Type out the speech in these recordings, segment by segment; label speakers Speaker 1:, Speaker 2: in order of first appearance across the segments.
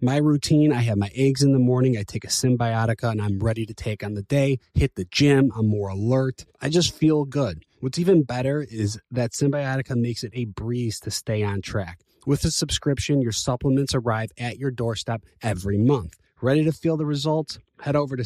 Speaker 1: My routine I have my eggs in the morning, I take a Symbiotica, and I'm ready to take on the day, hit the gym, I'm more alert. I just feel good. What's even better is that Symbiotica makes it a breeze to stay on track. With a subscription, your supplements arrive at your doorstep every month. Ready to feel the results? Head over to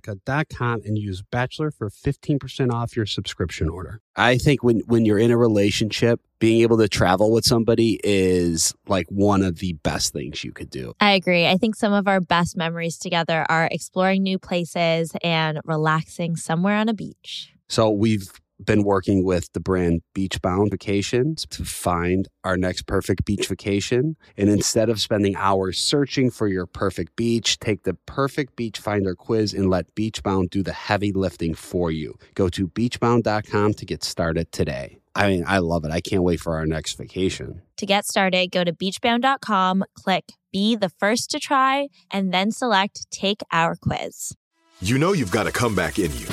Speaker 1: symbiotica.com and use Bachelor for 15% off your subscription order. I think when, when you're in a relationship, being able to travel with somebody is like one of the best things you could do.
Speaker 2: I agree. I think some of our best memories together are exploring new places and relaxing somewhere on a beach.
Speaker 1: So we've been working with the brand Beachbound Vacations to find our next perfect beach vacation. And instead of spending hours searching for your perfect beach, take the perfect beach finder quiz and let Beachbound do the heavy lifting for you. Go to beachbound.com to get started today. I mean, I love it. I can't wait for our next vacation.
Speaker 2: To get started, go to beachbound.com, click Be the First to Try, and then select Take Our Quiz.
Speaker 3: You know you've got a comeback in you.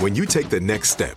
Speaker 3: When you take the next step,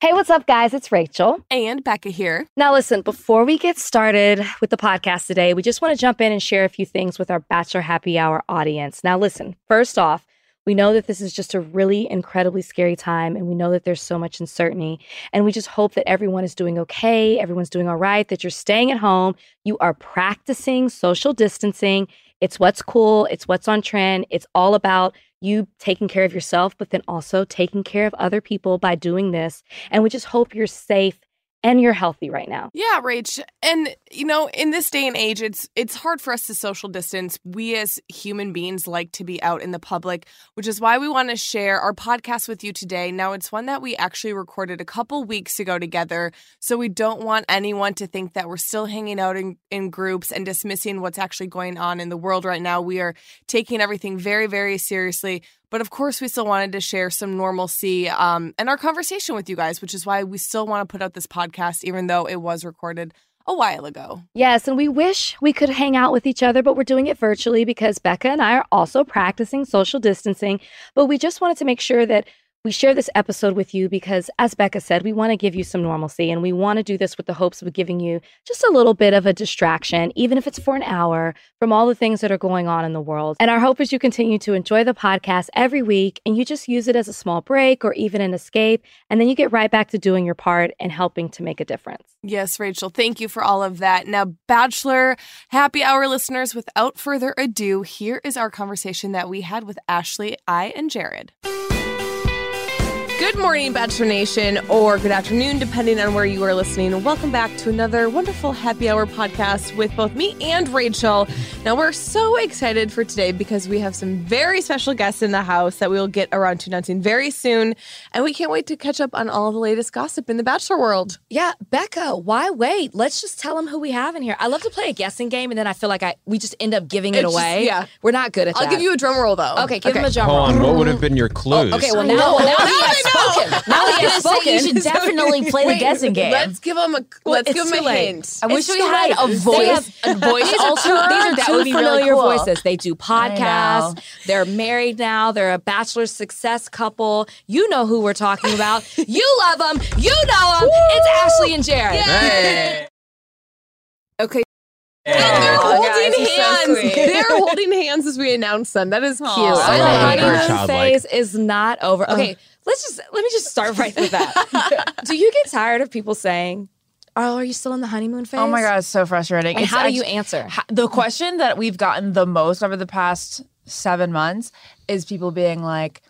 Speaker 4: Hey, what's up, guys? It's Rachel.
Speaker 5: And Becca here.
Speaker 4: Now, listen, before we get started with the podcast today, we just want to jump in and share a few things with our Bachelor Happy Hour audience. Now, listen, first off, we know that this is just a really incredibly scary time, and we know that there's so much uncertainty. And we just hope that everyone is doing okay, everyone's doing all right, that you're staying at home, you are practicing social distancing. It's what's cool, it's what's on trend, it's all about you taking care of yourself, but then also taking care of other people by doing this. And we just hope you're safe and you're healthy right now.
Speaker 5: Yeah, Rach. And you know, in this day and age, it's it's hard for us to social distance. We as human beings like to be out in the public, which is why we want to share our podcast with you today. Now, it's one that we actually recorded a couple weeks ago together, so we don't want anyone to think that we're still hanging out in, in groups and dismissing what's actually going on in the world right now. We are taking everything very, very seriously. But of course, we still wanted to share some normalcy um, and our conversation with you guys, which is why we still want to put out this podcast, even though it was recorded a while ago.
Speaker 4: Yes, and we wish we could hang out with each other, but we're doing it virtually because Becca and I are also practicing social distancing. But we just wanted to make sure that we share this episode with you because, as Becca said, we want to give you some normalcy and we want to do this with the hopes of giving you just a little bit of a distraction, even if it's for an hour, from all the things that are going on in the world. And our hope is you continue to enjoy the podcast every week and you just use it as a small break or even an escape. And then you get right back to doing your part and helping to make a difference.
Speaker 5: Yes, Rachel, thank you for all of that. Now, Bachelor Happy Hour listeners, without further ado, here is our conversation that we had with Ashley, I, and Jared. Good morning, Bachelor Nation, or good afternoon, depending on where you are listening. And welcome back to another wonderful happy hour podcast with both me and Rachel. Now, we're so excited for today because we have some very special guests in the house that we will get around to announcing very soon. And we can't wait to catch up on all the latest gossip in the Bachelor world.
Speaker 2: Yeah, Becca, why wait? Let's just tell them who we have in here. I love to play a guessing game, and then I feel like I we just end up giving it
Speaker 5: It's just-
Speaker 2: away.
Speaker 5: yeah.
Speaker 2: We're not good at
Speaker 5: I'll
Speaker 2: that.
Speaker 5: give you a drum roll, though.
Speaker 2: Okay, give him a drum roll.
Speaker 6: Hold on, what would have been your clues?
Speaker 2: Okay, well now, now, he has spoken. Now he has
Speaker 7: gonna say,
Speaker 2: spoken.
Speaker 7: you should definitely play the guessing game.
Speaker 5: Let's give him a let's
Speaker 7: it's
Speaker 5: give him
Speaker 7: too
Speaker 5: a
Speaker 7: late.
Speaker 5: hint.
Speaker 7: I wish
Speaker 2: It's
Speaker 7: we
Speaker 2: too
Speaker 7: had a
Speaker 2: late.
Speaker 7: voice.
Speaker 2: They have-
Speaker 7: a voice
Speaker 2: These are two, these are
Speaker 7: That
Speaker 2: two
Speaker 7: would be really
Speaker 2: familiar
Speaker 7: cool.
Speaker 2: voices. They do podcasts. They're married now. They're a bachelor success couple. You know who we're talking about. you love them. You know them. It's Ashley and Jared.
Speaker 6: Hey.
Speaker 5: Okay,
Speaker 8: And they're
Speaker 9: Oh,
Speaker 8: holding
Speaker 9: guys, you're so
Speaker 8: hands.
Speaker 9: sweet.
Speaker 8: they're holding hands as we announce them. That is cute.
Speaker 9: Aw.
Speaker 8: I
Speaker 9: Oh,
Speaker 8: love
Speaker 1: Very
Speaker 8: honeymoon.
Speaker 1: honeymoon. childlike.
Speaker 2: phase is not over. Okay, let's just let me just start right with that. Do you get tired of people saying, "Oh, are you still in the honeymoon phase?"
Speaker 9: Oh my god, it's so frustrating.
Speaker 2: And
Speaker 9: It's
Speaker 2: how do you
Speaker 9: act-
Speaker 2: answer?
Speaker 9: ha- the question that we've gotten the most over the past seven months is people being like,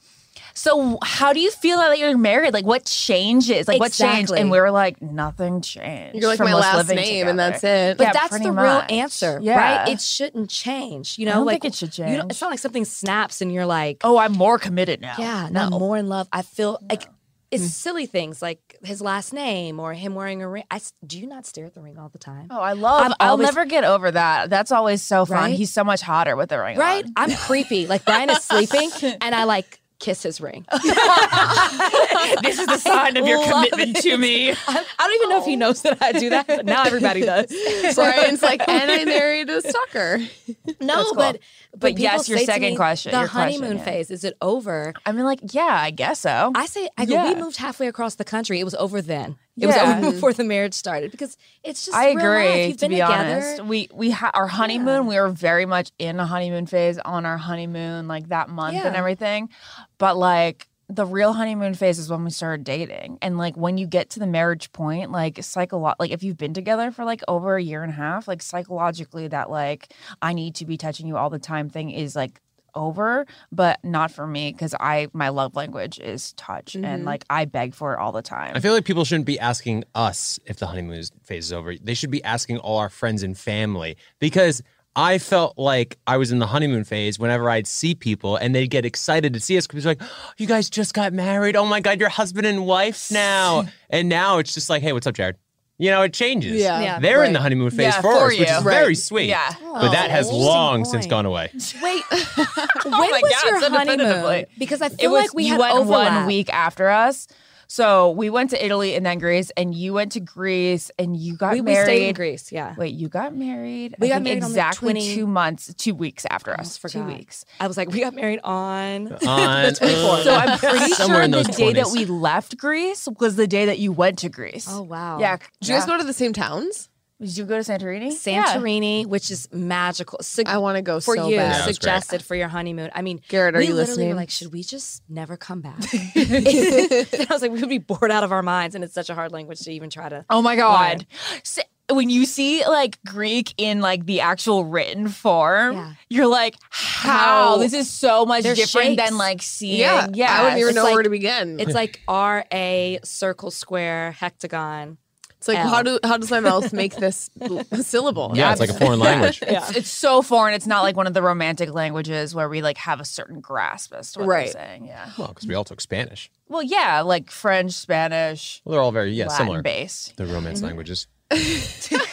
Speaker 9: "So how do you feel now that you're married? Like what changes? Like what changed?"
Speaker 2: Exactly.
Speaker 9: And we were like, "Nothing changed."
Speaker 8: You're like
Speaker 9: from
Speaker 8: my
Speaker 9: us
Speaker 8: last
Speaker 9: living
Speaker 8: name, and
Speaker 9: together."
Speaker 8: that's it.
Speaker 2: But
Speaker 9: Yeah,
Speaker 2: that's
Speaker 9: pretty
Speaker 2: the
Speaker 9: much.
Speaker 2: real answer,
Speaker 9: Yeah.
Speaker 2: right? It shouldn't change. You know,
Speaker 9: I don't
Speaker 2: like
Speaker 9: think it should
Speaker 2: You don't,
Speaker 9: change.
Speaker 2: it's not like something snaps and you're like,
Speaker 9: Oh, I'm more committed now.
Speaker 2: yeah, now I'm more in love. I feel like
Speaker 8: Mm-hmm.
Speaker 2: it's silly things like his last name or him wearing a ring. I s- do you not stare at the ring all the time?
Speaker 9: Oh, I love.
Speaker 2: I've
Speaker 9: I'll
Speaker 2: always-
Speaker 9: never get over that. That's always so fun.
Speaker 2: Right?
Speaker 9: He's so much hotter with the ring
Speaker 2: Right?
Speaker 9: on.
Speaker 2: I'm creepy. Like Brian is sleeping and I like kiss his ring.
Speaker 9: this is the sign of your commitment to me.
Speaker 2: I, I don't even know if
Speaker 8: Oh.
Speaker 2: he knows that I do that, but now everybody does.
Speaker 8: Brian's like, and I married a sucker.
Speaker 2: no,
Speaker 9: cool.
Speaker 2: but, but
Speaker 9: But yes,
Speaker 2: people
Speaker 9: your
Speaker 2: say to
Speaker 9: second
Speaker 2: me,
Speaker 9: question-
Speaker 2: The
Speaker 9: your question,
Speaker 2: honeymoon
Speaker 9: yeah.
Speaker 2: phase is it over?
Speaker 9: I mean, like, yeah, I guess so.
Speaker 2: I say I go,
Speaker 9: Yeah.
Speaker 2: we moved halfway across the country. It was over then. It
Speaker 9: Yeah.
Speaker 2: was over before the marriage started because it's just
Speaker 9: I
Speaker 2: real life.
Speaker 9: agree.
Speaker 2: You've
Speaker 9: To
Speaker 2: been
Speaker 9: be
Speaker 2: together.
Speaker 9: honest, we we ha- our honeymoon. We were very much in a honeymoon phase on our honeymoon, like that month and
Speaker 2: Yeah.
Speaker 9: everything. But like the real honeymoon phase is when we started dating, and like when you get to the marriage point, like psycholo- like if you've been together for like over a year and a half, like psychologically, that like I need to be touching you all the time thing is like over but not for me because i my love language is touch
Speaker 2: Mm-hmm.
Speaker 9: and like i beg for it all the time
Speaker 10: I feel like people shouldn't be asking us if the honeymoon is- phase is over. They should be asking all our friends and family because I felt like I was in the honeymoon phase whenever I'd see people and they'd get excited to see us because like, "Oh, you guys just got married. Oh my God, you're husband and wife now. and now it's just like, hey, what's up, Jared? You know, it changes.
Speaker 8: Yeah. Yeah,
Speaker 10: They're in the honeymoon phase
Speaker 9: Yeah,
Speaker 10: for,
Speaker 9: for
Speaker 10: us, which
Speaker 9: you.
Speaker 10: is
Speaker 9: Right.
Speaker 10: very sweet.
Speaker 9: Yeah. Oh.
Speaker 10: But that has
Speaker 2: Oh. interesting
Speaker 10: long since
Speaker 2: point.
Speaker 10: gone away.
Speaker 2: Wait, when
Speaker 9: my
Speaker 2: was
Speaker 9: God,
Speaker 2: your
Speaker 9: so
Speaker 2: honeymoon?
Speaker 9: definitively.
Speaker 2: Because I feel
Speaker 9: it was
Speaker 2: like we
Speaker 9: you
Speaker 2: had
Speaker 9: went
Speaker 2: overlap.
Speaker 9: one week after us. So we went to Italy and then Greece, and you went to Greece and you got
Speaker 2: We, we
Speaker 9: married.
Speaker 2: stayed in Greece. Yeah,
Speaker 9: Wait, you got married?
Speaker 2: We
Speaker 9: I
Speaker 2: got
Speaker 9: think
Speaker 2: married on the
Speaker 9: exactly
Speaker 2: 20
Speaker 9: two months, two weeks after us.
Speaker 2: almost
Speaker 9: Two
Speaker 2: forgot.
Speaker 9: weeks.
Speaker 2: I was like, we got married on.
Speaker 10: On, uh,
Speaker 9: So I'm pretty
Speaker 10: somewhere
Speaker 9: sure
Speaker 10: in
Speaker 9: the
Speaker 10: those
Speaker 9: day that
Speaker 10: 20s.
Speaker 9: we left Greece was the day that you went to Greece.
Speaker 2: Oh wow.
Speaker 9: Yeah.
Speaker 8: Did you guys go to the same towns?
Speaker 9: Did you go to Santorini? Yeah.
Speaker 2: Santorini, which is magical. Su-
Speaker 8: I want to go
Speaker 2: for
Speaker 8: so
Speaker 2: you,
Speaker 10: Yeah, it
Speaker 8: bad.
Speaker 10: was great.
Speaker 2: suggested for your honeymoon. I mean,
Speaker 8: Garrett, are
Speaker 2: we
Speaker 8: you
Speaker 2: literally
Speaker 8: listening?
Speaker 2: were like, should we just never come back? I was like, we would be bored out of our minds, and it's such a hard language to even try to.
Speaker 9: Oh my god. S when you see like Greek in like the actual written form,
Speaker 2: Yeah.
Speaker 9: you're like, how?
Speaker 8: How?
Speaker 9: This is so much
Speaker 2: They're
Speaker 9: different
Speaker 2: shakes.
Speaker 9: than like seeing.
Speaker 8: yeah, yeah. I wouldn't even
Speaker 2: it's
Speaker 8: know where
Speaker 2: like-
Speaker 8: to begin. It's,
Speaker 2: It's like R A circle square hectagon.
Speaker 8: like
Speaker 2: L.
Speaker 8: how do how does my mouth make this l- syllable?
Speaker 10: yeah, it's like a foreign language.
Speaker 9: It's, it's so foreign. It's not like one of the romantic languages where we like have a certain grasp as to what
Speaker 8: Right.
Speaker 9: they're saying. Yeah.
Speaker 10: Well, because we all took Spanish.
Speaker 9: Well, yeah, like French, Spanish,
Speaker 10: Well, they're all very, yeah,
Speaker 9: Latin
Speaker 10: similar.
Speaker 9: based.
Speaker 10: The romance languages.
Speaker 8: I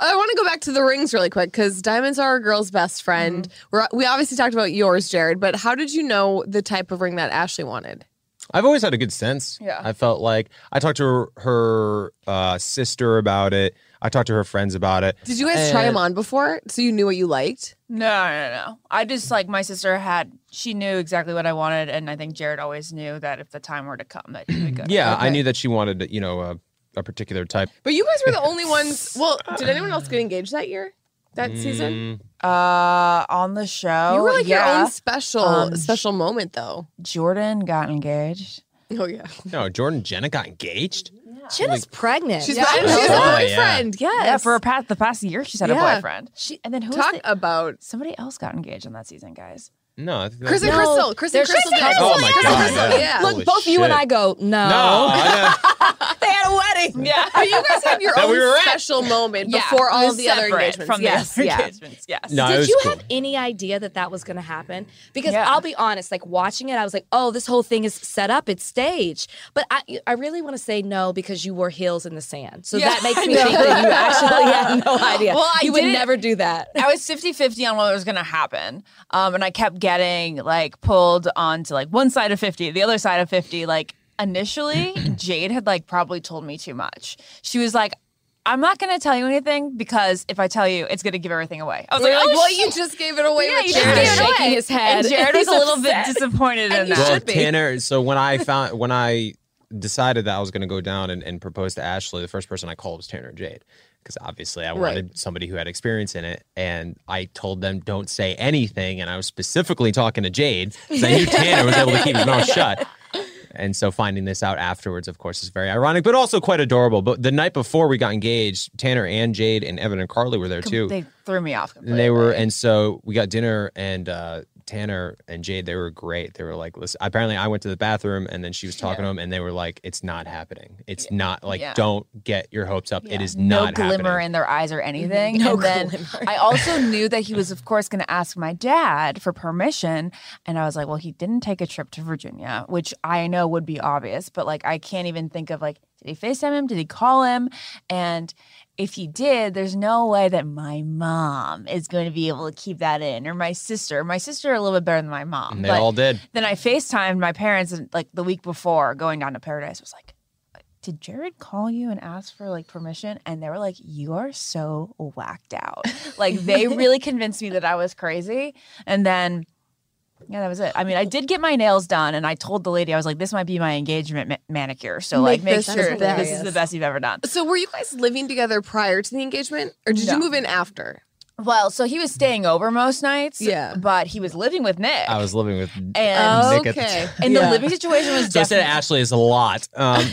Speaker 8: want to go back to the rings really quick because diamonds are a girl's best friend. We're, we obviously talked about yours, Jared, but how did you know the type of ring that Ashley wanted?
Speaker 10: I've always had a good sense.
Speaker 9: Yeah.
Speaker 10: I felt like I talked to her, her uh, sister about it. I talked to her friends about it.
Speaker 8: Did you guys try
Speaker 10: Uh,
Speaker 8: them on before so you knew what you liked?
Speaker 9: No, no, no. I just like my sister had. She knew exactly what I wanted, and I think Jared always knew that if the time were to come, that he would go.
Speaker 10: Yeah, I knew that she wanted, you know, a, a particular type.
Speaker 8: But you guys were the only ones. Well, did anyone else get engaged that year? That season?
Speaker 9: Uh, on the show,
Speaker 8: You were like
Speaker 9: Oh, yeah.
Speaker 8: your own special
Speaker 9: Um,
Speaker 8: special moment though.
Speaker 9: Jordan got engaged.
Speaker 8: Oh yeah.
Speaker 10: Mm, No, Jordan Jenna got engaged.
Speaker 2: Jenna's pregnant.
Speaker 8: She's
Speaker 2: Yeah.
Speaker 8: yeah,
Speaker 10: I
Speaker 8: she's a
Speaker 10: know that.
Speaker 8: boyfriend. Yes.
Speaker 9: Yeah, for a past, the past year, she's had
Speaker 8: Yeah.
Speaker 9: a boyfriend.
Speaker 2: She-
Speaker 9: and then who? was
Speaker 8: talk
Speaker 9: the-
Speaker 8: about
Speaker 9: somebody else got engaged on that season, guys.
Speaker 10: No, I think that-
Speaker 8: Chris and
Speaker 2: No,
Speaker 8: Crystal. Chris and
Speaker 2: there's
Speaker 8: Crystal.
Speaker 2: just
Speaker 8: did it.
Speaker 10: Oh my
Speaker 8: Chris and
Speaker 10: God,
Speaker 8: Crystal,
Speaker 10: yeah.
Speaker 8: Yeah.
Speaker 10: Holy
Speaker 2: Look, both you and
Speaker 10: shit.
Speaker 2: I go no.
Speaker 10: no, I know.
Speaker 9: They had a wedding. Yeah,
Speaker 5: Oh,
Speaker 8: But you guys had your
Speaker 10: That
Speaker 8: own
Speaker 10: we were at.
Speaker 8: special moment
Speaker 9: Yeah,
Speaker 8: before all
Speaker 9: it was
Speaker 8: the other
Speaker 9: separate
Speaker 8: engagements.
Speaker 9: From
Speaker 8: yes,
Speaker 9: the other
Speaker 8: yeah.
Speaker 9: engagements, yes.
Speaker 10: no, it
Speaker 2: Did
Speaker 10: was
Speaker 2: you
Speaker 10: cool.
Speaker 2: have any idea that that was going to happen? Because
Speaker 9: Yeah.
Speaker 2: I'll be honest, like watching it, I was like, "Oh, this whole thing is set up; it's staged." But I, I really want to say no because you wore heels in the sand, so
Speaker 9: Yeah,
Speaker 2: that makes
Speaker 9: I
Speaker 2: me
Speaker 9: know.
Speaker 2: think that you actually had no idea.
Speaker 9: Well, I
Speaker 2: you would
Speaker 9: didn't-
Speaker 2: never do that.
Speaker 9: I was 50 50 on what was going to happen. Um, and I kept getting like pulled onto like one side of 50, the other side of 50. Like initially, Jade had like probably told me too much. She was like, I'm not going to tell you anything because if I tell you, it's going to give everything away. I was
Speaker 8: We were
Speaker 9: like,
Speaker 8: like,
Speaker 9: oh,
Speaker 8: well,
Speaker 9: shit."
Speaker 8: you just gave it away
Speaker 9: Yeah,
Speaker 8: with
Speaker 9: you
Speaker 8: Jared.
Speaker 9: just gave it away.
Speaker 2: shaking his head.
Speaker 9: And Jared was a
Speaker 2: He's
Speaker 9: little bit
Speaker 2: upset.
Speaker 9: disappointed in
Speaker 8: you
Speaker 9: that.
Speaker 10: well,
Speaker 8: should be.
Speaker 10: Tanner. So when I found when I decided that I was going to go down and, and propose to Ashley, the first person I called was Tanner and Jade because obviously I
Speaker 9: Right.
Speaker 10: wanted somebody who had experience in it. And I told them, don't say anything. And I was specifically talking to Jade because I knew Tanner was able to keep his mouth shut. And so finding this out afterwards, of course, is very ironic, but also quite adorable. But the night before we got engaged, Tanner and Jade and Evan and Carly were there
Speaker 9: Com-
Speaker 10: too.
Speaker 9: They threw me off.
Speaker 10: And they were, and so we got dinner, and uh, Tanner and Jade, they were great. They were like, listen, apparently I went to the bathroom, and then she was talking to him, and they were like, it's not happening. It's not like,
Speaker 9: Yeah.
Speaker 10: don't get your hopes up. It
Speaker 9: Yeah.
Speaker 10: is
Speaker 9: no
Speaker 10: not
Speaker 9: glimmer
Speaker 10: happening.
Speaker 9: in their eyes or anything.
Speaker 5: No
Speaker 9: and then
Speaker 5: glimmer.
Speaker 9: I also knew that he was, of course, going to ask my dad for permission, and I was like, well, he didn't take a trip to Virginia, which I know would be obvious, but like I can't even think of like, did he Facetime him? Did he call him? And if he did, there's no way that my mom is going to be able to keep that in, or my sister. My sister a little bit better than my mom.
Speaker 10: and they
Speaker 9: but
Speaker 10: all did.
Speaker 9: then I FaceTimed my parents and like the week before going down to paradise was like, did Jared call you and ask for like permission? And they were like, you are so whacked out. Like they really convinced me that I was crazy. And then, yeah, that was it. I mean, I did get my nails done and I told the lady, I was like, this might be my engagement ma- manicure. So like
Speaker 5: Make
Speaker 9: make
Speaker 5: this
Speaker 9: sure
Speaker 5: your
Speaker 9: that this
Speaker 5: best.
Speaker 9: is the best you've ever done.
Speaker 5: So were you guys living together prior to the engagement, or did
Speaker 9: No.
Speaker 5: you move in after?
Speaker 9: Well, so he was staying over most nights.
Speaker 5: Yeah.
Speaker 9: But he was living with Nick.
Speaker 10: I was living with
Speaker 9: And-
Speaker 10: Nick at the
Speaker 5: okay.
Speaker 10: time.
Speaker 9: and
Speaker 5: Yeah.
Speaker 9: the living situation eh, was
Speaker 10: So I said
Speaker 9: definitely
Speaker 10: Ashley is a lot. Um, no,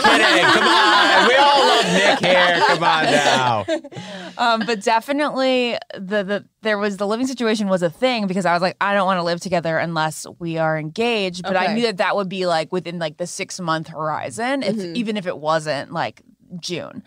Speaker 10: kidding. Come on. We all love Nick here. Come on now.
Speaker 9: um, but definitely the, the there was the living situation was a thing because I was like, I don't want to live together unless we are engaged. But I
Speaker 5: Okay.
Speaker 9: knew that that would be like within like the six month horizon, if
Speaker 5: Mhm.
Speaker 9: even if it wasn't like June.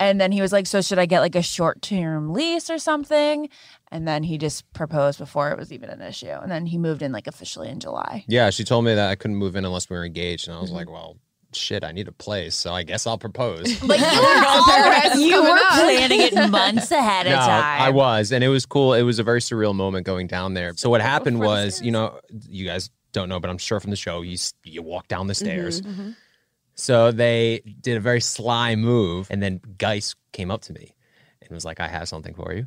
Speaker 9: And then he was like, so should I get like a short term lease or something? And then he just proposed before it was even an issue. And then he moved in like officially in July.
Speaker 10: Yeah, she told me that I couldn't move in unless we were engaged. And I was
Speaker 9: Mm-hmm.
Speaker 10: like, well, shit, I need a place. So I guess I'll propose.
Speaker 9: Like you were,
Speaker 5: That's
Speaker 9: already-
Speaker 5: coming
Speaker 9: you were
Speaker 5: up.
Speaker 9: planning it months ahead of
Speaker 10: No,
Speaker 9: time.
Speaker 10: I was, and it was cool. It was a very surreal moment going down there. So what happened was, you know, you guys don't know, but I'm sure from the show, you s- you walk down the
Speaker 9: Mm-hmm,
Speaker 10: stairs. So they did a very sly move, and then Geis came up to me and was like, "I have something for you."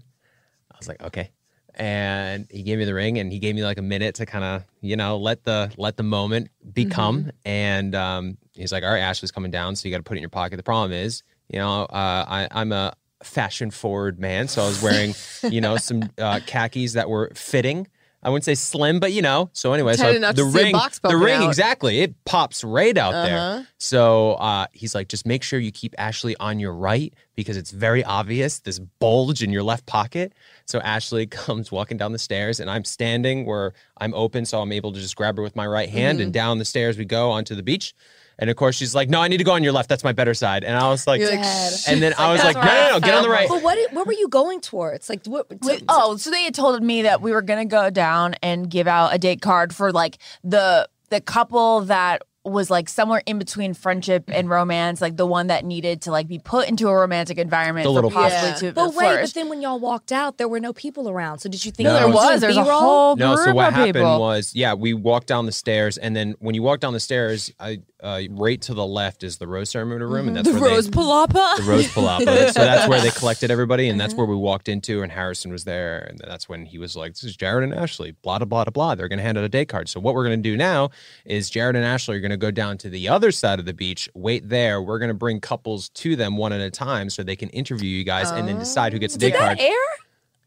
Speaker 10: I was like, "Okay." And he gave me the ring, and he gave me like a minute to kind of, you know, let the let the moment become.
Speaker 5: Mm-hmm.
Speaker 10: And um, he's like, "All right, Ashley's coming down, so you got to put it in your pocket." The problem is, you know, uh, I, I'm a fashion forward man, so I was wearing, you know, some uh, khakis that were fitting. I wouldn't say slim, but you know. So anyway, so
Speaker 5: Tight enough
Speaker 10: the
Speaker 5: to see a
Speaker 10: ring,
Speaker 5: box
Speaker 10: the
Speaker 5: popping
Speaker 10: ring,
Speaker 5: out.
Speaker 10: exactly, it pops right out there.
Speaker 5: Uh-huh.
Speaker 10: So uh, he's like, just make sure you keep Ashley on your right because it's very obvious this bulge in your left pocket. So Ashley comes walking down the stairs, and I'm standing where I'm open, so I'm able to just grab her with my right hand,
Speaker 9: Mm-hmm.
Speaker 10: and down the stairs we go onto the beach. And of course, she's like, "No, I need to go on your left. That's my better side." And I was like,
Speaker 5: You're like, Dead.
Speaker 10: and then I was like,
Speaker 9: "That's
Speaker 10: "No,
Speaker 9: where
Speaker 10: no,
Speaker 9: I
Speaker 10: no, get on the right."
Speaker 5: But what what were you going towards? Like what? to-
Speaker 9: Wait, oh, so they had told me that we were gonna go down and give out a date card for like the the couple that was like somewhere in between friendship and romance, like the one that needed to like be put into a romantic environment
Speaker 10: The
Speaker 9: for
Speaker 10: little
Speaker 9: possibly
Speaker 5: Yeah.
Speaker 9: to
Speaker 2: But wait, but
Speaker 9: flourish.
Speaker 2: then when y'all walked out, there were no people around. So did you think
Speaker 10: No,
Speaker 9: there
Speaker 10: there
Speaker 9: was there's a
Speaker 2: B-roll?
Speaker 9: whole group
Speaker 10: No, so what
Speaker 9: of
Speaker 10: happened
Speaker 9: people.
Speaker 10: was, yeah, we walked down the stairs, and then when you walk down the stairs, I uh, right to the left is the rose ceremony room,
Speaker 9: Mm-hmm.
Speaker 10: and that's
Speaker 5: the
Speaker 10: where they-
Speaker 5: Rose Palapa.
Speaker 10: the Rose Palapa. so that's where they collected everybody,
Speaker 2: Mm-hmm.
Speaker 10: and that's where we walked into, and Harrison was there, and that's when he was like, "This is Jared and Ashley." Blah blah blah blah. They're going to hand out a day card. So what we're going to do now is Jared and Ashley are going to go down to the other side of the beach, wait there. We're going to bring couples to them one at a time, so they can interview you guys, and then decide who gets a day
Speaker 2: Oh. Did that
Speaker 10: card.
Speaker 2: air?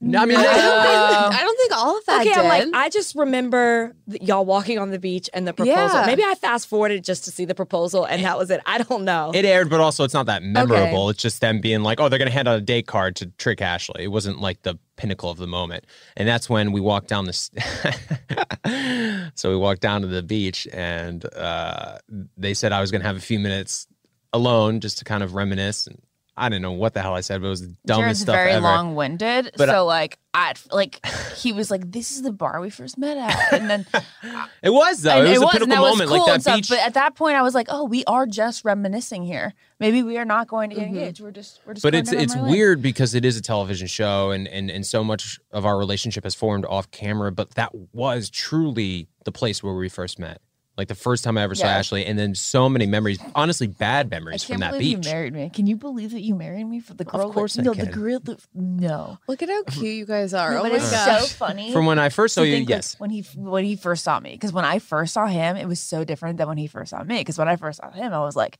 Speaker 10: No, I mean,
Speaker 5: I,
Speaker 10: that-
Speaker 5: don't think, Uh, I don't think all of that
Speaker 2: Okay,
Speaker 5: did.
Speaker 2: I'm like, I just remember th- y'all walking on the beach and the proposal.
Speaker 5: Yeah.
Speaker 2: Maybe I fast forwarded just to see the proposal and that was it. I don't know.
Speaker 10: It aired, but also it's not that memorable. It's just them being like, oh, they're going to hand out a date card to trick Ashley. It wasn't like the pinnacle of the moment. And that's when we walked down this. so we walked down to the beach, and uh, they said I was going to have a few minutes alone just to kind of reminisce. And I didn't know what the hell I said, but it was the dumbest
Speaker 9: Jared's
Speaker 10: stuff
Speaker 9: very
Speaker 10: ever.
Speaker 9: long-winded,
Speaker 10: But I-
Speaker 9: so like I like he was like, "This is the bar we first met at," and then
Speaker 10: It was, though.
Speaker 9: And
Speaker 10: it was a
Speaker 9: and
Speaker 10: pinnacle
Speaker 9: that was
Speaker 10: moment.
Speaker 9: cool
Speaker 10: like
Speaker 9: and
Speaker 10: that
Speaker 9: stuff,
Speaker 10: beach.
Speaker 9: But at that point, I was like, "Oh, we are just reminiscing here. Maybe we are not going to get engaged. We're just we're just."
Speaker 10: Mm-hmm. but
Speaker 9: going
Speaker 10: it's
Speaker 9: down
Speaker 10: it's
Speaker 9: memory lane."
Speaker 10: weird because it is a television show and, and and so much of our relationship has formed off camera but that was truly the place where we first met like the first time i ever saw
Speaker 9: Yeah.
Speaker 10: ashley and then so many memories honestly bad
Speaker 9: I
Speaker 10: memories
Speaker 9: can't
Speaker 10: from that
Speaker 9: believe
Speaker 10: beach
Speaker 9: you married me. Can you believe that you married me for the girl? that-
Speaker 10: course I
Speaker 9: no, the
Speaker 10: can.
Speaker 9: girl. that- no,
Speaker 5: Look at how cute you guys are.
Speaker 9: No,
Speaker 5: oh
Speaker 9: but
Speaker 5: my
Speaker 9: it's
Speaker 5: gosh.
Speaker 9: so funny.
Speaker 10: from when i first saw
Speaker 9: to
Speaker 10: you
Speaker 9: think, like,
Speaker 10: yes
Speaker 9: when he when he first saw me, because when I first saw him, it was so different than when he first saw me. Because when I first saw him, I was like,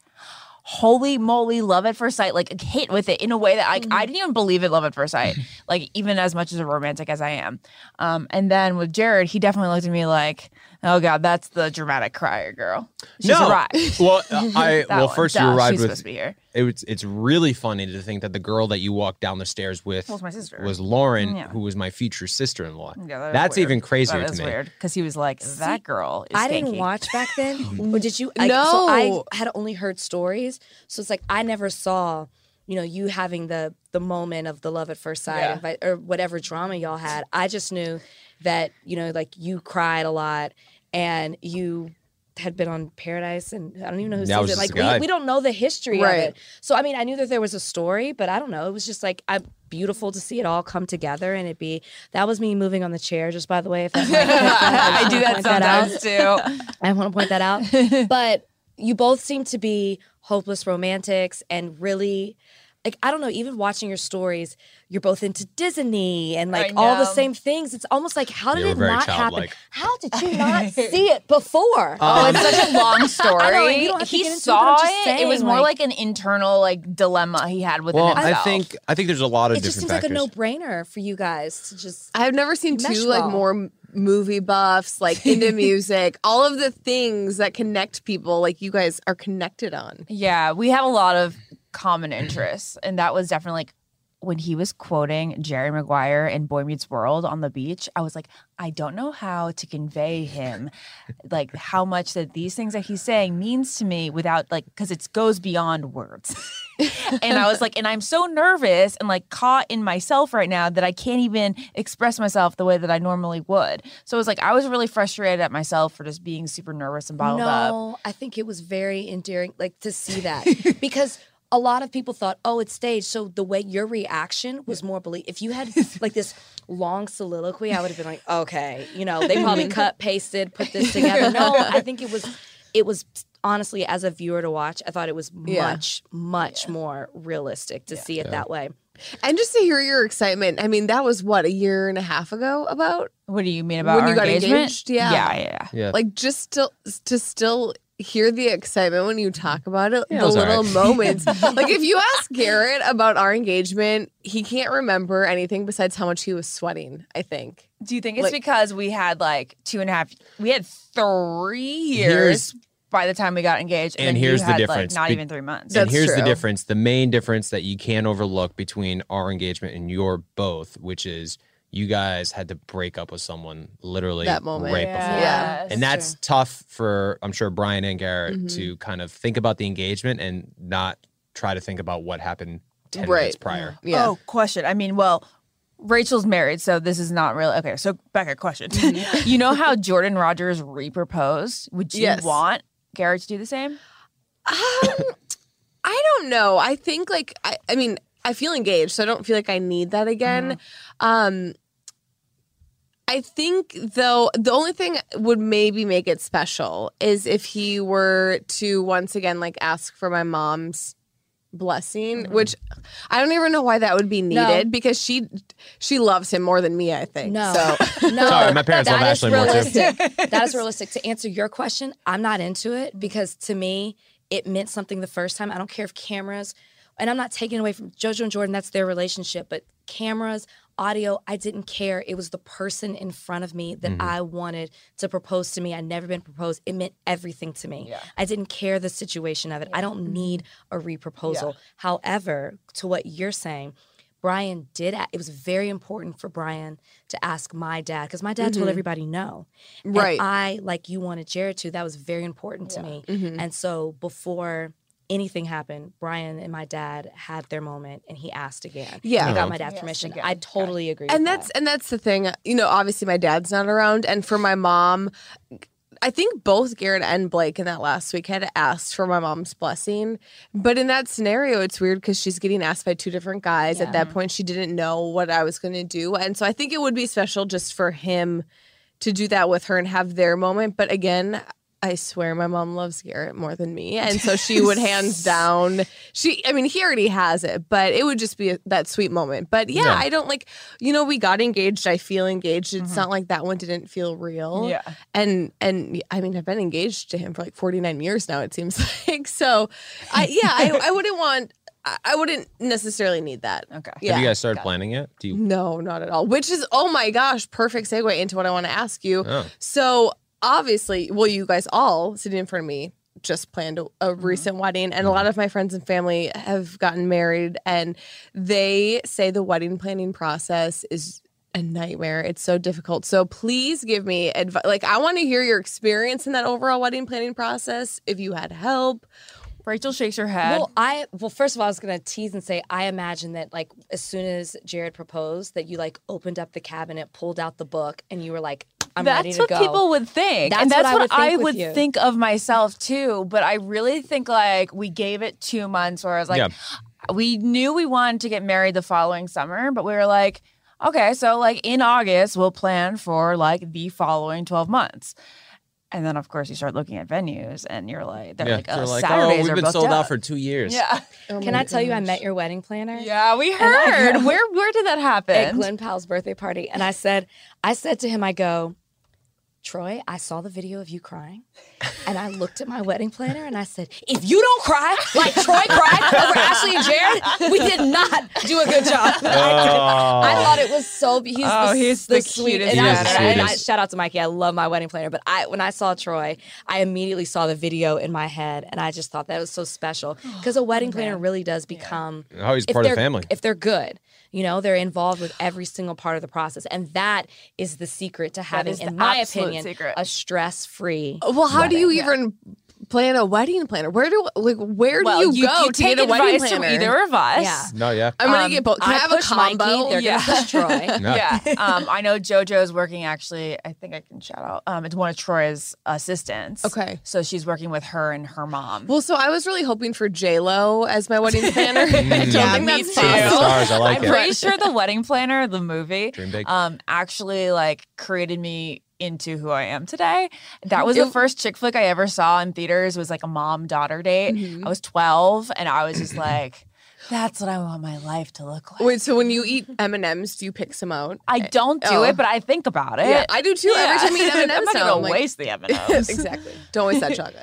Speaker 9: holy moly, love at first sight, like hit with it in a way that like
Speaker 10: Mm-hmm.
Speaker 9: I didn't even believe it love at first sight. like even as much as a romantic as I am. Um, and then with Jared, he definitely looked at me like, oh god, that's the dramatic crier girl. She's
Speaker 10: no.
Speaker 9: arrived.
Speaker 10: Well, I
Speaker 9: That
Speaker 10: well
Speaker 9: one.
Speaker 10: first you
Speaker 9: Duh,
Speaker 10: arrived
Speaker 9: she's supposed
Speaker 10: with
Speaker 9: to be here.
Speaker 10: it was, it's really funny to think that the girl that you walked down the stairs with
Speaker 9: Well, it's my sister.
Speaker 10: was Lauren,
Speaker 9: Yeah.
Speaker 10: who was my future sister-in-law.
Speaker 9: Yeah, that was
Speaker 10: That's
Speaker 9: weird.
Speaker 10: even crazier
Speaker 9: That
Speaker 10: to
Speaker 9: was
Speaker 10: me.
Speaker 9: weird because he was like, "That girl is."
Speaker 2: I didn't
Speaker 9: skanky."
Speaker 2: watch back then. or did you? I, So
Speaker 5: No.
Speaker 2: I had only heard stories. So it's like I never saw, you know, you having the the moment of the love at first sight
Speaker 9: Yeah.
Speaker 2: and vi- or whatever drama y'all had. I just knew that you know, like you cried a lot and you had been on Paradise and I don't even know who
Speaker 10: That was
Speaker 2: sees it.
Speaker 10: just
Speaker 2: Like
Speaker 10: a guy.
Speaker 2: we, we don't know the history
Speaker 5: Right.
Speaker 2: of it. So I mean, I knew that there was a story, but I don't know. It was just like I. Beautiful to see it all come together and it be that was me moving on the chair. Just by the way, if that
Speaker 9: I do that
Speaker 2: Point that out.
Speaker 9: sometimes too.
Speaker 2: I want to point that out. but you both seem to be hopeless romantics and really like I don't know, even watching your stories, you're both into Disney and like
Speaker 9: I
Speaker 2: all the
Speaker 9: know.
Speaker 2: same things. It's almost like how did
Speaker 10: You were
Speaker 2: it
Speaker 10: very
Speaker 2: not
Speaker 10: childlike.
Speaker 2: happen? How did you not see it before?
Speaker 9: Oh, it's such a long story.
Speaker 2: I know, and you don't have to
Speaker 9: he
Speaker 2: get into it, but
Speaker 9: saw
Speaker 2: I'm
Speaker 9: it.
Speaker 2: just
Speaker 9: it was
Speaker 2: saying,
Speaker 9: more
Speaker 2: like-
Speaker 9: like, an internal like dilemma he had within
Speaker 10: Well, I
Speaker 9: himself.
Speaker 10: think I think there's a lot of
Speaker 2: it just
Speaker 10: different
Speaker 2: seems
Speaker 10: factors.
Speaker 2: like a no-brainer for you guys to just
Speaker 5: I've never seen
Speaker 2: Mesh
Speaker 5: two like
Speaker 2: well.
Speaker 5: more m- movie buffs, like into music, all of the things that connect people, like you guys are connected on.
Speaker 9: Yeah, we have a lot of common interests, and that was definitely like when he was quoting Jerry Maguire in Boy Meets World on the beach. I was like, I don't know how to convey him, like how much that these things that he's saying means to me without like because it goes beyond words. and I was like, and I'm so nervous and like caught in myself right now that I can't even express myself the way that I normally would. So it was like I was really frustrated at myself for just being super nervous and bottled up.
Speaker 2: No, Oh, I think it was very endearing, like to see that because a lot of people thought, "Oh, it's staged." So the way your reaction was more believe. If you had like this long soliloquy, I would have been like, "Okay, you know, they probably cut, pasted, put this together." No, I think it was, it was honestly as a viewer to watch, I thought it was
Speaker 5: Yeah.
Speaker 2: much, much more realistic to see it that way.
Speaker 5: And just to hear your excitement, I mean, that was what, a year and a half ago about?
Speaker 9: What do you mean about
Speaker 5: When
Speaker 9: our
Speaker 5: you got
Speaker 9: engagement?
Speaker 5: engaged? Yeah.
Speaker 9: yeah, yeah.
Speaker 10: yeah.
Speaker 5: Like just to, to still hear the excitement when you talk about it,
Speaker 10: Yeah, it
Speaker 5: the
Speaker 10: was all
Speaker 5: little
Speaker 10: right.
Speaker 5: moments. like if you ask Garrett about our engagement, he can't remember anything besides how much he was sweating, I think.
Speaker 9: Do you think it's
Speaker 5: Like-
Speaker 9: because we had like two and a half? We had three years
Speaker 10: Here's-
Speaker 9: by the time we got engaged, and,
Speaker 10: And
Speaker 9: then you
Speaker 10: here's the
Speaker 9: had,
Speaker 10: difference.
Speaker 9: Like, not
Speaker 10: Be-
Speaker 9: even three months.
Speaker 5: That's
Speaker 10: and here's the
Speaker 5: true.
Speaker 10: difference the main difference that you can't overlook between our engagement and your both which is you guys had to break up with someone literally
Speaker 5: That moment.
Speaker 10: right
Speaker 5: Yeah.
Speaker 10: before
Speaker 5: Yeah.
Speaker 10: and that's tough for i'm sure brian and garrett
Speaker 5: Mm-hmm.
Speaker 10: to kind of think about the engagement and not try to think about what happened 10 minutes
Speaker 5: Right.
Speaker 10: prior
Speaker 5: Yeah.
Speaker 9: Oh, question. I mean, well, Rachel's married, so this is not really okay. So Becca, question. you know how Jordan Rogers reproposed? Would you
Speaker 5: Yes.
Speaker 9: want Garrett to do the same?
Speaker 5: Um, I don't know. I think like I, I mean, I feel engaged, so I don't feel like I need that again.
Speaker 2: Mm-hmm.
Speaker 5: Um I think though the only thing would maybe make it special is if he were to once again like ask for my mom's blessing, which I don't even know why that would be
Speaker 2: Mm-hmm. No.
Speaker 5: needed because she she loves him more than me, I think.
Speaker 2: No,
Speaker 5: So
Speaker 2: no.
Speaker 10: Sorry, my parents
Speaker 2: That
Speaker 10: love
Speaker 2: is
Speaker 10: Ashley more, too.
Speaker 2: realistic. that is realistic. To answer your question, I'm not into it because to me, it meant something the first time. I don't care if cameras, and I'm not taking away from JoJo and Jordan. That's their relationship, but cameras, audio, I didn't care. It was the person in front of me that I wanted to propose to me. I'd never been proposed. It meant everything to me. I didn't care the situation of it. I don't need a reproposal. However, to what you're saying. Brian did. a- It was very important for Brian to ask my dad because my dad told everybody no. And
Speaker 5: Right.
Speaker 2: I like you wanted Jared to. That was very important to me.
Speaker 5: Mm-hmm.
Speaker 2: And so before anything happened, Brian and my dad had their moment, and he asked again.
Speaker 5: Yeah.
Speaker 2: I got my dad's permission. I totally agree.
Speaker 5: and
Speaker 2: with
Speaker 5: that's
Speaker 2: that.
Speaker 5: and that's the thing you know obviously my dad's not around and for my mom i think both garrett and blake in that last week had asked for my mom's blessing but in that scenario it's weird because she's getting asked by two different guys at that point she didn't know what i was going to do and so i think it would be special just for him to do that with her and have their moment but again I swear my mom loves Garrett more than me. And so she would hands down, she, I mean, he already has it, but it would just be a, that sweet moment. But yeah,
Speaker 10: Yeah.
Speaker 5: I don't like, you know, we got engaged. I feel engaged.
Speaker 10: Mm-hmm.
Speaker 5: It's not like that one didn't feel real.
Speaker 9: Yeah.
Speaker 5: And, and I mean, I've been engaged to him for like 49 years now, it seems like. So I, yeah, I, I wouldn't want, I, I wouldn't necessarily need that.
Speaker 9: Okay.
Speaker 5: Yeah.
Speaker 10: Have you guys started planning yet? Do you?
Speaker 5: No, not at all. Which is, oh my gosh, perfect segue into what I want to ask you.
Speaker 10: Oh.
Speaker 5: So obviously, well, you guys all sitting in front of me just planned a, a
Speaker 9: Mm-hmm.
Speaker 5: recent wedding, and a lot of my friends and family have gotten married, and they say the wedding planning process is a nightmare. It's so difficult. So please give me advice. Like, I want to hear your experience in that overall wedding planning process. If you had help,
Speaker 9: Rachel shakes her head.
Speaker 2: Well, I well, first of all, I was gonna tease and say I imagine that like as soon as Jared proposed, that you like opened up the cabinet, pulled out the book, and you were like, "I'm ready
Speaker 9: that's
Speaker 2: to
Speaker 9: what
Speaker 2: go."
Speaker 9: people would think.
Speaker 2: That's
Speaker 9: and
Speaker 2: what
Speaker 9: that's
Speaker 2: I
Speaker 9: what,
Speaker 2: would think
Speaker 9: I
Speaker 2: with
Speaker 9: would
Speaker 2: you.
Speaker 9: think of myself too. But I really think like we gave it two months where I was like,
Speaker 10: Yeah.
Speaker 9: we knew we wanted to get married the following summer, but we were like, okay, so like in August, we'll plan for like the following 12 months. And then, of course, you start looking at venues and you're like, they're
Speaker 10: Yeah.
Speaker 9: like, oh,
Speaker 10: They're like, oh,
Speaker 9: Saturdays
Speaker 10: we've
Speaker 9: are
Speaker 10: been
Speaker 9: booked
Speaker 10: sold
Speaker 9: up.
Speaker 10: out for two years.
Speaker 9: Yeah.
Speaker 2: Can I tell you, I met your wedding planner.
Speaker 9: Yeah, we
Speaker 2: And I-
Speaker 9: heard. Where where did that happen?
Speaker 2: at Glenn Powell's birthday party, and I said, I said to him, I go, Troy, I saw the video of you crying, and I looked at my wedding planner and I said, if you don't cry like Troy cried over Ashley and Jared, we did not do a good job.
Speaker 10: Oh,
Speaker 2: I thought it was so. be- He's
Speaker 9: Oh,
Speaker 2: the,
Speaker 9: he's
Speaker 2: the,
Speaker 9: the
Speaker 2: sweet.
Speaker 9: cutest
Speaker 2: And, I,
Speaker 10: guy.
Speaker 2: and, I, and I-
Speaker 10: Sweetest.
Speaker 2: shout out to Mikey. I love my wedding planner, but I when I saw Troy, I immediately saw the video in my head, and I just thought that was so special
Speaker 9: Oh,
Speaker 2: because a wedding planner really does become
Speaker 10: Oh, he's
Speaker 2: if
Speaker 10: part of the
Speaker 2: they're-
Speaker 10: family.
Speaker 2: If they're good, you know, they're involved with every single part of the process, and that is the secret to having,
Speaker 9: is the
Speaker 2: in my
Speaker 9: absolute
Speaker 2: opinion,
Speaker 9: secret. Oh,
Speaker 2: a stress-free.
Speaker 5: well, how do you even plan a wedding planner? Where do like where
Speaker 9: well,
Speaker 5: do you, go to
Speaker 9: take
Speaker 5: get a wedding
Speaker 9: advice
Speaker 5: planner?
Speaker 9: from either of us.
Speaker 2: Yeah.
Speaker 10: No, yeah.
Speaker 5: I'm gonna
Speaker 9: Um,
Speaker 5: get both. Can I, have a
Speaker 2: push
Speaker 5: combo?
Speaker 2: Mikey, they're
Speaker 9: Yeah.
Speaker 2: gonna push Troy.
Speaker 10: No.
Speaker 9: Yeah. Um, I know JoJo's working actually, I think I can shout out. Um, it's one of Troy's assistants.
Speaker 5: Okay.
Speaker 9: So she's working with her and her mom.
Speaker 5: Well, so I was really hoping for J Lo as my wedding planner. I don't
Speaker 10: Yeah,
Speaker 5: think
Speaker 9: me
Speaker 5: that's
Speaker 9: too.
Speaker 10: Five
Speaker 5: possible.
Speaker 10: Mm. stars. I like
Speaker 9: I'm
Speaker 10: it.
Speaker 9: pretty sure the wedding planner, the movie,
Speaker 10: Dream big.
Speaker 9: um, actually like created me into who I am today. That was the first chick flick I ever saw in theaters was like a mom daughter date.
Speaker 5: Mm-hmm.
Speaker 9: I was 12 and I was just like, that's what I want my life to look like.
Speaker 5: Wait, so when you eat M and M's, do you pick some out?
Speaker 9: I don't do
Speaker 5: Oh.
Speaker 9: it, but I think about it.
Speaker 5: Yeah, I do too. Every time we eat M and
Speaker 9: I'm
Speaker 5: M's,
Speaker 9: not gonna waste the M&Ms.
Speaker 5: exactly. Don't waste that chocolate.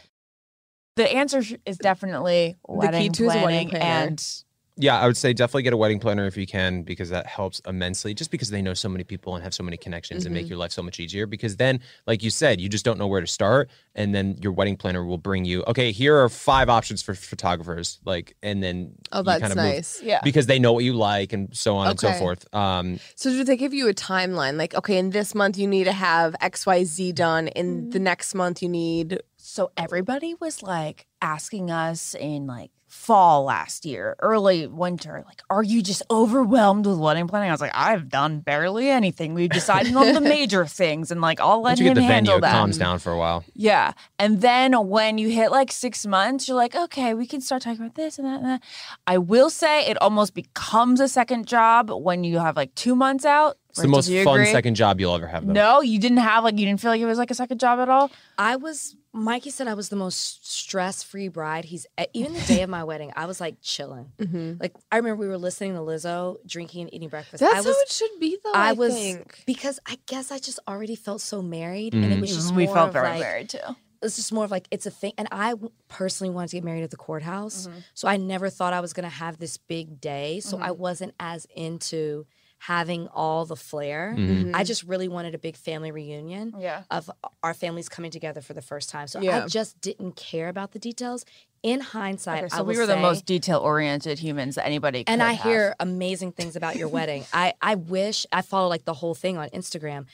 Speaker 9: The answer sh- is definitely wedding
Speaker 5: to is a
Speaker 9: planning,
Speaker 5: wedding planner.
Speaker 9: and
Speaker 10: Yeah, I would say definitely get a wedding planner if you can because that helps immensely just because they know so many people and have so many connections and
Speaker 9: Mm-hmm.
Speaker 10: make your life so much easier because then like you said, you just don't know where to start and then your wedding planner will bring you, okay, here are five options for photographers like and then
Speaker 5: Oh,
Speaker 10: you
Speaker 5: that's
Speaker 10: kinda move
Speaker 5: nice.
Speaker 9: yeah,
Speaker 10: Because they know what you like and so on and so
Speaker 5: Okay.
Speaker 10: forth. Um,
Speaker 5: So do they give you a timeline? Like, okay, in this month you need to have X, Y, Z done. In the next month you need.
Speaker 9: so everybody was like asking us in like fall last year, early winter, like, are you just overwhelmed with wedding planning? I was like, I've done barely anything. We've decided on the major things, and like, I'll let
Speaker 10: once you
Speaker 9: him
Speaker 10: get the venue,
Speaker 9: handle
Speaker 10: it
Speaker 9: that.
Speaker 10: calms down for a while.
Speaker 9: Yeah. And then when you hit like six months, you're like, okay, we can start talking about this and that and that. I will say it almost becomes a second job when you have like two months out.
Speaker 10: It's the
Speaker 9: Rachel,
Speaker 10: most
Speaker 9: do you
Speaker 10: fun
Speaker 9: agree?
Speaker 10: second job you'll ever have though.
Speaker 9: No, you didn't have like you didn't feel like it was like a second job at all.
Speaker 2: I was Mikey said I was the most stress free bride. He's e, even the day of my wedding, I was like chilling.
Speaker 5: mm-hmm.
Speaker 2: Like I remember we were listening to Lizzo, drinking and eating breakfast. I
Speaker 5: That's
Speaker 2: was,
Speaker 5: how it should be, though. I,
Speaker 2: I was
Speaker 5: think.
Speaker 2: because I guess I just already felt so married, and it was just
Speaker 9: we
Speaker 2: more
Speaker 9: felt
Speaker 2: of,
Speaker 9: very
Speaker 2: like,
Speaker 9: married too.
Speaker 2: It's just more of like it's a thing. And I w- personally wanted to get married at the courthouse,
Speaker 9: Mm-hmm.
Speaker 2: so I never thought I was gonna have this big day. So I wasn't as into having all the flair.
Speaker 10: Mm-hmm.
Speaker 9: Mm-hmm.
Speaker 2: I just really wanted a big family reunion
Speaker 9: Yeah.
Speaker 2: of our families coming together for the first time. So
Speaker 5: Yeah.
Speaker 2: I just didn't care about the details. In hindsight,
Speaker 9: Okay,
Speaker 2: I
Speaker 9: so we
Speaker 2: will
Speaker 9: were the
Speaker 2: say-
Speaker 9: most detail oriented humans that anybody could
Speaker 2: and I
Speaker 9: have.
Speaker 2: hear amazing things about your wedding. I, I wish I follow like the whole thing on Instagram.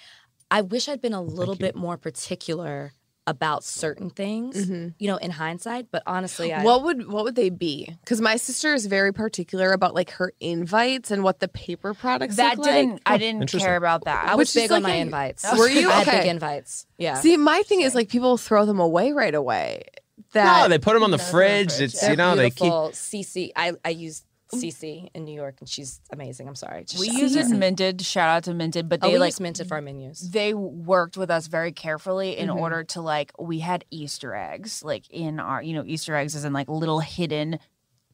Speaker 2: I wish I'd been a little bit more particular about certain
Speaker 5: Mm-hmm.
Speaker 2: things, you know, in hindsight. But honestly, I,
Speaker 5: What would what would they be? Because my sister is very particular about like her invites and what the paper products
Speaker 9: that
Speaker 5: look
Speaker 9: didn't
Speaker 5: like.
Speaker 9: I didn't
Speaker 10: Interesting.
Speaker 9: care about that.
Speaker 2: I was
Speaker 5: which is
Speaker 2: big on
Speaker 5: like
Speaker 2: my
Speaker 5: a-
Speaker 2: invites.
Speaker 5: Were you?
Speaker 2: I had big
Speaker 5: Okay.
Speaker 2: invites. Yeah.
Speaker 5: See, my thing is like people throw them away right away. That
Speaker 10: No, they put them on the fridge. It's
Speaker 2: They're
Speaker 10: you know they keep
Speaker 2: beautiful. CC. I, I use.
Speaker 5: Mm.
Speaker 2: Cece in New York, and she's amazing. I'm sorry. Just
Speaker 9: We
Speaker 2: shout
Speaker 9: use
Speaker 2: out to her.
Speaker 9: Minted. Shout out to Minted, but
Speaker 2: Oh,
Speaker 9: they
Speaker 2: we
Speaker 9: like
Speaker 2: use minted for our menus.
Speaker 9: they worked with us very carefully
Speaker 10: Mm-hmm.
Speaker 9: in order to like we had easter eggs like in our you know easter eggs as in like little hidden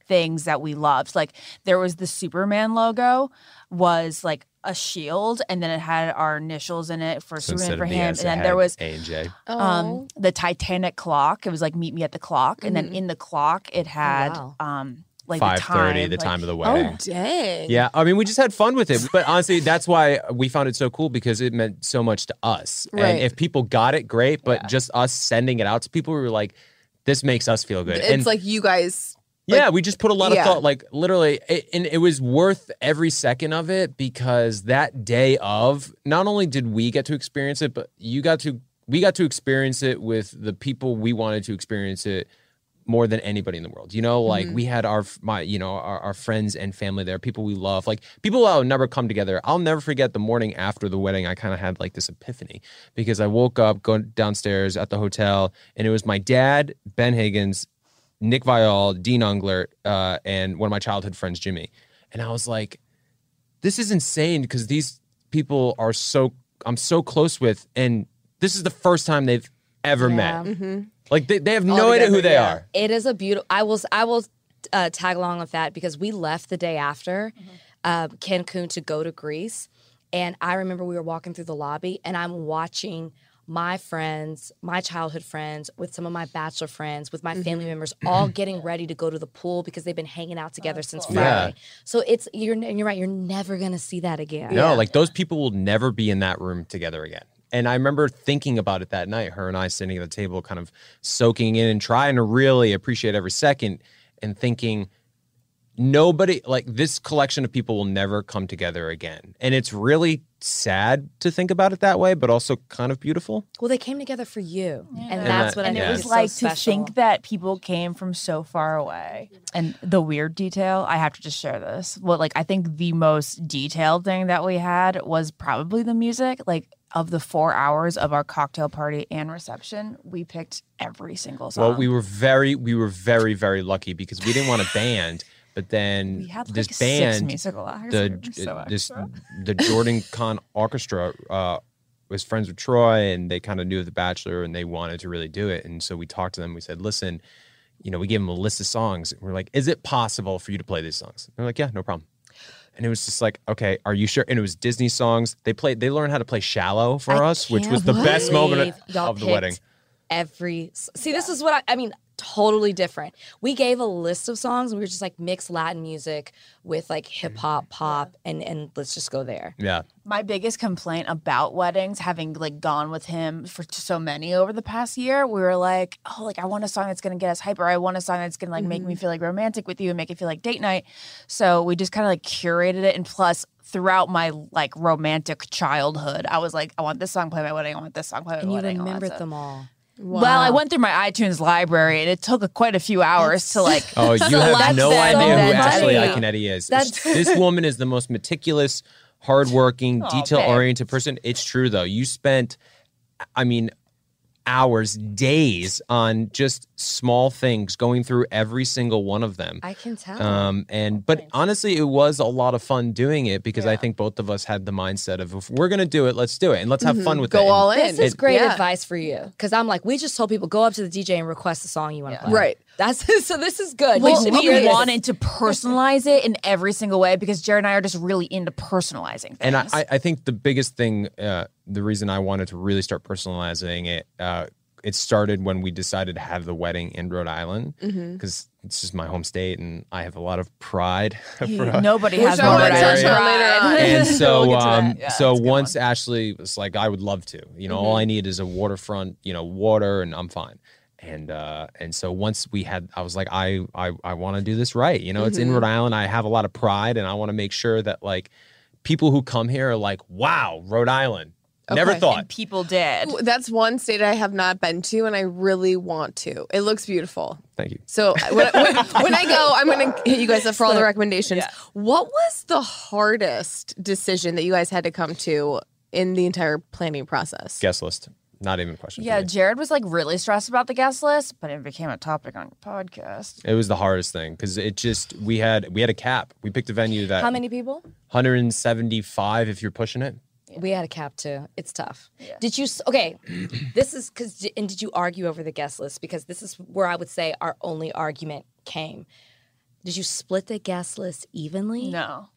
Speaker 9: things that we loved like there was the superman logo was like a shield and then it had our initials in it for
Speaker 10: So
Speaker 9: superman
Speaker 10: instead
Speaker 9: for
Speaker 10: of
Speaker 9: him
Speaker 10: the
Speaker 9: and
Speaker 10: S, it
Speaker 9: then
Speaker 10: had
Speaker 9: there was
Speaker 10: A and J.
Speaker 9: um the titanic clock it was like meet me at the clock and then in the clock it had
Speaker 2: wow.
Speaker 9: um like
Speaker 10: Mm-hmm. Oh, Five
Speaker 9: the time,
Speaker 10: thirty, the
Speaker 9: like- oh,
Speaker 10: time of the wedding.
Speaker 5: dang.
Speaker 10: Yeah, I mean, we just had fun with it. But honestly, that's why we found it so cool because it meant so much to us.
Speaker 5: Right.
Speaker 10: And if people got it, great. But just us sending it out to people, we were like, this makes us feel good.
Speaker 5: It's
Speaker 10: and
Speaker 5: like you guys.
Speaker 10: yeah, we just put a lot of
Speaker 5: yeah.
Speaker 10: thought, like literally, it, and it was worth every second of it because that day of, not only did we get to experience it, but you got to, we got to experience it with the people we wanted to experience it more than anybody in the world. You know, like we had our my you know our, our friends and family there, people we love, like people I'll never come together. I'll never forget the morning after the wedding. I kind of had like this epiphany because I woke up, go downstairs at the hotel, and it was my dad, Ben Higgins, Nick Viall, Dean Ungler, uh, and one of my childhood friends, Jimmy. And I was like, this is insane because these people are so I'm so close with, and this is the first time they've ever
Speaker 9: Um,
Speaker 10: met.
Speaker 5: mm-hmm,
Speaker 10: Like they, they have no idea who
Speaker 5: together,
Speaker 10: they
Speaker 5: yeah.
Speaker 10: are.
Speaker 2: It is a beautiful. I will. I will uh, tag along with that because we left the day after uh,
Speaker 9: Mm-hmm.
Speaker 2: Cancun to go to Greece, and I remember we were walking through the lobby, and I'm watching my friends, my childhood friends, with some of my bachelor friends, with
Speaker 9: Mm-hmm.
Speaker 2: my family members, all getting ready to go to the pool because they've been hanging out together since
Speaker 10: Yeah.
Speaker 2: Friday. So it's you're and you're right. You're never gonna see that again.
Speaker 10: No, like those people will never be in that room together again. And I remember thinking about it that night, her and I sitting at the table, kind of soaking in and trying to really appreciate every second and thinking, nobody, like this collection of people will never come together again. And it's really sad to think about it that way, but also kind of beautiful.
Speaker 2: Well, they came together for you, and
Speaker 10: And
Speaker 2: that's
Speaker 10: that-
Speaker 2: what
Speaker 9: and
Speaker 2: I
Speaker 9: it
Speaker 2: think
Speaker 10: Yeah.
Speaker 9: was
Speaker 2: is so
Speaker 9: like to
Speaker 2: special.
Speaker 9: think that people came from so far away and the weird detail i have to just share this well like i think the most detailed thing that we had was probably the music like of the four hours of our cocktail party and reception we picked every single song
Speaker 10: Well, we were very, we were very, very lucky because we didn't want a band, but then
Speaker 9: We had like
Speaker 10: this
Speaker 9: six
Speaker 10: band,
Speaker 9: musical acts
Speaker 10: the
Speaker 9: we were so
Speaker 10: uh, this
Speaker 9: extra.
Speaker 10: the Jordan Con Orchestra uh, was friends with Troy, and they kind of knew The Bachelor, and they wanted to really do it. And so we talked to them. We said, "Listen, you know, we gave them a list of songs. And we're like, is it possible for you to play these songs?" And they're like, "Yeah, no problem." And it was just like, okay, are you sure? And it was Disney songs. They played. They learned how to play "Shallow" for us, which was the best moment of,
Speaker 2: Y'all
Speaker 10: of the
Speaker 2: picked
Speaker 10: wedding.
Speaker 2: Every see, this is what I, I mean. Totally different. We gave a list of songs, and we were just like mix Latin music with like hip hop, pop, and and let's just go there.
Speaker 10: Yeah,
Speaker 9: My biggest complaint about weddings, having like gone with him for t- so many over the past year, we were like, oh, like I want a song that's gonna get us hyper. I want a song that's gonna like make
Speaker 2: Mm-hmm.
Speaker 9: me feel like romantic with you and make it feel like date night. So we just kind of like curated it. And plus, throughout my like romantic childhood, I was like, I want this song play at my wedding. I want this song play at my
Speaker 2: And you
Speaker 9: wedding. I want
Speaker 2: remembered
Speaker 9: that-
Speaker 2: them all.
Speaker 9: Well, I went through my iTunes library, and it took a, quite a few hours to like.
Speaker 10: Oh, you have
Speaker 2: that's
Speaker 10: no
Speaker 2: so
Speaker 10: idea who
Speaker 2: funny.
Speaker 10: Ashley
Speaker 2: That's-
Speaker 10: Iconetti is.
Speaker 2: that's-
Speaker 10: this woman is the most meticulous, hardworking,
Speaker 9: Aw,
Speaker 10: detail oriented person. It's true, though. You spent, I mean, hours, days on just small things, going through every single one of them.
Speaker 2: I can tell.
Speaker 10: Um, and but honestly, it was a lot of fun doing it because I think both of us had the mindset of if we're gonna do it, let's do it and let's have fun with it.
Speaker 5: mm-hmm. Go
Speaker 10: And-
Speaker 5: all in.
Speaker 2: this is great
Speaker 5: Yeah.
Speaker 2: advice for you because I'm like, we just told people go up to the DJ and request the song you want to play.
Speaker 5: Right.
Speaker 2: That's so. This is good.
Speaker 9: Well,
Speaker 2: should hear
Speaker 9: we
Speaker 2: this.
Speaker 9: wanted to personalize it in every single way because Jared and I are just really into personalizing. Things.
Speaker 10: And I, I- I think the biggest thing, uh, the reason I wanted to really start personalizing it, uh, it started when we decided to have the wedding in Rhode Island
Speaker 9: Mm-hmm.
Speaker 10: because
Speaker 5: Mm-hmm.
Speaker 10: it's just my home state and I have a lot of pride. for us.
Speaker 9: Nobody has
Speaker 10: I
Speaker 9: more
Speaker 10: wanna
Speaker 9: than
Speaker 10: touch
Speaker 9: Ireland.
Speaker 10: on and so,
Speaker 9: We'll get to that.
Speaker 10: um,
Speaker 9: Yeah,
Speaker 10: so
Speaker 9: that's a good Mm-hmm.
Speaker 10: once Ashley was like, "I would love to," you know, all I need is a waterfront, you know, water, and I'm fine. And uh, and so once we had, I was like, I I, I want to do this right. You know, it's
Speaker 9: Mm-hmm.
Speaker 10: in Rhode Island. I have a lot of pride, and I want to make sure that like people who come here are like, "Wow, Rhode Island." Never
Speaker 5: Okay.
Speaker 10: thought.
Speaker 9: people did.
Speaker 5: Ooh, That's one state I have not been to, and I really want to. It looks beautiful.
Speaker 10: Thank you.
Speaker 5: So when, when, when I go, I'm going to hit you guys up for all the recommendations. What was the hardest decision that you guys had to come to in the entire planning process?
Speaker 10: Guest list. Not even a question. for
Speaker 9: Yeah,
Speaker 10: me.
Speaker 9: Jared was like really stressed about the guest list, but it became a topic on your podcast.
Speaker 10: It was the hardest thing because it just we had we had a cap. We picked a venue that
Speaker 2: How many people?
Speaker 10: 175 if you're pushing it.
Speaker 2: We had a cap too. It's tough. Did you? s- Okay, this is because and did you argue over the guest list? Because this is where I would say our only argument came. Did you split the guest list evenly?
Speaker 9: No.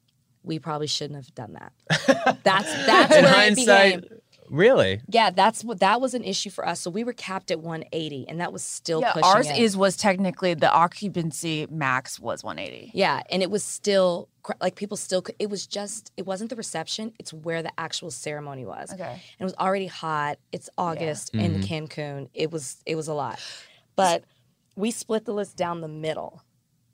Speaker 2: We probably shouldn't have done that. that's that's
Speaker 10: In
Speaker 2: where it
Speaker 10: hindsight,
Speaker 2: became.
Speaker 10: really?
Speaker 2: Yeah, that's what that was an issue for us. So we were capped at 180, and that was still
Speaker 9: Yeah,
Speaker 2: pushing
Speaker 9: ours
Speaker 2: it.
Speaker 9: is was technically the occupancy max was 180.
Speaker 2: Yeah, and it was still cr- like people still. c- It was just. It wasn't the reception. It's where the actual ceremony was.
Speaker 9: Okay.
Speaker 2: and it was already hot. It's August in
Speaker 10: Mm-hmm.
Speaker 2: Cancun. It was it was a lot, but we split the list down the middle,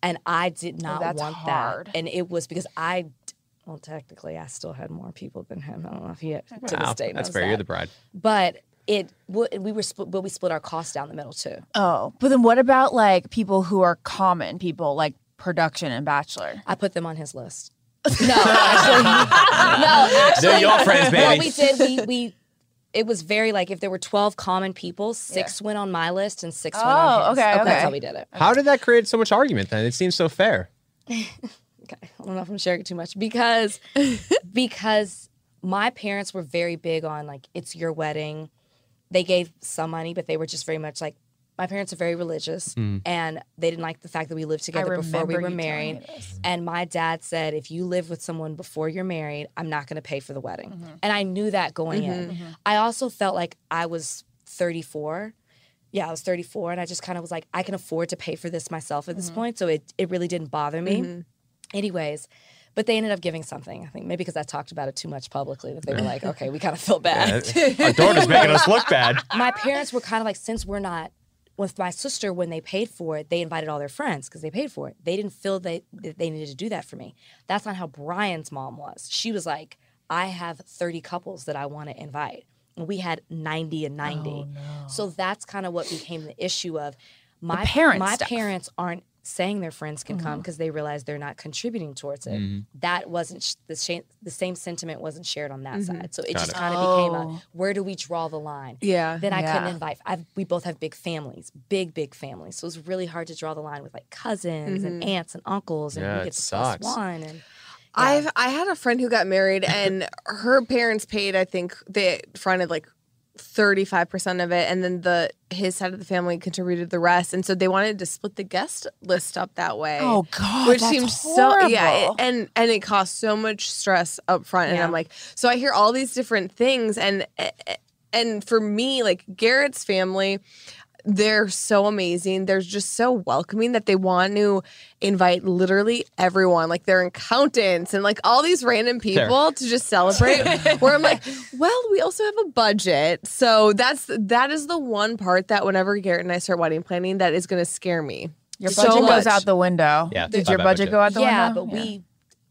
Speaker 2: and I did not
Speaker 9: that's
Speaker 2: want
Speaker 9: hard.
Speaker 2: that. And it was because I, d- well, technically, I still had more people than him. I don't know if he to
Speaker 10: Wow,
Speaker 2: this day knows
Speaker 10: that's fair. You're the
Speaker 2: that.
Speaker 10: bride.
Speaker 2: But it w- we were split, but we split our costs down the middle too.
Speaker 9: Oh, but then what about like people who are common people like production and bachelor?
Speaker 2: I put them on his list. No, actually, no, actually,
Speaker 10: They're your friends,
Speaker 2: What
Speaker 10: baby.
Speaker 2: we did, we we. It was very like if there were twelve common people, six went on my list and six went
Speaker 9: Oh,
Speaker 2: on his.
Speaker 9: okay, okay.
Speaker 2: That's how we did it.
Speaker 10: How did that create so much argument then? It seems so fair.
Speaker 2: Okay, I don't know if I'm sharing it too much because because my parents were very big on like it's your wedding. They gave some money, but they were just very much like my parents are very religious, and they didn't like the fact that we lived together before we
Speaker 9: remember
Speaker 2: were
Speaker 9: you telling
Speaker 2: married.
Speaker 9: me this.
Speaker 2: And my dad said, if you live with someone before you're married, I'm not going to pay for the wedding. And I knew that going in. I also felt like I was 34. Yeah, I was 34, and I just kind of was like, I can afford to pay for this myself at this point. So it, it really didn't bother me. Anyways, but they ended up giving something. I think maybe because I talked about it too much publicly that they were like, okay, we kind of feel bad.
Speaker 10: Our daughter's making us look bad.
Speaker 2: my parents were kind of like, since we're not with my sister, when they paid for it, they invited all their friends because they paid for it. They didn't feel they that they needed to do that for me. That's not how Brian's mom was. She was like, I have 30 couples that I want to invite. And we had 90 and 90.
Speaker 9: Oh,
Speaker 2: So that's kind of what became the issue of my
Speaker 9: parent
Speaker 2: my
Speaker 9: stuff. Mm-hmm.
Speaker 2: parents aren't saying their friends can come because they realize they're not contributing towards it. That wasn't sh- the, sh- the same sentiment wasn't shared on that
Speaker 9: Mm-hmm.
Speaker 2: side. So it just kind of became
Speaker 9: Oh.
Speaker 2: a where do we draw the line?
Speaker 5: Yeah.
Speaker 2: Then I
Speaker 9: Yeah.
Speaker 2: couldn't invite. I've, we both have big families, big big families. So it was really hard to draw the line with like cousins and aunts and uncles and
Speaker 10: Yeah,
Speaker 2: who
Speaker 10: it
Speaker 2: gets the plus
Speaker 10: sucks.
Speaker 2: one and
Speaker 5: I've I had a friend who got married and her parents paid I think they fronted like 35% of it and then the his side of the family contributed the rest and so they wanted to split the guest list up that way.
Speaker 9: Oh, God,
Speaker 5: Which
Speaker 9: that's
Speaker 5: seems so yeah, it-
Speaker 9: horrible.
Speaker 5: and and it caused so much stress up front and I'm like so I hear all these different things and eh, and for me like Garrett's family they're so amazing. They're just so welcoming that they want to invite literally everyone, like their accountants and like all these random people to just celebrate. where I'm like, well, we also have a budget. So that's that is the one part that whenever Garrett and I start wedding planning, that is gonna scare me.
Speaker 9: Your
Speaker 5: So
Speaker 9: budget goes
Speaker 5: much.
Speaker 9: out the window.
Speaker 10: Yeah,
Speaker 9: Did
Speaker 10: bye-bye
Speaker 9: your budget,
Speaker 10: budget.
Speaker 9: go out the
Speaker 2: yeah,
Speaker 9: window?
Speaker 2: but we.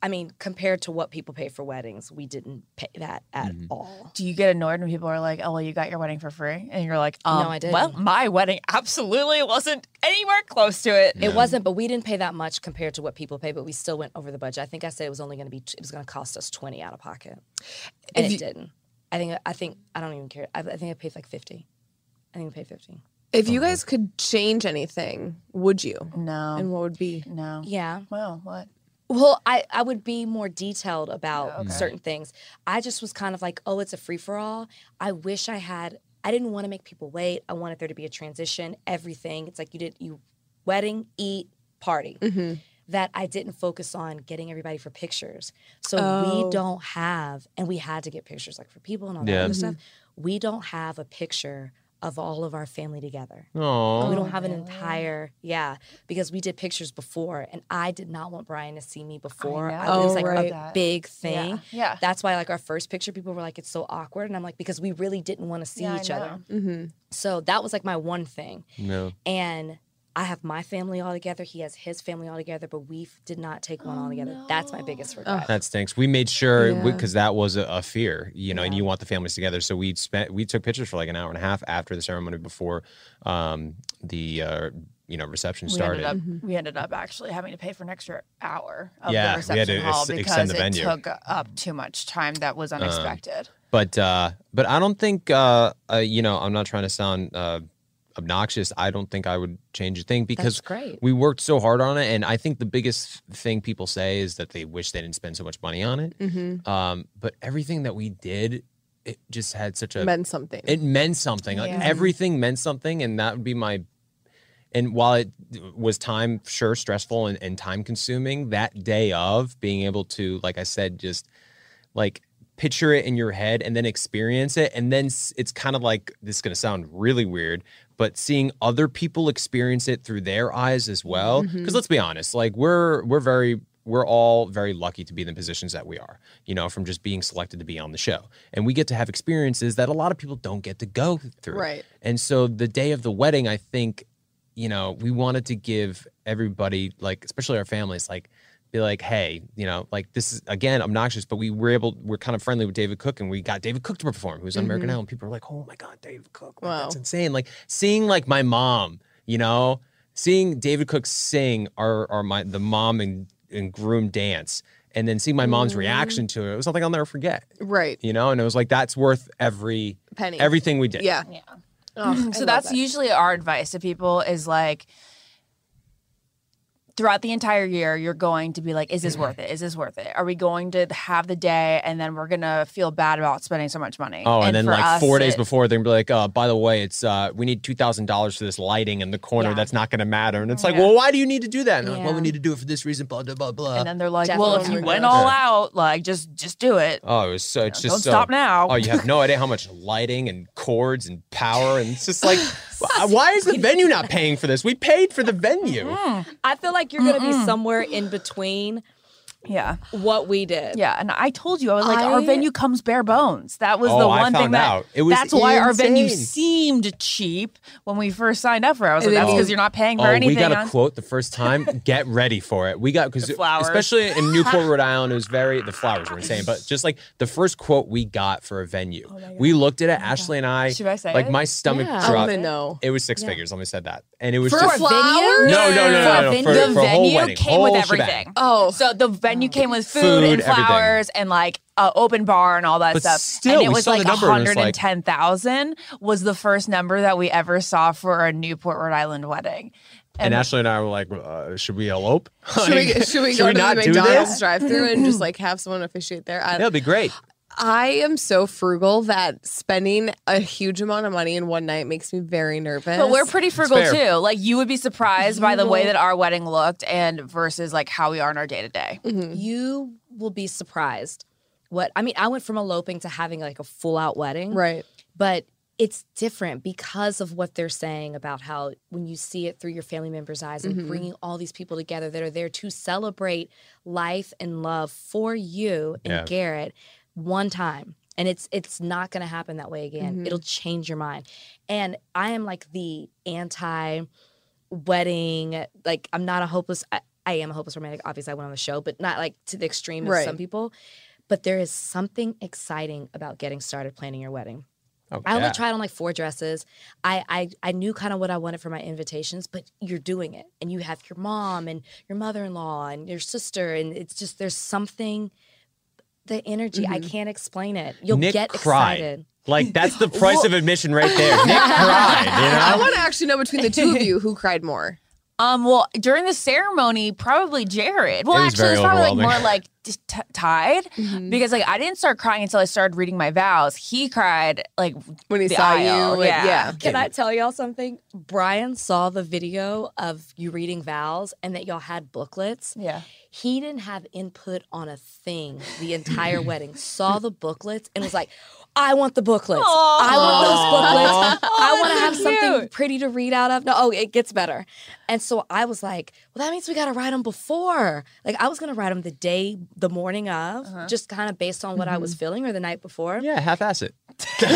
Speaker 2: I mean, compared to what people pay for weddings, we didn't pay that at all.
Speaker 9: Do you get annoyed when people are like, "Oh, well, you got your wedding for free," and you're like, um,
Speaker 2: I didn't.
Speaker 9: Well, my wedding absolutely wasn't anywhere close to it.
Speaker 2: It wasn't, but we didn't pay that much compared to what people pay, but we still went over the budget. I think I said it was only going to be it was going to cost us 20 out of pocket. And it didn't. I think I think I don't even care. I, I think I paid like 50. I think I paid 50.
Speaker 5: If you guys could change anything, would you?
Speaker 9: No,
Speaker 5: And what would be?
Speaker 9: no.
Speaker 2: Yeah.
Speaker 9: Well, what?
Speaker 2: Well, I, I would be more detailed about certain things. I just was kind of like, oh, it's a free for all. I wish I had. I didn't want to make people wait. I wanted there to be a transition. Everything. It's like you did you wedding, eat, party.
Speaker 5: Mm-hmm,
Speaker 2: That I didn't focus on getting everybody for pictures. So we don't have, and we had to get pictures like for people and all that
Speaker 10: Yeah.
Speaker 2: other stuff. We don't have a picture of all of our family together.
Speaker 10: Oh,
Speaker 2: We don't have an entire, yeah, because we did pictures before, and I did not want Brian to see me before. I
Speaker 5: know.
Speaker 2: it was
Speaker 5: Oh,
Speaker 2: like
Speaker 5: right.
Speaker 2: a big thing.
Speaker 9: Yeah.
Speaker 2: That's why, like, our first picture, people were like, it's so awkward. And I'm like, because we really didn't want to see
Speaker 9: Yeah, I
Speaker 2: each other.
Speaker 5: Mm-hmm.
Speaker 2: So that was like my one thing.
Speaker 10: no.
Speaker 2: And I have my family all together. He has his family all together, but we f- did not take one all together. That's my biggest regret.
Speaker 10: That stinks. We made sure
Speaker 5: Yeah.
Speaker 10: because that was a, a fear, you know, and you want the families together. So we spent we took pictures for like an hour and a half after the ceremony before um, the uh, you know reception
Speaker 9: We
Speaker 10: started.
Speaker 9: ended up
Speaker 2: Mm-hmm.
Speaker 9: we ended up actually having to pay for an extra hour of
Speaker 10: Yeah, we
Speaker 9: the
Speaker 10: had
Speaker 9: reception
Speaker 10: to
Speaker 9: hall
Speaker 10: ex- extend
Speaker 9: because
Speaker 10: the
Speaker 9: it
Speaker 10: venue. Uh,
Speaker 9: took up too much time that was unexpected.
Speaker 10: But uh, but I don't think uh, uh, you know. I'm not trying to sound uh, obnoxious. I don't think I would change a thing because
Speaker 2: great.
Speaker 10: we worked so hard on it, and I think the biggest thing people say is that they wish they didn't spend so much money on it.
Speaker 5: Mm-hmm.
Speaker 10: Um, but everything that we did, it just had such a
Speaker 5: Meant something.
Speaker 10: it meant something. Like
Speaker 9: Yeah.
Speaker 10: everything meant something, and that would be my. And while it was time, sure, stressful and, and time consuming, that day of being able to, like I said, just like picture it in your head and then experience it. And then s- it's kind of like this is going to sound really weird, but seeing other people experience it through their eyes as well. Because let's be honest, like we're, we're very, we're all very lucky to be in the positions that we are, you know, from just being selected to be on the show. And we get to have experiences that a lot of people don't get to go through.
Speaker 5: Right.
Speaker 10: And so the day of the wedding, I think, you know, we wanted to give everybody, like, especially our families, like, be like, hey, you know, like this is again obnoxious, but we were able, we're kind of friendly with David Cook, and we got David Cook to perform, who's on American Idol. And people were like, oh my god, David Cook, like,
Speaker 5: Wow.
Speaker 10: that's insane. Like seeing like my mom, you know, seeing David Cook sing our our my the mom and, and groom dance, and then seeing my mom's reaction to it, it was something I'll never forget,
Speaker 5: Right.
Speaker 10: you know. And it was like that's worth every
Speaker 5: Penny.
Speaker 10: everything we did.
Speaker 5: Yeah.
Speaker 9: Yeah.
Speaker 5: Oh,
Speaker 9: Mm, so that's usually our advice to people is like throughout the entire year you're going to be like is this worth it is this worth it are we going to have the day and then we're gonna feel bad about spending so much money
Speaker 10: Oh, and, then
Speaker 9: for
Speaker 10: like
Speaker 9: us,
Speaker 10: four days
Speaker 9: it-
Speaker 10: before, they're gonna be like, uh, by the way, it's uh, we need two thousand dollars for this lighting in the corner.
Speaker 9: Yeah. Oh,
Speaker 10: That's not gonna matter. And it's like,
Speaker 9: Yeah.
Speaker 10: well, why do you need to do that? And they're like, well,
Speaker 9: Yeah.
Speaker 10: we need to do it for this reason. Blah blah blah blah.
Speaker 9: and then they're like well if
Speaker 5: Definitely
Speaker 9: you went
Speaker 5: regret
Speaker 9: all
Speaker 10: it.
Speaker 9: out like just just do it
Speaker 10: oh, it was so. It's
Speaker 9: don't
Speaker 10: just so,
Speaker 9: stop now
Speaker 10: Oh, you have no idea how much lighting and cords and power and it's just like, why- why is the venue not paying for this? We paid for the venue.
Speaker 2: I feel like you're gonna be somewhere in between
Speaker 9: yeah
Speaker 2: what we did.
Speaker 9: yeah and i told you i was like our
Speaker 5: I-
Speaker 9: venue comes bare bones that was
Speaker 10: Oh,
Speaker 9: the
Speaker 10: I
Speaker 9: one thing
Speaker 10: found
Speaker 9: that
Speaker 10: out. It was
Speaker 9: that's why our venue
Speaker 10: insane.
Speaker 9: seemed cheap when we first signed up for it i was like
Speaker 5: And then
Speaker 9: that's
Speaker 5: you-
Speaker 9: because you're not paying for
Speaker 10: oh,
Speaker 9: anything
Speaker 10: we got a
Speaker 9: on-
Speaker 10: quote the first time. Get ready for it. We got because
Speaker 9: The flowers.
Speaker 10: especially in Newport, Rhode Island, it was very the flowers were insane. But just like the first quote we got for a venue, we looked at it. Ashley and I,
Speaker 9: Should I say
Speaker 10: like
Speaker 9: it?
Speaker 10: my stomach
Speaker 2: Yeah.
Speaker 5: I
Speaker 10: dropped.
Speaker 5: want to know.
Speaker 10: It was six figures. Let me said that, and it was
Speaker 5: For
Speaker 10: just,
Speaker 5: a
Speaker 2: Video?
Speaker 5: flower?
Speaker 10: no, no, no, no, no,
Speaker 2: venue?
Speaker 10: for,
Speaker 9: the
Speaker 10: for a whole
Speaker 9: venue
Speaker 10: wedding,
Speaker 9: came
Speaker 10: whole
Speaker 9: with
Speaker 10: shebang.
Speaker 9: everything.
Speaker 5: Oh.
Speaker 9: so the venue came with food,
Speaker 10: Food,
Speaker 9: and
Speaker 10: everything.
Speaker 9: flowers and like uh, open bar and all that
Speaker 10: But
Speaker 9: stuff.
Speaker 10: still,
Speaker 9: and it
Speaker 10: we
Speaker 9: was
Speaker 10: saw the
Speaker 9: like
Speaker 10: number and it's like-
Speaker 9: 110,000 was the first number that we ever saw for a Newport, Rhode Island wedding.
Speaker 10: And Ashley and I were like, uh, should we elope?
Speaker 5: Should we, should we go to
Speaker 10: not
Speaker 5: the
Speaker 10: do
Speaker 5: McDonald's
Speaker 10: this?
Speaker 5: drive through and just like have someone officiate there? I,
Speaker 10: That'd be great.
Speaker 5: I am so frugal that spending a huge amount of money in one night makes me very nervous.
Speaker 9: But we're pretty frugal
Speaker 10: fair.
Speaker 9: too. Like you would be surprised by the way that our wedding looked and versus like how we are in our day to day.
Speaker 2: You will be surprised. What I mean, I went from eloping to having like a full out wedding.
Speaker 5: right.
Speaker 2: but it's different because of what they're saying about how when you see it through your family members' eyes and bringing all these people together that are there to celebrate life and love for you and
Speaker 10: Yeah.
Speaker 2: Garrett one time. And it's it's not going to happen that way again. It'll change your mind. And I am like the anti wedding like I'm not a hopeless I, I am a hopeless romantic obviously I went on the show but not like to the extreme of
Speaker 5: Right.
Speaker 2: some people. But there is something exciting about getting started planning your wedding.
Speaker 10: Oh,
Speaker 2: I
Speaker 10: yeah.
Speaker 2: only tried on like four dresses. I I, I knew kind of what I wanted for my invitations, but you're doing it, and you have your mom and your mother in law and your sister, and it's just there's something, the energy I can't explain it. You'll
Speaker 10: Nick
Speaker 2: get
Speaker 10: cried.
Speaker 2: excited.
Speaker 10: Like that's the price of admission right there. Nick cried,
Speaker 5: I
Speaker 10: you know.
Speaker 5: want to actually know between the two of you who cried more.
Speaker 9: Um, well, during the ceremony, probably Jared. Well,
Speaker 10: It was
Speaker 9: actually,
Speaker 10: very
Speaker 9: it's probably like
Speaker 10: overwhelming.
Speaker 9: more like t- t- tied because like I didn't start crying until I started reading my vows. He cried like
Speaker 5: When he
Speaker 9: The
Speaker 5: saw
Speaker 9: aisle,
Speaker 5: you. and-
Speaker 9: yeah.
Speaker 5: yeah.
Speaker 2: Can I tell y'all something? Brian saw the video of you reading vows and that y'all had booklets.
Speaker 9: yeah.
Speaker 2: He didn't have input on a thing the entire wedding. Saw the booklets and was like, I want the booklets. I want those booklets. I
Speaker 5: Oh,
Speaker 2: want to have something pretty to read out of. No, oh, it gets better. And so I was like, well, that means we got to write them before. Like, I was going to write them the day, the morning of, just kind of based on what I was feeling or the night before.
Speaker 10: Yeah, half-ass it.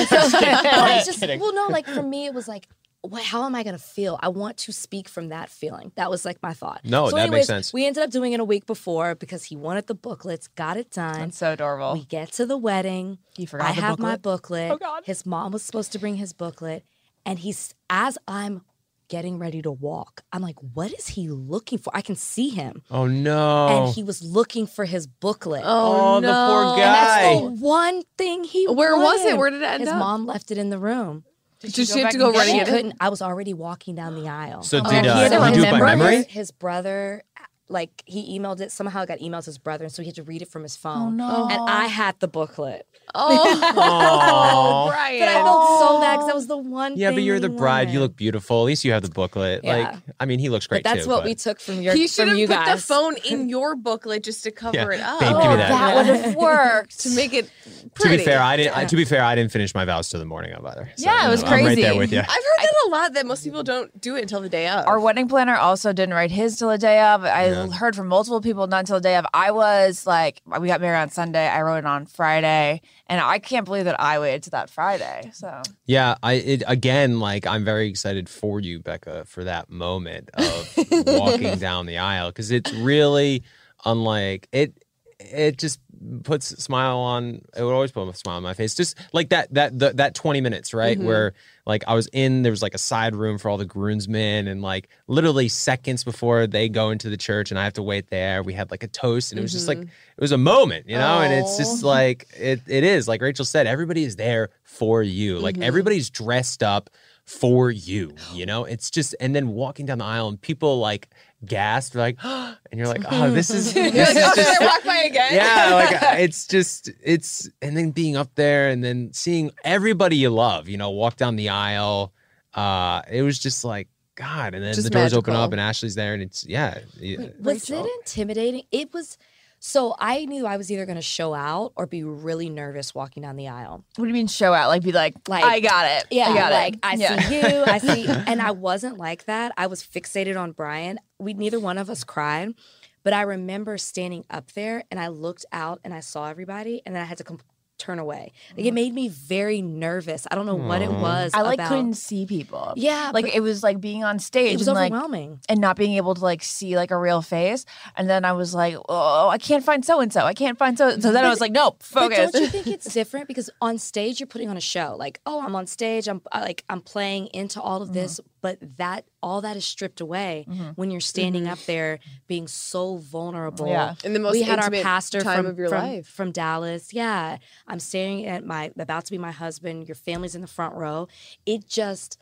Speaker 2: But it's just, well, no, like for me, it was like, what, how am I going to feel? I want to speak from that feeling. That was like my thought.
Speaker 10: No,
Speaker 2: so
Speaker 10: that
Speaker 2: anyways,
Speaker 10: makes sense.
Speaker 2: We ended up doing it a week before because he wanted the booklets, got it done.
Speaker 9: That's so adorable.
Speaker 2: We get to the wedding.
Speaker 9: You forgot
Speaker 2: I
Speaker 9: the
Speaker 2: have my
Speaker 9: booklet?
Speaker 2: booklet. His mom was supposed to bring his booklet, and he's as I'm getting ready to walk. I'm like, what is he looking for? I can see him.
Speaker 10: Oh no.
Speaker 2: And he was looking for his booklet.
Speaker 10: Oh, the poor
Speaker 5: no.
Speaker 10: guy.
Speaker 2: And that's the one thing he
Speaker 5: Where was it?
Speaker 2: wanted.
Speaker 5: Where did it end
Speaker 2: His
Speaker 5: up?
Speaker 2: mom left it in the room.
Speaker 5: Did,
Speaker 9: she
Speaker 5: she
Speaker 9: go
Speaker 5: have
Speaker 9: back
Speaker 5: to go
Speaker 9: and get
Speaker 5: running
Speaker 2: She
Speaker 5: it?
Speaker 2: couldn't. I was already walking down the aisle.
Speaker 10: so
Speaker 9: Oh,
Speaker 10: did
Speaker 9: he
Speaker 10: uh,
Speaker 9: had to
Speaker 10: did you do it by
Speaker 9: remember it?
Speaker 10: memory?
Speaker 2: His brother, like he emailed it somehow. It got emailed to his brother, and so he had to read it from his phone.
Speaker 9: Oh no.
Speaker 2: And I had the booklet,
Speaker 10: Aw.
Speaker 5: Oh, Brian.
Speaker 2: but I felt so bad because that was the one.
Speaker 10: Yeah,
Speaker 2: thing
Speaker 10: but you're
Speaker 2: he
Speaker 10: the bride. You
Speaker 2: wanted.
Speaker 10: look beautiful. At least you have the booklet.
Speaker 2: Yeah.
Speaker 10: Like, I mean, he looks great
Speaker 2: But that's
Speaker 10: too.
Speaker 2: what
Speaker 10: but-
Speaker 2: we took from your
Speaker 5: he should
Speaker 2: from
Speaker 5: have
Speaker 2: you
Speaker 5: put
Speaker 2: guys.
Speaker 5: the phone in your booklet just to cover
Speaker 10: Yeah.
Speaker 5: it up.
Speaker 10: Babe, give me
Speaker 9: oh,
Speaker 10: that.
Speaker 9: that, would have worked.
Speaker 5: to make it
Speaker 10: To
Speaker 5: pretty.
Speaker 10: be fair, I didn't. I, to be fair, I didn't finish my vows to the morning of either. So,
Speaker 9: Yeah, it
Speaker 10: you
Speaker 9: was
Speaker 10: know, I'm right there
Speaker 9: crazy.
Speaker 10: with you.
Speaker 5: I've heard that a lot that most people don't do it until the day of.
Speaker 9: Our wedding planner also didn't write his till the day of. I
Speaker 10: Yeah.
Speaker 9: heard from multiple people not until the day of. I was like, we got married on Sunday. I wrote it on Friday, and I can't believe that I waited to that Friday. So
Speaker 10: Yeah, I it, again, like I'm very excited for you, Becca, for that moment of walking down the aisle because it's really unlike it. It just puts a smile on. It would always put a smile on my face. Just like that that the, that 20 minutes, right? Where like I was in there was like a side room for all the groomsmen, and like literally seconds before they go into the church, and I have to wait there. We had like a toast, and it was just like it was a moment, you know. And it's just
Speaker 5: Aw.
Speaker 10: like like it, it is like rachel said everybody is there for you like
Speaker 5: Mm-hmm.
Speaker 10: everybody's dressed up for you you know it's just and then walking down the aisle and people like gasp like and you're like oh this is
Speaker 5: You're
Speaker 10: this
Speaker 5: like,
Speaker 10: is
Speaker 5: oh, did
Speaker 10: just
Speaker 5: I walk by again?
Speaker 10: yeah like uh, it's just it's and then being up there and then seeing everybody you love you know walk down the aisle uh it was just like god and then
Speaker 5: Just
Speaker 10: the doors open
Speaker 5: magical.
Speaker 10: up and ashley's there and it's yeah yeah.
Speaker 2: Was it intimidating? It was. So I knew I was either going to show out or be really nervous walking down the aisle.
Speaker 9: what do you mean show out? Like be like,
Speaker 2: Like-
Speaker 9: I got it.
Speaker 2: Yeah,
Speaker 9: I got
Speaker 2: like
Speaker 9: it.
Speaker 2: I
Speaker 9: Yeah.
Speaker 2: see you, I see, and I wasn't like that. I was fixated on Brian. We neither one of us cried, but I remember standing up there and I looked out and I saw everybody, and then I had to com- turn away. Like
Speaker 9: Mm.
Speaker 2: it made me very nervous. I don't know what it
Speaker 10: Aw.
Speaker 2: was.
Speaker 9: I like
Speaker 2: about-
Speaker 9: couldn't see people.
Speaker 2: Yeah,
Speaker 9: like
Speaker 2: but
Speaker 9: it was like being on stage
Speaker 2: it was
Speaker 9: and like
Speaker 2: overwhelming.
Speaker 9: and not being able to like see like a real face. And then I was like, oh, I can't find so and so. I can't find so. So then I was like, nope, focus.
Speaker 2: But don't you think it's different because on stage you're putting on a show? Like, oh, I'm on stage. I'm I, like I'm playing into all of this, but that all that is stripped away when you're standing up there being so vulnerable.
Speaker 9: Yeah.
Speaker 5: In the most
Speaker 2: we had our
Speaker 5: intimate
Speaker 2: pastor
Speaker 5: time
Speaker 2: from,
Speaker 5: of your
Speaker 2: from,
Speaker 5: life.
Speaker 2: from Dallas. Yeah, I'm staring at my about to be my husband. Your family's in the front row. It just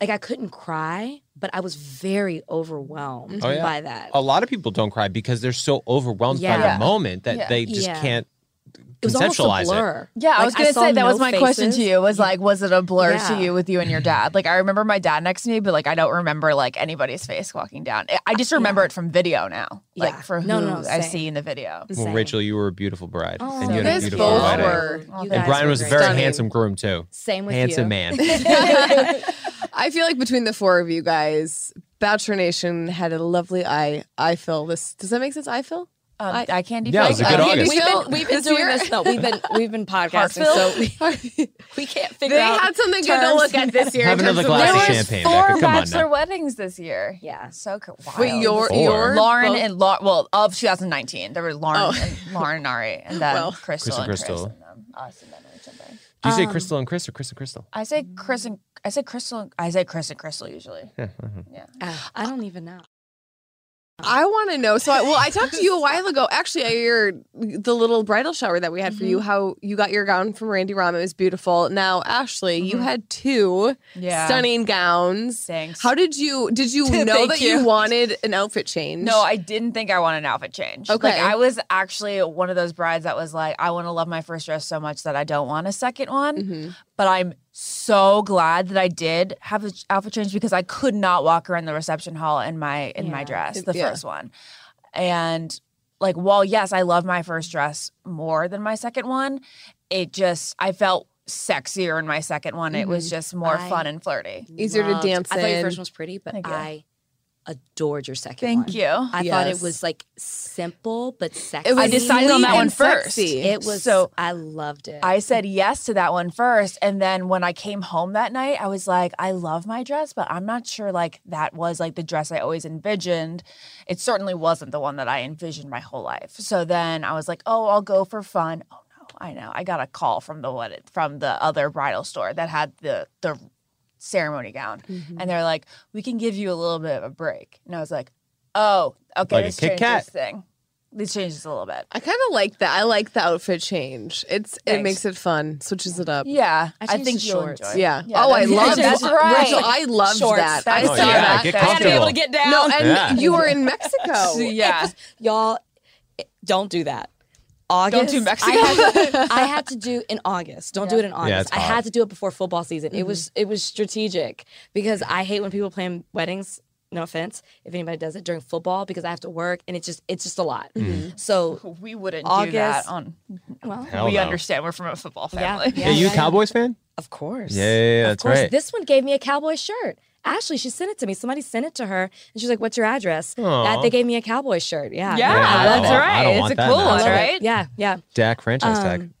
Speaker 2: like I couldn't cry, but I was very overwhelmed
Speaker 10: Oh, yeah.
Speaker 2: by that.
Speaker 10: a lot of people don't cry because they're so overwhelmed by
Speaker 2: Yeah.
Speaker 10: the moment that
Speaker 9: Yeah.
Speaker 10: they just
Speaker 2: Yeah.
Speaker 10: can't
Speaker 2: it was almost
Speaker 10: conceptualize
Speaker 2: a
Speaker 10: it.
Speaker 2: blur.
Speaker 9: Yeah, I
Speaker 2: Like,
Speaker 9: was gonna
Speaker 2: saw
Speaker 9: say that was
Speaker 2: no
Speaker 9: my question to
Speaker 2: faces.
Speaker 9: you. Was like, was it a blur
Speaker 2: Yeah.
Speaker 9: to you with you and your dad? Like, I remember my dad next to me, but like, I don't remember like anybody's face walking down. I- I just remember it from video now,
Speaker 2: Yeah.
Speaker 9: like for who
Speaker 2: No, no,
Speaker 9: I
Speaker 2: same.
Speaker 9: see in the Oh, video.
Speaker 10: Well,
Speaker 2: Same.
Speaker 10: Rachel, you were a beautiful bride, and
Speaker 2: so
Speaker 10: you had a
Speaker 5: guys
Speaker 10: beautiful
Speaker 5: both
Speaker 10: wedding.
Speaker 5: were.
Speaker 2: You
Speaker 10: And
Speaker 2: guys
Speaker 10: Brian
Speaker 2: were
Speaker 10: was a
Speaker 2: great.
Speaker 10: very
Speaker 5: Stunning.
Speaker 10: handsome groom too.
Speaker 2: Same with
Speaker 10: handsome
Speaker 2: you.
Speaker 10: man.
Speaker 5: I feel like between the four of you guys, Bachelor Nation had a lovely eye. I feel this. Does that make sense? I feel.
Speaker 9: Um,
Speaker 5: I-
Speaker 9: I, can't
Speaker 10: Yeah, it was a good
Speaker 5: Uh,
Speaker 10: August.
Speaker 5: We've been,
Speaker 2: We've been doing this though. We've been we've been podcasting,
Speaker 9: Hartsville?
Speaker 2: so we, we can't figure
Speaker 5: They
Speaker 2: out.
Speaker 5: had something good to
Speaker 2: terms.
Speaker 5: look at this year.
Speaker 10: Have
Speaker 5: in um, terms
Speaker 10: another
Speaker 5: of
Speaker 10: glass
Speaker 9: There
Speaker 10: of
Speaker 5: weddings.
Speaker 9: was
Speaker 10: champagne,
Speaker 9: four
Speaker 10: Becca. Come on
Speaker 9: bachelor
Speaker 10: now.
Speaker 9: weddings this year.
Speaker 2: Yeah.
Speaker 9: so co- wild.
Speaker 5: Wait, your
Speaker 10: Four.
Speaker 5: your
Speaker 9: Lauren
Speaker 5: both-
Speaker 9: and Lau- well of 2019. There were Lauren
Speaker 2: Oh.
Speaker 9: and Lauren and Ari, and then
Speaker 5: Well.
Speaker 9: Crystal,
Speaker 10: Crystal,
Speaker 9: and Crystal.
Speaker 10: Crystal.
Speaker 9: and then us, and then Rachel. Bray.
Speaker 10: Do you say Crystal and Chris or Chris and Crystal?
Speaker 9: I say Chris and I say Crystal. and- I say Chris and Crystal usually.
Speaker 10: Yeah. mhm.
Speaker 9: Yeah.
Speaker 2: Ah, I don't even know.
Speaker 5: I want to know. So, I, well, I talked to you a while ago. Actually, I your the little bridal shower that we had for you. How you got your gown from Randy Rahm? It was beautiful. Now, Ashley, you had two
Speaker 9: Yeah.
Speaker 5: stunning gowns.
Speaker 9: Thanks.
Speaker 5: How did you did you know
Speaker 9: Thank
Speaker 5: that you.
Speaker 9: you.
Speaker 5: wanted an outfit change?
Speaker 9: No, I didn't think I wanted an outfit change.
Speaker 5: Okay.
Speaker 9: Like I was actually one of those brides that was like, I want to love my first dress so much that I don't want a second one.
Speaker 5: Mm-hmm.
Speaker 9: But I'm so glad that I did have an outfit change because I could not walk around the reception hall in my in my
Speaker 2: Yeah.
Speaker 9: dress, the
Speaker 5: Yeah.
Speaker 9: first one. And like while yes, I love my first dress more than my second one, it just I felt sexier in my second one. It
Speaker 5: Mm-hmm.
Speaker 9: was just more
Speaker 2: I-
Speaker 9: fun and flirty.
Speaker 5: easier to
Speaker 2: Loved-
Speaker 5: dance
Speaker 2: I thought your
Speaker 5: in.
Speaker 2: first one was pretty, but
Speaker 9: Thank you.
Speaker 2: I adored your second one.
Speaker 9: Thank you.
Speaker 2: I thought it
Speaker 5: Yes.
Speaker 2: was like simple but sexy.
Speaker 5: It was
Speaker 9: I decided on
Speaker 5: sleek
Speaker 9: that one
Speaker 5: and
Speaker 9: first.
Speaker 5: sexy.
Speaker 2: It was
Speaker 9: So-
Speaker 2: so I loved it.
Speaker 9: I said yes to that one first. And then when I came home that night, I was like, I love my dress, but I'm not sure like that was like the dress I always envisioned. It certainly wasn't the one that I envisioned my whole life. So then I was like, oh, I'll go for fun. Oh no, I know. I got a call from the what from the other bridal store that had the the ceremony gown.
Speaker 10: Mm-hmm.
Speaker 9: And they're like, we can give you a little bit of a break. And I was like, oh, okay,
Speaker 10: Like a
Speaker 9: this
Speaker 10: Kit
Speaker 9: changes
Speaker 10: Kat.
Speaker 9: thing. This changes a little bit.
Speaker 5: I kind of like that. I like the outfit change. It's it
Speaker 9: Thanks.
Speaker 5: makes it fun. Switches it up.
Speaker 9: Yeah,
Speaker 2: I
Speaker 9: I,
Speaker 2: changed
Speaker 9: think
Speaker 2: to
Speaker 9: you'll
Speaker 2: shorts.
Speaker 9: enjoy it.
Speaker 5: Yeah. oh, I love
Speaker 9: that's
Speaker 5: that.
Speaker 9: right.
Speaker 5: Rachel, I love
Speaker 9: Shorts,
Speaker 5: that. I
Speaker 9: that's
Speaker 5: saw
Speaker 10: Oh, yeah,
Speaker 5: that.
Speaker 10: get
Speaker 9: I had to be able to get
Speaker 10: comfortable.
Speaker 9: down.
Speaker 5: No, and
Speaker 10: Yeah.
Speaker 5: you were in Mexico.
Speaker 9: yeah.
Speaker 2: y'all it- don't do that. August.
Speaker 9: do Mexico.
Speaker 2: I had, to, I had to do in August. Don't do it in August.
Speaker 10: it's
Speaker 2: I
Speaker 10: hard.
Speaker 2: had to do it before football season.
Speaker 9: Mm-hmm.
Speaker 2: It was it was strategic because I hate when people plan weddings. No offense, if anybody does it during football, because I have to work and it's just it's just a lot.
Speaker 10: Mm-hmm.
Speaker 2: So
Speaker 9: We wouldn't do that
Speaker 2: August.
Speaker 9: on.
Speaker 2: well,
Speaker 10: Hell
Speaker 9: we
Speaker 10: Oh, no.
Speaker 9: understand we're from a football
Speaker 2: Yeah,
Speaker 9: family.
Speaker 2: yeah.
Speaker 10: Are you a Cowboys fan?
Speaker 2: of course,
Speaker 10: Yeah, yeah, yeah,
Speaker 2: Of
Speaker 10: that's
Speaker 2: course.
Speaker 10: right.
Speaker 2: This one gave me a cowboy shirt. Ashley, she sent it to me. Somebody sent it to her, and she's like, "What's your address?"
Speaker 10: Aw.
Speaker 2: That, they gave me a cowboy shirt. Yeah,
Speaker 9: Yeah,
Speaker 10: Yeah, I
Speaker 9: that's
Speaker 10: don't-
Speaker 9: right.
Speaker 10: I don't
Speaker 9: it's
Speaker 10: want
Speaker 9: a
Speaker 10: that
Speaker 9: cool
Speaker 10: now.
Speaker 9: one,
Speaker 10: Love it.
Speaker 9: right? Um,
Speaker 2: yeah, yeah.
Speaker 10: Dak franchise tag.
Speaker 2: Um,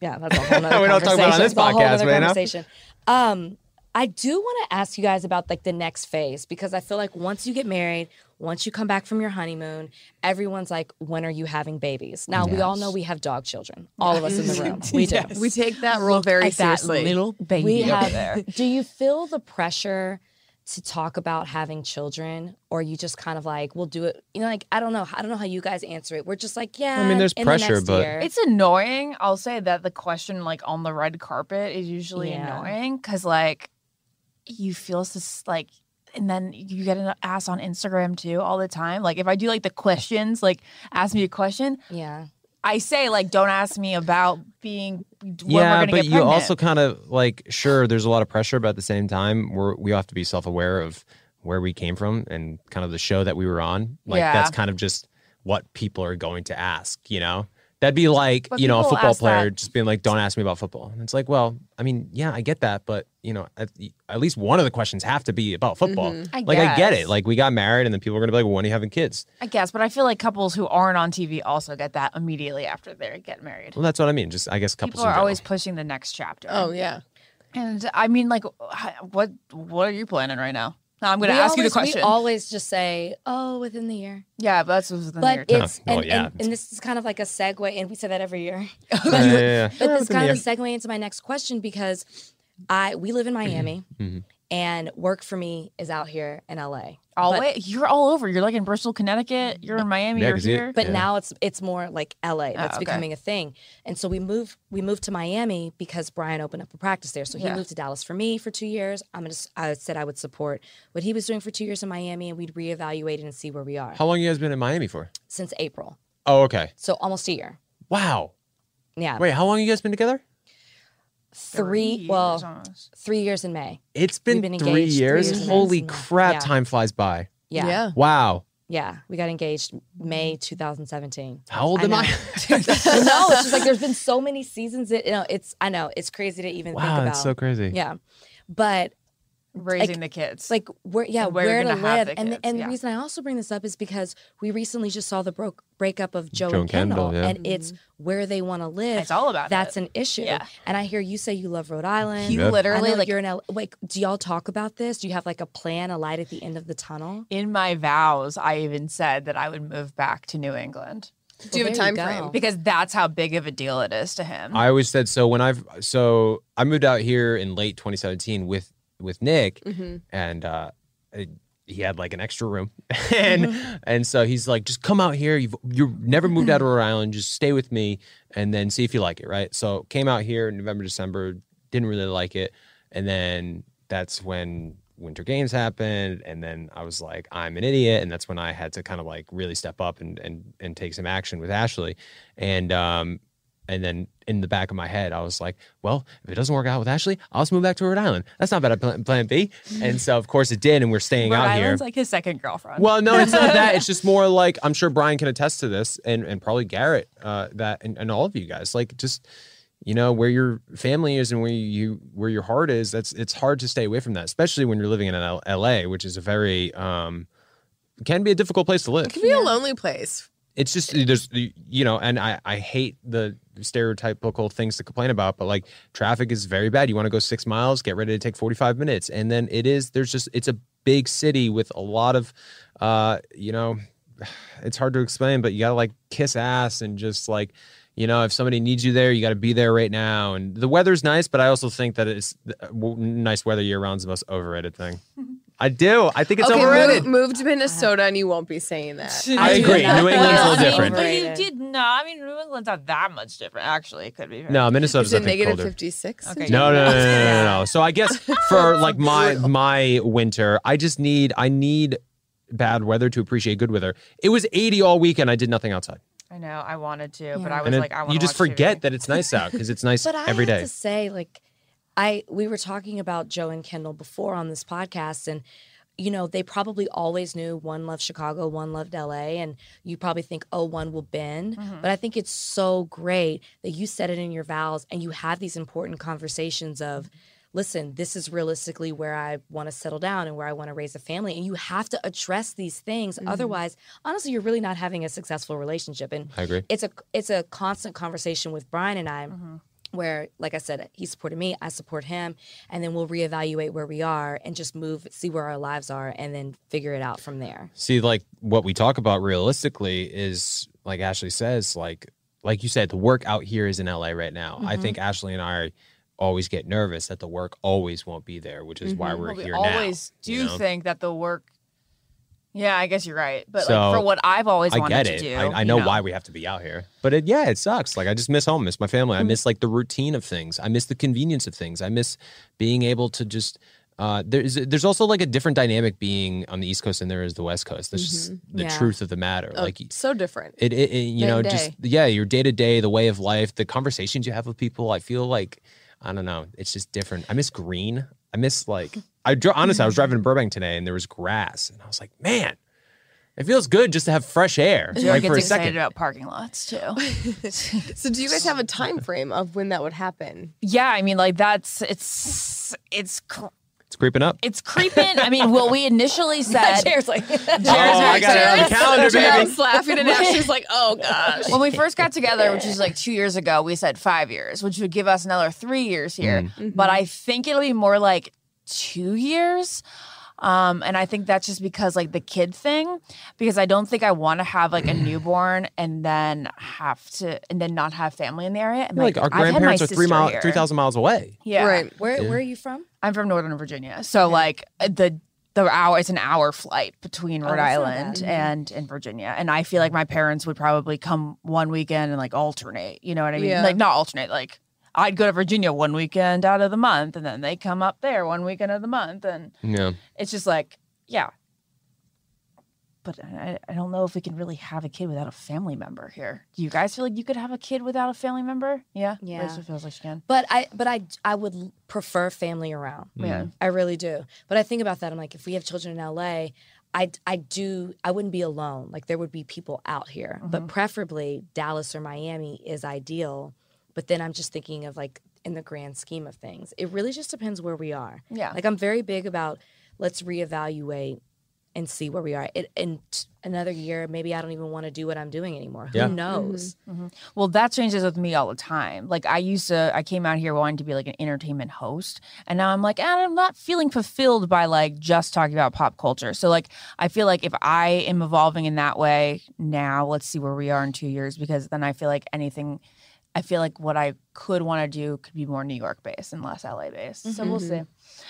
Speaker 2: Yeah, that's a whole nother
Speaker 10: We don't talk about it on
Speaker 2: conversation.
Speaker 10: this
Speaker 2: It's a whole
Speaker 10: podcast
Speaker 2: nother
Speaker 10: right now.
Speaker 2: conversation. Um, I do want to ask you guys about like the next phase because I feel like once you get married, once you come back from your honeymoon, everyone's like, "When are you having babies?" Now we all know we have dog children. All of us in the room, we do.
Speaker 5: We take that role very
Speaker 2: Like that
Speaker 5: seriously.
Speaker 9: Little baby
Speaker 2: we
Speaker 9: over
Speaker 2: have.
Speaker 9: there.
Speaker 2: Do you feel the pressure to talk about having children, or you just kind of like, "We'll do it"? You know, like I don't know. I don't know how you guys answer it. We're just like, yeah.
Speaker 10: mean, there's
Speaker 2: in the
Speaker 10: pressure,
Speaker 2: next
Speaker 10: but-
Speaker 2: year.
Speaker 9: It's annoying. I'll say that the question, like on the red carpet, is usually
Speaker 2: Yeah.
Speaker 9: annoying because, like, you feel sus- like, and then you get an ass on Instagram too all the time. Like, if I do like the questions, like, ask me a question,
Speaker 2: yeah.
Speaker 9: I say like, don't ask me about being when we're
Speaker 10: yeah,
Speaker 9: gonna
Speaker 10: but
Speaker 9: get
Speaker 10: you
Speaker 9: pregnant.
Speaker 10: also kind of like sure there's a lot of pressure, but at the same time we're we have to be self aware of where we came from and kind of the show that we were on. Like
Speaker 9: Yeah.
Speaker 10: that's kind of just what people are going to ask, you know? That'd be like,
Speaker 9: But
Speaker 10: you know, a
Speaker 9: people
Speaker 10: football
Speaker 9: ask
Speaker 10: player
Speaker 9: that-
Speaker 10: just being like, Don't ask me about football. And it's like, well, I mean, yeah, I get that, but you know, at, at least one of the questions have to be about football.
Speaker 9: Mm-hmm. I
Speaker 10: like I get
Speaker 9: guess.
Speaker 10: it. Like we got married and then people are gonna be like, When are you having kids?
Speaker 9: I guess, but I feel like couples who aren't on TV also get that immediately after they get married.
Speaker 10: Well that's what I mean. Just I guess couples
Speaker 9: People
Speaker 10: in
Speaker 9: are
Speaker 10: general.
Speaker 9: always pushing the next chapter.
Speaker 5: Oh yeah.
Speaker 9: And I mean, like, wh- what what are you planning right now? No, I'm going to
Speaker 2: We
Speaker 9: ask you the
Speaker 2: always-
Speaker 9: question.
Speaker 2: We always just say, "Oh, within the year."
Speaker 9: yeah, but that's what's
Speaker 2: But
Speaker 9: in there. too.
Speaker 2: it's
Speaker 10: Well,
Speaker 2: and,
Speaker 10: yeah.
Speaker 2: and, and this is kind of like a segue, and we say that every year.
Speaker 10: Yeah, yeah, yeah.
Speaker 2: But
Speaker 10: Yeah,
Speaker 2: this is
Speaker 10: it's in
Speaker 2: kind
Speaker 10: the
Speaker 2: of a segue into my next question because I we live in Miami,
Speaker 10: Mhm.
Speaker 2: and work for me is out here in LA.
Speaker 9: all
Speaker 2: but,
Speaker 9: way, you're all over. You're like in Bristol, Connecticut. You're in Miami.
Speaker 10: Yeah,
Speaker 9: you're
Speaker 10: 'cause you-
Speaker 9: here.
Speaker 2: But
Speaker 10: Yeah.
Speaker 2: now it's it's more like LA that's
Speaker 9: Ah, okay.
Speaker 2: becoming a thing, and so we moved we moved to Miami because Brian opened up a practice there. So he
Speaker 9: Yeah.
Speaker 2: moved to Dallas for me for two years. I'm gonna s- I said I would support what he was doing for two years in Miami, and we'd reevaluate it and see where we are
Speaker 10: How long you guys been in Miami for?
Speaker 2: since April,
Speaker 10: Oh, okay.
Speaker 2: so almost a year.
Speaker 10: Wow.
Speaker 2: Yeah,
Speaker 10: Wait, how long you guys been together?
Speaker 2: three,
Speaker 9: years
Speaker 2: well
Speaker 9: almost.
Speaker 2: three years in may
Speaker 10: It's been,
Speaker 2: been
Speaker 10: three,
Speaker 2: engaged three years
Speaker 10: years.
Speaker 2: and
Speaker 10: Holy
Speaker 2: then some-
Speaker 10: crap,
Speaker 2: yeah.
Speaker 10: time flies by.
Speaker 2: yeah yeah,
Speaker 5: Yeah.
Speaker 10: Wow.
Speaker 2: we got engaged may
Speaker 9: Mm-hmm.
Speaker 2: 2017
Speaker 10: How old
Speaker 2: I
Speaker 10: am
Speaker 2: know.
Speaker 10: I?
Speaker 2: no it's just like there's been so many seasons that you know it's i know it's crazy to even think
Speaker 10: wow,
Speaker 2: about
Speaker 10: that's so crazy.
Speaker 2: yeah but
Speaker 9: Raising the kids.
Speaker 2: it's like where yeah
Speaker 9: And where
Speaker 2: where,
Speaker 9: you're
Speaker 2: to
Speaker 9: gonna have
Speaker 2: live
Speaker 9: the
Speaker 2: and
Speaker 9: kids,
Speaker 2: the, and
Speaker 9: yeah.
Speaker 2: the reason i also bring this up is because we recently just saw the broke breakup of joe,
Speaker 10: Joe
Speaker 2: and
Speaker 10: and Kendall,
Speaker 2: kendall,
Speaker 10: yeah.
Speaker 2: and it's
Speaker 9: Mm-hmm.
Speaker 2: where they want to live
Speaker 9: it's all about
Speaker 2: that's
Speaker 9: it.
Speaker 2: an issue
Speaker 9: Yeah.
Speaker 2: and i hear you say you love rhode island
Speaker 9: He
Speaker 10: Yeah.
Speaker 2: I
Speaker 9: literally
Speaker 2: know
Speaker 9: like
Speaker 2: you're in L- like do y'all talk about this do you have like a plan a light at the end of the tunnel
Speaker 9: in my vows. I even said that I would move back to New England
Speaker 5: Do you have a
Speaker 2: there you
Speaker 5: time frame?
Speaker 2: go.
Speaker 9: because that's how big of a deal it is to him.
Speaker 10: I always said so when I've so I moved out here in late 2017 with with Nick
Speaker 5: Mm-hmm.
Speaker 10: and uh it- he had like an extra room and and so he's like just come out here you've you've never moved out of Rhode Island just stay with me and then see if you like it right so came out here in November December didn't really like it and then that's when winter games happened and then I was like I'm an idiot and that's when I had to kind of like really step up and and and take some action with Ashley and um and then in the back of my head, I was like, well, if it doesn't work out with Ashley, I'll just move back to Rhode Island. That's not bad at plan, plan B. And so, of course, it did. And we're staying
Speaker 9: Rhode
Speaker 10: out
Speaker 9: Island's
Speaker 10: here.
Speaker 9: like his second girlfriend.
Speaker 10: well, no, it's not that. It's just more like I'm sure Brian can attest to this and, and probably Garrett, uh, that and, and all of you guys. Like, just, you know, where your family is and where you where your heart is, that's it's hard to stay away from that, especially when you're living in L- LA, which is a very um can be a difficult place to live
Speaker 5: It can be a lonely place.
Speaker 10: it's just there's you know and i i hate the stereotypical things to complain about but like traffic is very bad you want to go six miles get ready to take 45 minutes and then it is there's just it's a big city with a lot of uh you know it's hard to explain but you gotta like kiss ass and just like you know, if somebody needs you there, you got to be there right now. And the weather's nice, but I also think that it's uh, w- nice weather year round is the most overrated thing. I do. I think it's
Speaker 5: okay,
Speaker 10: overrated.
Speaker 5: Move, move to Minnesota and you won't be saying that.
Speaker 10: I agree. New England's a
Speaker 9: I
Speaker 10: little
Speaker 9: mean,
Speaker 10: different.
Speaker 9: But you did no. I mean, New England's not that much different. Actually, it could be.
Speaker 10: No, Minnesota's
Speaker 5: Is it
Speaker 10: I think
Speaker 5: negative
Speaker 10: colder.
Speaker 5: 56?
Speaker 9: Okay.
Speaker 10: No, no, no, no, no, no, no. So I guess for like my my winter, I just need I need bad weather to appreciate good weather. It was 80 all weekend. I did nothing outside,
Speaker 9: I know. I wanted to, but
Speaker 2: Yeah.
Speaker 9: I was
Speaker 10: and then
Speaker 9: like, I want.
Speaker 10: you just forget that it's nice out because it's nice
Speaker 2: But I
Speaker 10: every
Speaker 2: have
Speaker 10: day.
Speaker 2: to say, like, I we were talking about Joe and Kendall before on this podcast, and you know they probably always knew one loved Chicago, one loved L.A., and you probably think, oh, one will bend. But I think it's so great that you said it in your vows, and you have these important conversations of. Listen, this is realistically where I want to settle down and where I want to raise a family. And you have to address these things. Otherwise, honestly, you're really not having a successful relationship. And
Speaker 10: I agree.
Speaker 2: it's a it's a constant conversation with Brian and I
Speaker 9: Mm-hmm.
Speaker 2: where like I said he supported me I support him and then we'll reevaluate where we are and just move see where our lives are and then figure it out from there.
Speaker 10: See, like what we talk about realistically is like Ashley says, like like you said, the work out here is in LA right now. I think
Speaker 9: Mm-hmm.
Speaker 10: Ashley and I always get nervous that the work always won't be there, which is why we're
Speaker 9: Mm-hmm. we
Speaker 10: here
Speaker 9: always
Speaker 10: now.
Speaker 9: do
Speaker 10: you know?
Speaker 9: think that the work. Yeah, I guess you're right. But
Speaker 10: So,
Speaker 9: like for what I've always
Speaker 10: I
Speaker 9: wanted
Speaker 10: get
Speaker 9: to
Speaker 10: it.
Speaker 9: do,
Speaker 10: I, I
Speaker 9: you
Speaker 10: know, why we have to be out here, but it, yeah, it sucks. Like I just miss home, miss my family.
Speaker 9: Mm.
Speaker 10: I miss like the routine of things. I miss the convenience of things. I miss being able to just. Uh, there's there's also like a different dynamic being on the East Coast and there is the West Coast. That's
Speaker 9: Mm-hmm.
Speaker 10: just the
Speaker 2: Yeah.
Speaker 10: truth of the matter.
Speaker 9: Oh,
Speaker 10: like
Speaker 5: Oh, so different.
Speaker 10: it, it, it- you
Speaker 5: Night
Speaker 10: know
Speaker 5: and
Speaker 10: just
Speaker 5: day.
Speaker 10: yeah your day to day the way of life the conversations you have with people i feel like i don't know it's just different i miss green i miss like i dro- honestly i was driving to burbank today and there was grass and i was like man it feels good just to have fresh air
Speaker 9: Jared
Speaker 10: like
Speaker 9: gets
Speaker 10: for a
Speaker 9: excited
Speaker 10: second
Speaker 9: about parking lots too.
Speaker 5: So do you guys have a time frame of when that would happen?
Speaker 9: yeah, I mean, like that's it's it's cr-
Speaker 10: it's creeping up
Speaker 9: it's creeping. I mean, well, we initially said
Speaker 2: Cheers like
Speaker 10: oh i got it on the calendar baby
Speaker 5: Jared's laughing and Ashley's like, oh gosh.
Speaker 9: when we first got together, which is like two years ago, we said five years, which would give us another three years here.
Speaker 10: Mm-hmm.
Speaker 9: But I think it'll be more like two years. Um, and I think that's just because like the kid thing, because I don't think I want to have like a
Speaker 10: Mm.
Speaker 9: newborn and then have to and then not have family in the area. And,
Speaker 10: like our
Speaker 9: I've had my
Speaker 10: grandparents are three
Speaker 9: sister
Speaker 10: mile
Speaker 9: here.
Speaker 10: three thousand miles away
Speaker 9: Yeah,
Speaker 5: Right.
Speaker 2: where where are you from?
Speaker 9: I'm from Northern Virginia, so like uh, the the hour it's an hour flight between Rhode
Speaker 2: Oh, that's not
Speaker 9: Island and and Virginia, and I feel like my parents would probably come one weekend and like alternate. You know what I mean?
Speaker 5: Yeah.
Speaker 9: Like not alternate, like. I'd go to Virginia one weekend out of the month, and then they come up there one weekend of the month, and
Speaker 10: yeah
Speaker 9: it's just like, yeah. But I, I don't know if we can really have a kid without a family member here. Do you guys feel like you could have a kid without a family member? Yeah,
Speaker 2: Yeah.
Speaker 9: Rachel feels like she can.
Speaker 2: But I but I I would prefer family around.
Speaker 9: Yeah,
Speaker 2: I really do. But I think about that. I'm like, if we have children in LA, I, I do, I wouldn't be alone. Like, there would be people out here, but preferably Dallas or Miami is ideal. But then I'm just thinking of like in the grand scheme of things, it really just depends where we are.
Speaker 9: yeah.
Speaker 2: Like, I'm very big about let's reevaluate and see where we are. It, in t- another year, maybe I don't even want to do what I'm doing anymore.
Speaker 10: Yeah.
Speaker 2: Who knows?
Speaker 9: Well, that changes with me all the time. Like I used to, I came out here wanting to be like an entertainment host, and now I'm like, "Ah, I'm not feeling fulfilled by like just talking about pop culture. So like, I feel like if I am evolving in that way now, let's see where we are in two years, because then I feel like anything, I feel like what I could want to do could be more New York based and less LA based. So we'll
Speaker 5: Mm-hmm.
Speaker 9: see.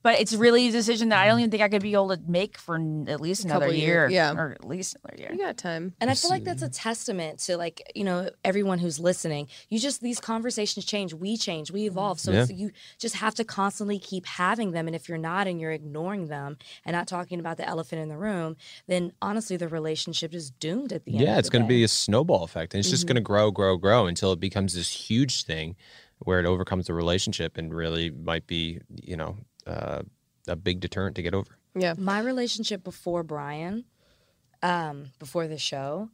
Speaker 9: But it's really a decision that I don't even think I could be able to make for n- at least another
Speaker 5: couple year-
Speaker 9: year,
Speaker 5: yeah.
Speaker 9: or at least another year.
Speaker 5: You got time.
Speaker 2: And I feel like that's a
Speaker 10: Mm-hmm.
Speaker 2: testament to like you know everyone who's listening. You just these conversations change, we change, we evolve. So it's, you just have to constantly keep having them. And if you're not, and you're ignoring them, and not talking about the elephant in the room, then honestly, the relationship is doomed at the end.
Speaker 10: yeah
Speaker 2: of
Speaker 10: it's
Speaker 2: the
Speaker 10: going to
Speaker 2: day.
Speaker 10: be a snowball effect and it's
Speaker 9: Mm-hmm.
Speaker 10: just going to grow grow grow until it becomes this huge thing where it overcomes the relationship and really might be you know uh, a big deterrent to get over
Speaker 5: Yeah.
Speaker 2: my relationship before Brian, um, before the show,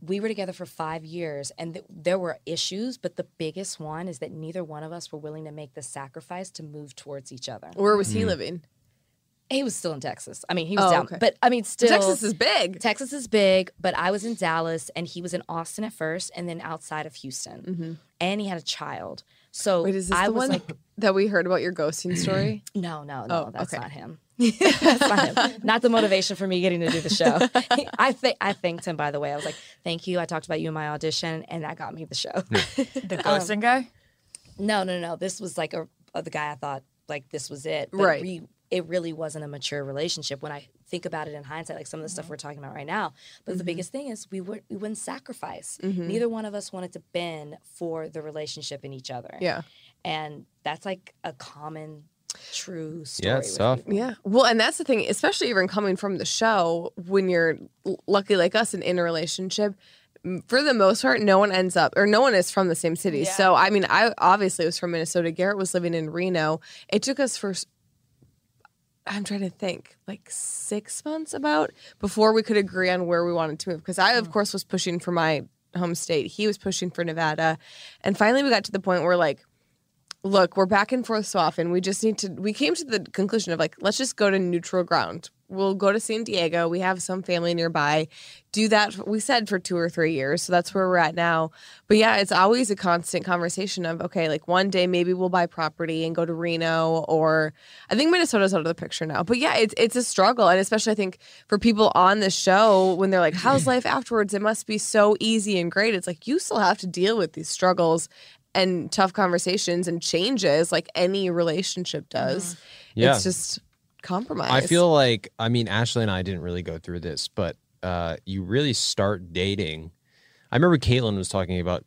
Speaker 2: we were together for five years, and th- there were issues, but the biggest one is that neither one of us were willing to make the sacrifice to move towards each other.
Speaker 5: Where was
Speaker 10: Mm-hmm.
Speaker 5: he living?
Speaker 2: He was still in Texas. I mean, he was
Speaker 5: Oh,
Speaker 2: down,
Speaker 5: okay.
Speaker 2: but I mean, still
Speaker 5: Texas is big.
Speaker 2: Texas is big, but I was in Dallas and he was in Austin at first and then outside of Houston. And he had a child. So
Speaker 5: Mm-hmm. Wait, is this
Speaker 2: I
Speaker 5: the
Speaker 2: was
Speaker 5: one
Speaker 2: like,
Speaker 5: that we heard about your ghosting story?
Speaker 2: no, no,
Speaker 5: Oh,
Speaker 2: no, that's
Speaker 5: okay.
Speaker 2: not him. that's not him. Not the motivation for me getting to do the show. I think I thanked him by the way. I was like, "Thank you. I talked about you in my audition, and that got me the show."
Speaker 9: The ghosting guy?
Speaker 2: No, no, no. This was like a, uh, the guy I thought like this was it. But
Speaker 5: Right.
Speaker 2: re- it really wasn't a mature relationship when I think about it in hindsight, like some of the
Speaker 10: Mm-hmm.
Speaker 2: stuff we're talking about right now. But the biggest thing is we would we wouldn't sacrifice.
Speaker 5: Mm-hmm.
Speaker 10: Mm-hmm.
Speaker 2: Neither one of us wanted to bend for the relationship in each other.
Speaker 5: Yeah.
Speaker 2: And that's like a common true story.
Speaker 10: Yeah, it's
Speaker 2: with
Speaker 10: tough.
Speaker 2: people.
Speaker 5: Yeah. Well, and that's the thing, especially even coming from the show, when you're l- lucky like us and in a relationship, m- for the most part, no one ends up or no one is from the same city.
Speaker 9: Yeah.
Speaker 5: So, I mean, I obviously was from Minnesota. Garrett was living in Reno. It took us for, s- I'm trying to think, like six months about before we could agree on where we wanted to move. Because I, of course, was pushing for my home state, he was pushing for Nevada. And finally, we got to the point where, like, look, we're back and forth so often. We just need to. We came to the conclusion of like, let's just go to neutral ground. We'll go to San Diego. We have some family nearby. Do that. We said for two or three years, so that's where we're at now. But yeah, it's always a constant conversation of okay, like one day maybe we'll buy property and go to Reno, or I think Minnesota's out of the picture now. But yeah, it's it's a struggle, and especially I think for people on the show when they're like, "How's life afterwards?" It must be so easy and great. It's like you still have to deal with these struggles and tough conversations and changes like any relationship does.
Speaker 10: Mm-hmm. Yeah.
Speaker 5: It's just compromise.
Speaker 10: I feel like I mean Ashley and I didn't really go through this, but uh, you really start dating. I remember Caitlin was talking about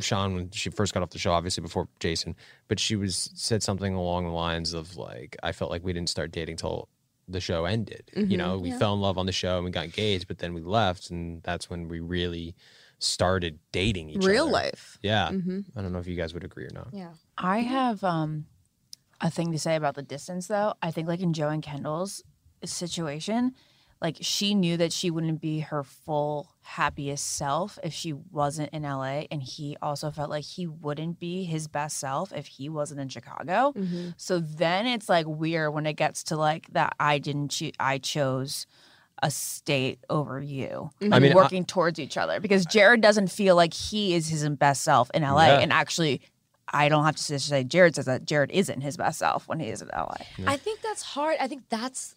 Speaker 10: Sean when she first got off the show, obviously before Jason, but she was said something along the lines of like, I felt like we didn't start dating till the show ended.
Speaker 5: Mm-hmm,
Speaker 10: You know, we fell in love on the show and we got engaged, but then we left, and that's when we really started dating each
Speaker 5: real
Speaker 10: other.
Speaker 5: life.
Speaker 10: Yeah,
Speaker 5: Mhm.
Speaker 10: I don't know if you guys would agree or not.
Speaker 2: Yeah.
Speaker 9: I have um a thing to say about the distance though. I think like in Joe and Kendall's situation, like she knew that she wouldn't be her full happiest self if she wasn't in LA and he also felt like he wouldn't be his best self if he wasn't in
Speaker 2: Mm.
Speaker 9: Chicago. So then it's like weird when it gets to like that I didn't choose I chose a state over you. Like
Speaker 5: Mm-hmm.
Speaker 10: mean, I-
Speaker 9: working towards each other because Jared doesn't feel like he is his best self in LA
Speaker 10: Yeah.
Speaker 9: and actually I don't have to say Jared says that Jared isn't his best self when he is in LA.
Speaker 2: I think that's hard. I think that's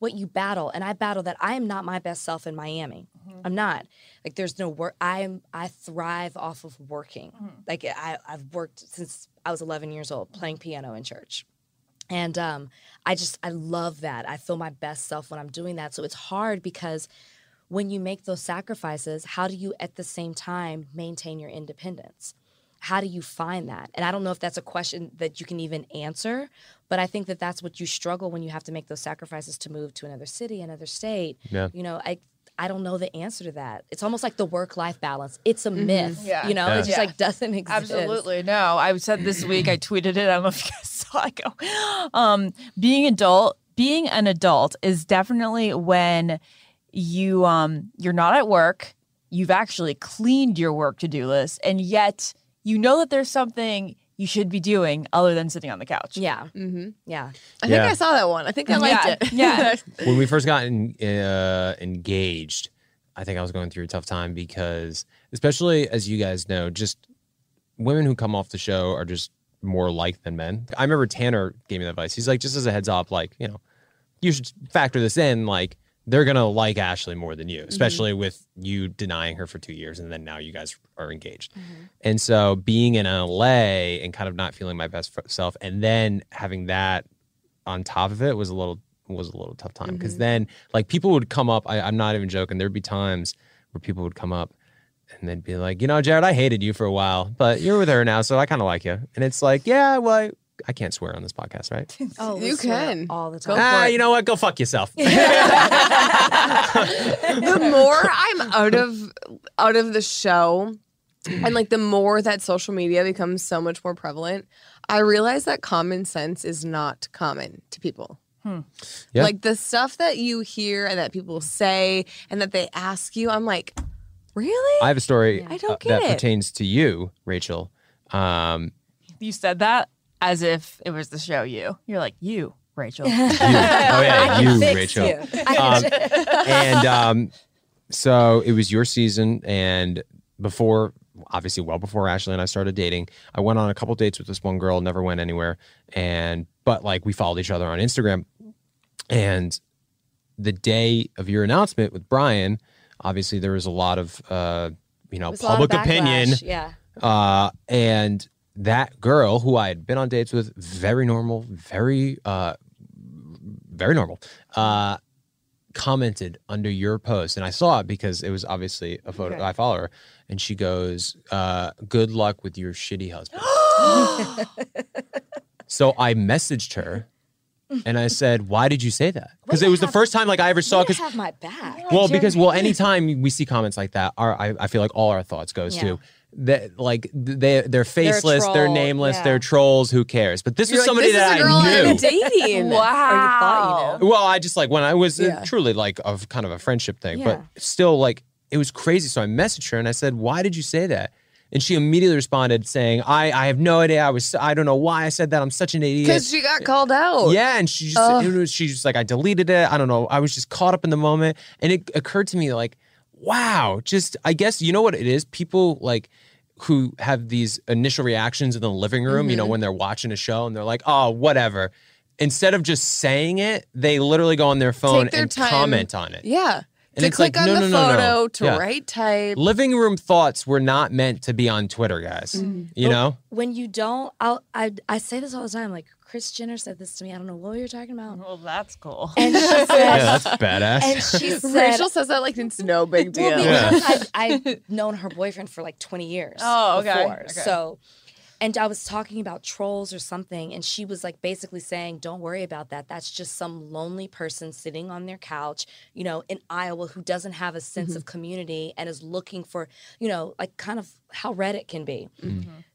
Speaker 2: what you battle, and I battle that I am not my best self in Miami. I'm not. Like there's no work. I am. I thrive off of working. Like I, I've worked since I was 11 years old, playing piano in church. And um, I just I love that. I feel my best self when I'm doing that. So it's hard because when you make those sacrifices, how do you at the same time maintain your independence? How do you find that? And I don't know if that's a question that you can even answer, but I think that that's what you struggle when you have to make those sacrifices to move to another city, another state.
Speaker 10: Yeah.
Speaker 2: You know, I I don't know the answer to that. It's almost like the work life balance. It's a myth.
Speaker 9: Mm-hmm. Yeah.
Speaker 2: You know,
Speaker 10: Yeah.
Speaker 2: it just like doesn't exist.
Speaker 9: Absolutely. No, I said this week, I tweeted it. I don't know if you guys saw it go. Um, being adult, being an adult is definitely when you um you're not at work, you've actually cleaned your work to-do list, and yet you know that there's something you should be doing other than sitting on the couch.
Speaker 2: Yeah.
Speaker 5: hmm
Speaker 2: Yeah.
Speaker 5: I
Speaker 10: Yeah.
Speaker 5: think I saw that one. I think I liked
Speaker 9: Yeah.
Speaker 5: it.
Speaker 9: Yeah.
Speaker 10: when we first got en- uh, engaged, I think I was going through a tough time because, especially as you guys know, just women who come off the show are just more like than men. I remember Tanner gave me that advice. He's like, just as a heads up, like, you know, you should factor this in. Like, they're going to like Ashley more than you, especially with you denying her for two years and then now you guys are engaged. And so being in LA and kind of not feeling my best f- self and then having that on top of it was a little was a little tough time
Speaker 5: Mm-hmm.
Speaker 10: because then like people would come up I, i'm not even joking there'd be times where people would come up and they'd be like you know jared i hated you for a while but you're with her now so i kind of like you and it's like yeah well i, I can't swear on this podcast right
Speaker 2: Oh,
Speaker 5: You can.
Speaker 2: all the time.
Speaker 10: ah you know what go fuck yourself
Speaker 5: the more I'm out of out of the show and like the more that social media becomes so much more prevalent, I realize that common sense is not common to people.
Speaker 10: Yeah.
Speaker 5: Like the stuff that you hear and that people say and that they ask you, I'm like, really?
Speaker 10: i have a story uh,
Speaker 5: I don't
Speaker 10: that
Speaker 5: get it.
Speaker 10: pertains to you rachel um
Speaker 9: You said that as if it was the show you. You're like, you, Rachel.
Speaker 10: you. oh yeah you
Speaker 2: Fixed
Speaker 10: rachel
Speaker 2: you.
Speaker 10: um, and um, so it was your season, and before obviously well before Ashley and I started dating. I went on a couple dates with this one girl, never went anywhere. And but like we followed each other on Instagram. And the day of your announcement with Brian, obviously there was a lot of uh, you know,
Speaker 2: There's a lot of
Speaker 10: public opinion.
Speaker 2: backlash. Yeah.
Speaker 10: Uh, and that girl who I had been on dates with, very normal, very, uh, very normal, uh, commented under your post. And I saw it because it was obviously a photo. I follow her. And she goes, uh, Good luck with your shitty husband. so I messaged her. And I said, "Why did you say that?" Because it was the first time like I ever saw.
Speaker 2: You
Speaker 10: Because
Speaker 2: have my back.
Speaker 10: well, because well, anytime we see comments like that, our I, I feel like all our thoughts goes to that like they they're faceless, they're,
Speaker 2: troll,
Speaker 10: nameless,
Speaker 2: yeah.
Speaker 10: they're trolls. Who cares? But this
Speaker 5: You're like,
Speaker 10: was somebody
Speaker 5: this is
Speaker 10: that
Speaker 5: a girl
Speaker 10: I
Speaker 5: I'm
Speaker 10: knew.
Speaker 5: dating.
Speaker 9: Wow.
Speaker 2: you
Speaker 10: Well, I just like when I was uh,
Speaker 5: Yeah.
Speaker 10: truly like of kind of a friendship thing,
Speaker 2: Yeah.
Speaker 10: but still like it was crazy. So I messaged her and I said, "Why did you say that?" And she immediately responded saying, "I I have no idea. I was I don't know why I said that. I'm such an idiot."
Speaker 5: Because she got called out.
Speaker 10: Yeah, and she just it was, she just like I deleted it. I don't know. I was just caught up in the moment, and it occurred to me like, wow, just I guess you know what it is. People like who have these initial reactions in the living room,
Speaker 5: Mm-hmm.
Speaker 10: you know, when they're watching a show and they're like, oh, whatever. Instead of just saying it, they literally go on their phone
Speaker 5: their
Speaker 10: and
Speaker 5: time.
Speaker 10: comment on it.
Speaker 5: Yeah.
Speaker 10: And
Speaker 5: to
Speaker 10: it's
Speaker 5: click
Speaker 10: like,
Speaker 5: on
Speaker 10: no,
Speaker 5: the
Speaker 10: no, no,
Speaker 5: photo,
Speaker 10: no.
Speaker 5: to
Speaker 10: Yeah.
Speaker 5: right type.
Speaker 10: Living room thoughts were not meant to be on Twitter, guys. You know,
Speaker 2: When you don't, I'll, I I say this all the time. Like Chris Jenner said this to me. I don't know what you're talking about.
Speaker 9: Well, that's cool.
Speaker 2: And she said,
Speaker 10: yeah, that's badass.
Speaker 2: and she said,
Speaker 5: Rachel says that like it's no big deal.
Speaker 2: Well,
Speaker 10: Yeah.
Speaker 2: because I've, I've known her boyfriend for like 20 years.
Speaker 9: Oh, okay,
Speaker 2: before.
Speaker 9: okay.
Speaker 2: So, and I was talking about trolls or something, and she was like basically saying, Don't worry about that. That's just some lonely person sitting on their couch, you know, in Iowa who doesn't have a sense of community and is looking for, you know, like kind of how Reddit can be.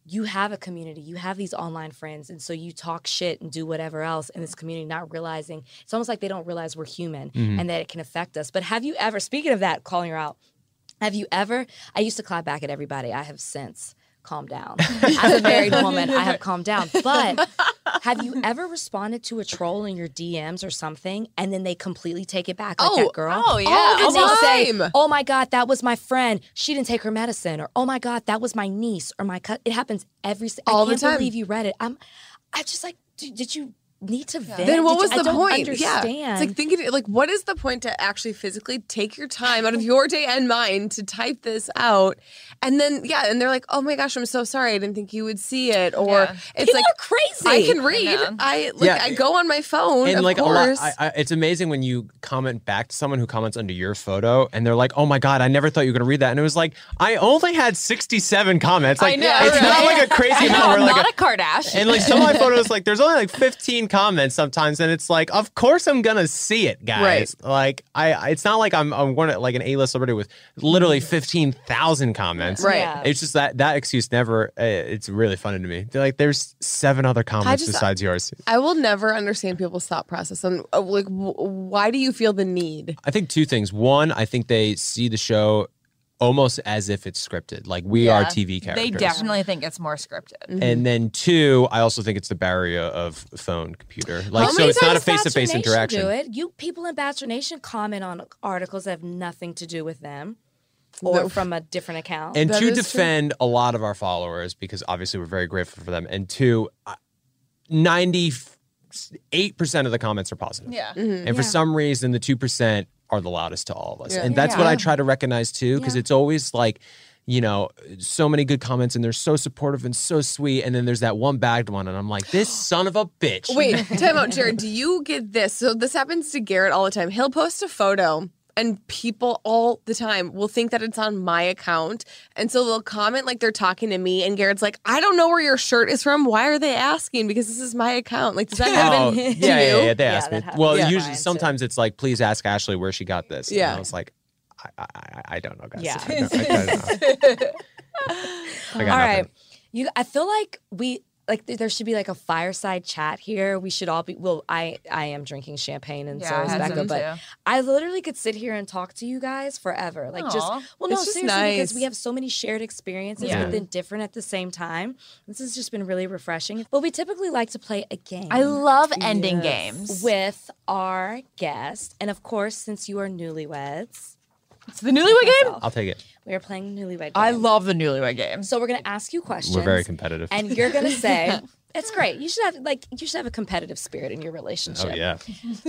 Speaker 2: You have a community, you have these online friends, and so you talk shit and do whatever else in this community, not realizing it's almost like they don't realize we're human and that it can affect us. But have you ever, speaking of that, calling her out, have you ever? I used to clap back at everybody. I have since calmed down. As a married woman, I have calmed down. But have you ever responded to a troll in your DMs or something, and then they completely take it back, like
Speaker 5: Oh,
Speaker 2: that girl?
Speaker 9: oh, yeah, all
Speaker 2: and
Speaker 9: the
Speaker 2: they'll say,
Speaker 5: time.
Speaker 2: "Oh my God, that was my friend. She didn't take her medicine," or "Oh my God, that was my niece or my cousin." It happens every. si-
Speaker 5: All
Speaker 2: I
Speaker 5: the
Speaker 2: can't
Speaker 5: time.
Speaker 2: believe you read it. I'm. I just like. Did, did you need to vent?
Speaker 5: Then what
Speaker 2: Did you-
Speaker 5: was
Speaker 2: I
Speaker 5: the
Speaker 2: don't
Speaker 5: point?
Speaker 2: Understand.
Speaker 5: Yeah, it's like thinking like what is the point to actually physically take your time out of your day and mine to type this out, and then yeah, and they're like, oh my gosh, I'm so sorry, I didn't think you would see it, or
Speaker 9: Yeah.
Speaker 5: it's like
Speaker 2: crazy.
Speaker 5: I can read, I like
Speaker 10: Yeah.
Speaker 5: I go on my phone,
Speaker 10: and
Speaker 5: of
Speaker 10: like
Speaker 5: course.
Speaker 10: a lot, I, I, it's amazing when you comment back to someone who comments under your photo, and they're like, "Oh my god, I never thought you were gonna read that," and it was like, "I only had sixty-seven comments." Like,
Speaker 9: I know,
Speaker 10: it's not
Speaker 9: right?
Speaker 10: like a crazy amount.
Speaker 9: I'm
Speaker 10: Where like,
Speaker 9: not
Speaker 10: a-
Speaker 9: a Kardashian.
Speaker 10: and like some of my photos, like there's only like fifteen comments sometimes, and it's like, of course I'm gonna see it, guys. Like, I, I- it's not like I'm, I'm one of- like an A-list celebrity with literally fifteen thousand comments.
Speaker 5: Right.
Speaker 2: Yeah.
Speaker 10: It's just that that excuse never. Uh, it's really funny to me. They're like, there's seven other comments
Speaker 5: just-
Speaker 10: besides yours.
Speaker 5: I will never understand people's thought process on uh, like w- why do you feel the need?
Speaker 10: I think two things. One, I think they see the show almost as if it's scripted, like we are
Speaker 9: Yeah.
Speaker 10: TV
Speaker 9: They
Speaker 10: characters.
Speaker 9: definitely think it's more scripted.
Speaker 10: And then two, I also think it's the barrier of phone computer. Like
Speaker 2: How
Speaker 10: so,
Speaker 2: many
Speaker 10: it's not a
Speaker 2: times
Speaker 10: face to face
Speaker 2: Bachelor Nation
Speaker 10: interaction.
Speaker 2: Do it. You people in Bachelor Nation comment on articles that have nothing to do with them, or from a different account.
Speaker 10: And
Speaker 5: That
Speaker 10: to
Speaker 5: is true.
Speaker 10: defend a lot of our followers, because obviously we're very grateful for them. And two, ninety eight percent of the comments are positive.
Speaker 9: Yeah.
Speaker 10: And for some reason, the 2% are the loudest to all of us.
Speaker 5: Yeah.
Speaker 10: And that's what I try to recognize too, because it's always like, you know, so many good comments and they're so supportive and so sweet. And then there's that one bagged one, and I'm like, this son of a bitch.
Speaker 5: Wait, time out, Jared. Do you get this? So this happens to Garrett all the time. He'll post a photo and people all the time will think that it's on my account. And so they'll comment like they're talking to me and Garrett's like, I don't know where your shirt is from. Why are they asking? Because this is my account. Like, does that
Speaker 10: Oh,
Speaker 5: happen
Speaker 10: yeah,
Speaker 5: to
Speaker 10: yeah,
Speaker 5: you?
Speaker 10: yeah, They
Speaker 2: Yeah,
Speaker 10: ask me.
Speaker 2: that happens
Speaker 10: Well,
Speaker 2: to
Speaker 10: usually,
Speaker 2: mine, too.
Speaker 10: sometimes it's like, please ask Ashley where she got this. And I
Speaker 5: Yeah.
Speaker 10: was like, I, I, I- I don't know, guys.
Speaker 2: Yeah.
Speaker 10: I don't, I don't know. I got
Speaker 2: All
Speaker 10: nothing.
Speaker 2: right, you. I feel like we like th- there should be like a fireside chat here. We should all be. Well, I I am drinking champagne and
Speaker 9: Yeah, I
Speaker 2: so is
Speaker 9: had
Speaker 2: Becca,
Speaker 9: some
Speaker 2: but
Speaker 9: too.
Speaker 2: I literally could sit here and talk to you guys forever. Like just
Speaker 9: Aw.
Speaker 2: well, no,
Speaker 5: It's just
Speaker 2: seriously, because
Speaker 5: nice.
Speaker 2: we have so many shared experiences,
Speaker 10: Yeah.
Speaker 2: but then different at the same time. This has just been really refreshing. But we typically like to play a game.
Speaker 9: I love ending games.
Speaker 2: with our guest. And of course, since you are newlyweds,
Speaker 9: It's the Newlywed Game.
Speaker 2: myself.
Speaker 10: I'll take it.
Speaker 2: We are playing the Newlywed Game.
Speaker 9: I love the Newlywed Game.
Speaker 2: So we're gonna ask you questions.
Speaker 10: We're very competitive.
Speaker 2: and you're gonna say it's great. You should have like you should have a competitive spirit in your relationship.
Speaker 10: oh yeah.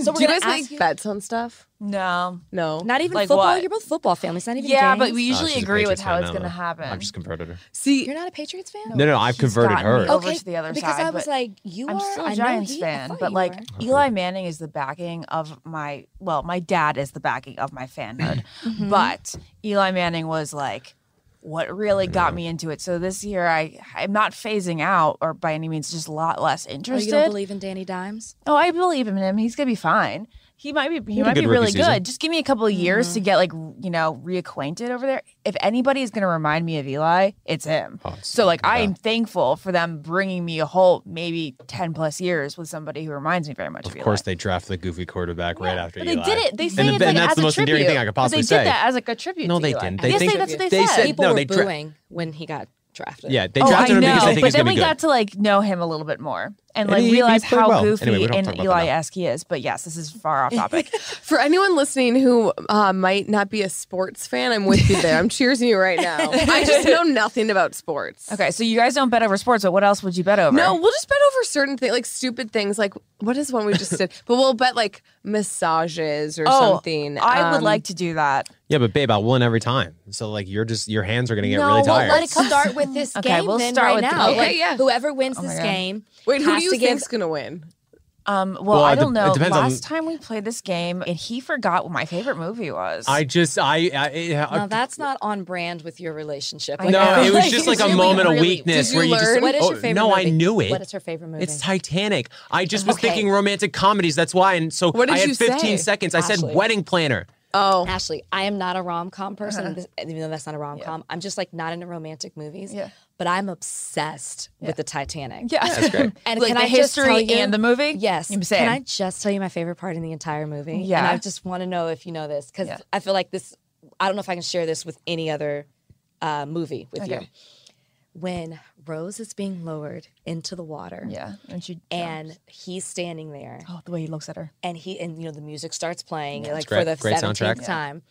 Speaker 2: So we're
Speaker 5: Do you
Speaker 2: gonna
Speaker 5: guys
Speaker 2: ask
Speaker 5: make bets on stuff?
Speaker 9: No.
Speaker 5: No.
Speaker 2: Not even
Speaker 9: Like
Speaker 2: football.
Speaker 9: what?
Speaker 2: You're both football families. Not even.
Speaker 9: Yeah, but
Speaker 2: games?
Speaker 9: we usually
Speaker 10: Oh, she's a
Speaker 9: agree with
Speaker 10: Patriots
Speaker 9: how
Speaker 10: fan,
Speaker 9: it's
Speaker 10: I
Speaker 9: going to
Speaker 10: don't know.
Speaker 9: happen.
Speaker 10: I've just converted her.
Speaker 5: See,
Speaker 2: you're not a Patriots fan.
Speaker 10: No, no, I've
Speaker 9: He's
Speaker 10: converted
Speaker 9: gotten
Speaker 10: her.
Speaker 9: me over to the other
Speaker 2: because
Speaker 9: side.
Speaker 2: I was
Speaker 9: but-
Speaker 2: like, you
Speaker 9: I'm
Speaker 2: are
Speaker 9: still
Speaker 2: I
Speaker 9: a
Speaker 2: know
Speaker 9: Oh, Giants
Speaker 2: he- I
Speaker 9: fan,
Speaker 2: thought
Speaker 9: but
Speaker 2: you
Speaker 9: like
Speaker 2: were.
Speaker 9: Eli Manning is the backing of my well, my dad is the backing of my fanhood,
Speaker 2: Mm-hmm. Oh,
Speaker 9: but Eli Manning was like what really got me into it. So this year I I'm not phasing out or by any means just a lot less
Speaker 2: Oh, you
Speaker 9: interested.
Speaker 2: don't believe in Danny Dimes?
Speaker 9: oh, I believe in him. He's gonna be fine. He might be he
Speaker 10: had a
Speaker 9: might be
Speaker 10: good
Speaker 9: really
Speaker 10: rookie season.
Speaker 9: good. Just give me a couple of years
Speaker 2: Mm-hmm.
Speaker 9: to get like you know reacquainted over there. If anybody is gonna remind me of Eli, it's him.
Speaker 10: Oh, it's-
Speaker 9: So like I
Speaker 10: yeah.
Speaker 9: am thankful for them bringing me a whole maybe ten plus years with somebody who reminds me very much of,
Speaker 10: Of course,
Speaker 9: Eli.
Speaker 10: they draft the goofy quarterback right after
Speaker 9: But
Speaker 10: Eli.
Speaker 9: they did it. They say
Speaker 10: the-
Speaker 9: it's like
Speaker 10: and that's
Speaker 9: as
Speaker 10: the
Speaker 9: a
Speaker 10: most endearing
Speaker 9: tribute.
Speaker 10: thing I could
Speaker 9: But
Speaker 10: possibly
Speaker 9: they
Speaker 10: say.
Speaker 9: did that as a good tribute.
Speaker 10: No,
Speaker 9: to
Speaker 10: they
Speaker 9: Eli.
Speaker 10: didn't. They
Speaker 9: yes,
Speaker 10: think-
Speaker 9: they, that's what they,
Speaker 10: they
Speaker 9: said.
Speaker 10: said-
Speaker 2: People
Speaker 10: no,
Speaker 2: were
Speaker 10: they dra-
Speaker 2: booing when he got drafted.
Speaker 10: Yeah, they
Speaker 9: Oh, I
Speaker 10: drafted him because
Speaker 9: know,
Speaker 10: they think
Speaker 9: but
Speaker 10: he's
Speaker 9: then
Speaker 10: gonna be
Speaker 9: we
Speaker 10: good.
Speaker 9: got to like know him a little bit more and
Speaker 10: And
Speaker 9: like
Speaker 10: he- he's
Speaker 9: realize
Speaker 10: played
Speaker 9: how
Speaker 10: well.
Speaker 9: goofy
Speaker 10: Anyway, we don't talk
Speaker 9: and
Speaker 10: about that now.
Speaker 9: Eli-esque he is. But yes, this is far off topic.
Speaker 5: for anyone listening who uh, might not be a sports fan, I'm with you there. I'm cheersing you right now. I just know nothing about sports.
Speaker 9: okay, so you guys don't bet over sports, but what else would you bet over?
Speaker 5: No, we'll just bet over certain things, like stupid things, like what is one we just did? But we'll bet like massages or
Speaker 9: Oh,
Speaker 5: something.
Speaker 9: I would
Speaker 5: Um,
Speaker 9: like to do that.
Speaker 10: Yeah, but babe, I won every time. So like, you're just your hands are gonna get
Speaker 5: No,
Speaker 10: really
Speaker 5: well,
Speaker 10: tired.
Speaker 2: Let it start with this
Speaker 9: Okay,
Speaker 2: game
Speaker 9: we'll
Speaker 2: then
Speaker 9: start
Speaker 2: right
Speaker 9: with the
Speaker 2: now.
Speaker 9: game.
Speaker 2: Like,
Speaker 5: Okay, yeah.
Speaker 2: Whoever wins
Speaker 9: my
Speaker 2: this
Speaker 9: God.
Speaker 2: game.
Speaker 5: Wait, who
Speaker 2: has
Speaker 5: do you
Speaker 2: to give-
Speaker 5: think's gonna win?
Speaker 9: Um, well,
Speaker 10: Well,
Speaker 9: I
Speaker 10: it
Speaker 9: don't
Speaker 10: dep- it
Speaker 9: know.
Speaker 10: depends on-
Speaker 9: Last time we played this game, and he forgot what my favorite movie was.
Speaker 10: I just, I, I, yeah, I
Speaker 2: Now that's not on brand with your relationship.
Speaker 9: I
Speaker 10: no,
Speaker 9: know.
Speaker 10: it was just
Speaker 9: Like,
Speaker 10: like a
Speaker 9: really,
Speaker 10: moment of
Speaker 2: really-
Speaker 10: weakness
Speaker 5: Did you
Speaker 10: where you just.
Speaker 5: learn?
Speaker 2: What is your
Speaker 10: oh,
Speaker 2: favorite
Speaker 10: no, I
Speaker 2: movie?
Speaker 10: knew it.
Speaker 2: What is her favorite movie?
Speaker 10: It's Titanic. I just was
Speaker 2: Okay.
Speaker 10: thinking romantic comedies. That's why. And so
Speaker 5: What did
Speaker 10: I had
Speaker 5: you
Speaker 10: 15
Speaker 5: say?
Speaker 10: seconds. I said
Speaker 2: Ashley.
Speaker 10: wedding planner.
Speaker 5: Oh,
Speaker 2: Ashley, I am not a rom com person,
Speaker 9: Uh-huh.
Speaker 2: and this- even though that's not a rom com. I'm just like not into romantic movies.
Speaker 9: Yeah.
Speaker 2: But I'm obsessed with the Titanic.
Speaker 9: yeah, that's great.
Speaker 2: And
Speaker 9: Like
Speaker 2: can
Speaker 9: the
Speaker 2: I just
Speaker 9: history
Speaker 2: tell you-
Speaker 9: and the movie.
Speaker 2: Yes.
Speaker 9: I'm
Speaker 2: Can I
Speaker 9: saying.
Speaker 2: just tell you my favorite part in the entire movie? And
Speaker 9: Yeah.
Speaker 2: I just want to know if you know this because
Speaker 9: Yeah.
Speaker 2: I feel like this. I don't know if I can share this with any other uh, movie with you.
Speaker 9: Okay.
Speaker 2: When Rose is being lowered into the water,
Speaker 9: yeah, and she
Speaker 2: and he's standing there,
Speaker 9: oh, the way he looks at her.
Speaker 2: and he and you know the music starts playing like
Speaker 10: great.
Speaker 2: for the
Speaker 10: Great soundtrack.
Speaker 2: seventeenth
Speaker 10: Yeah.
Speaker 2: time,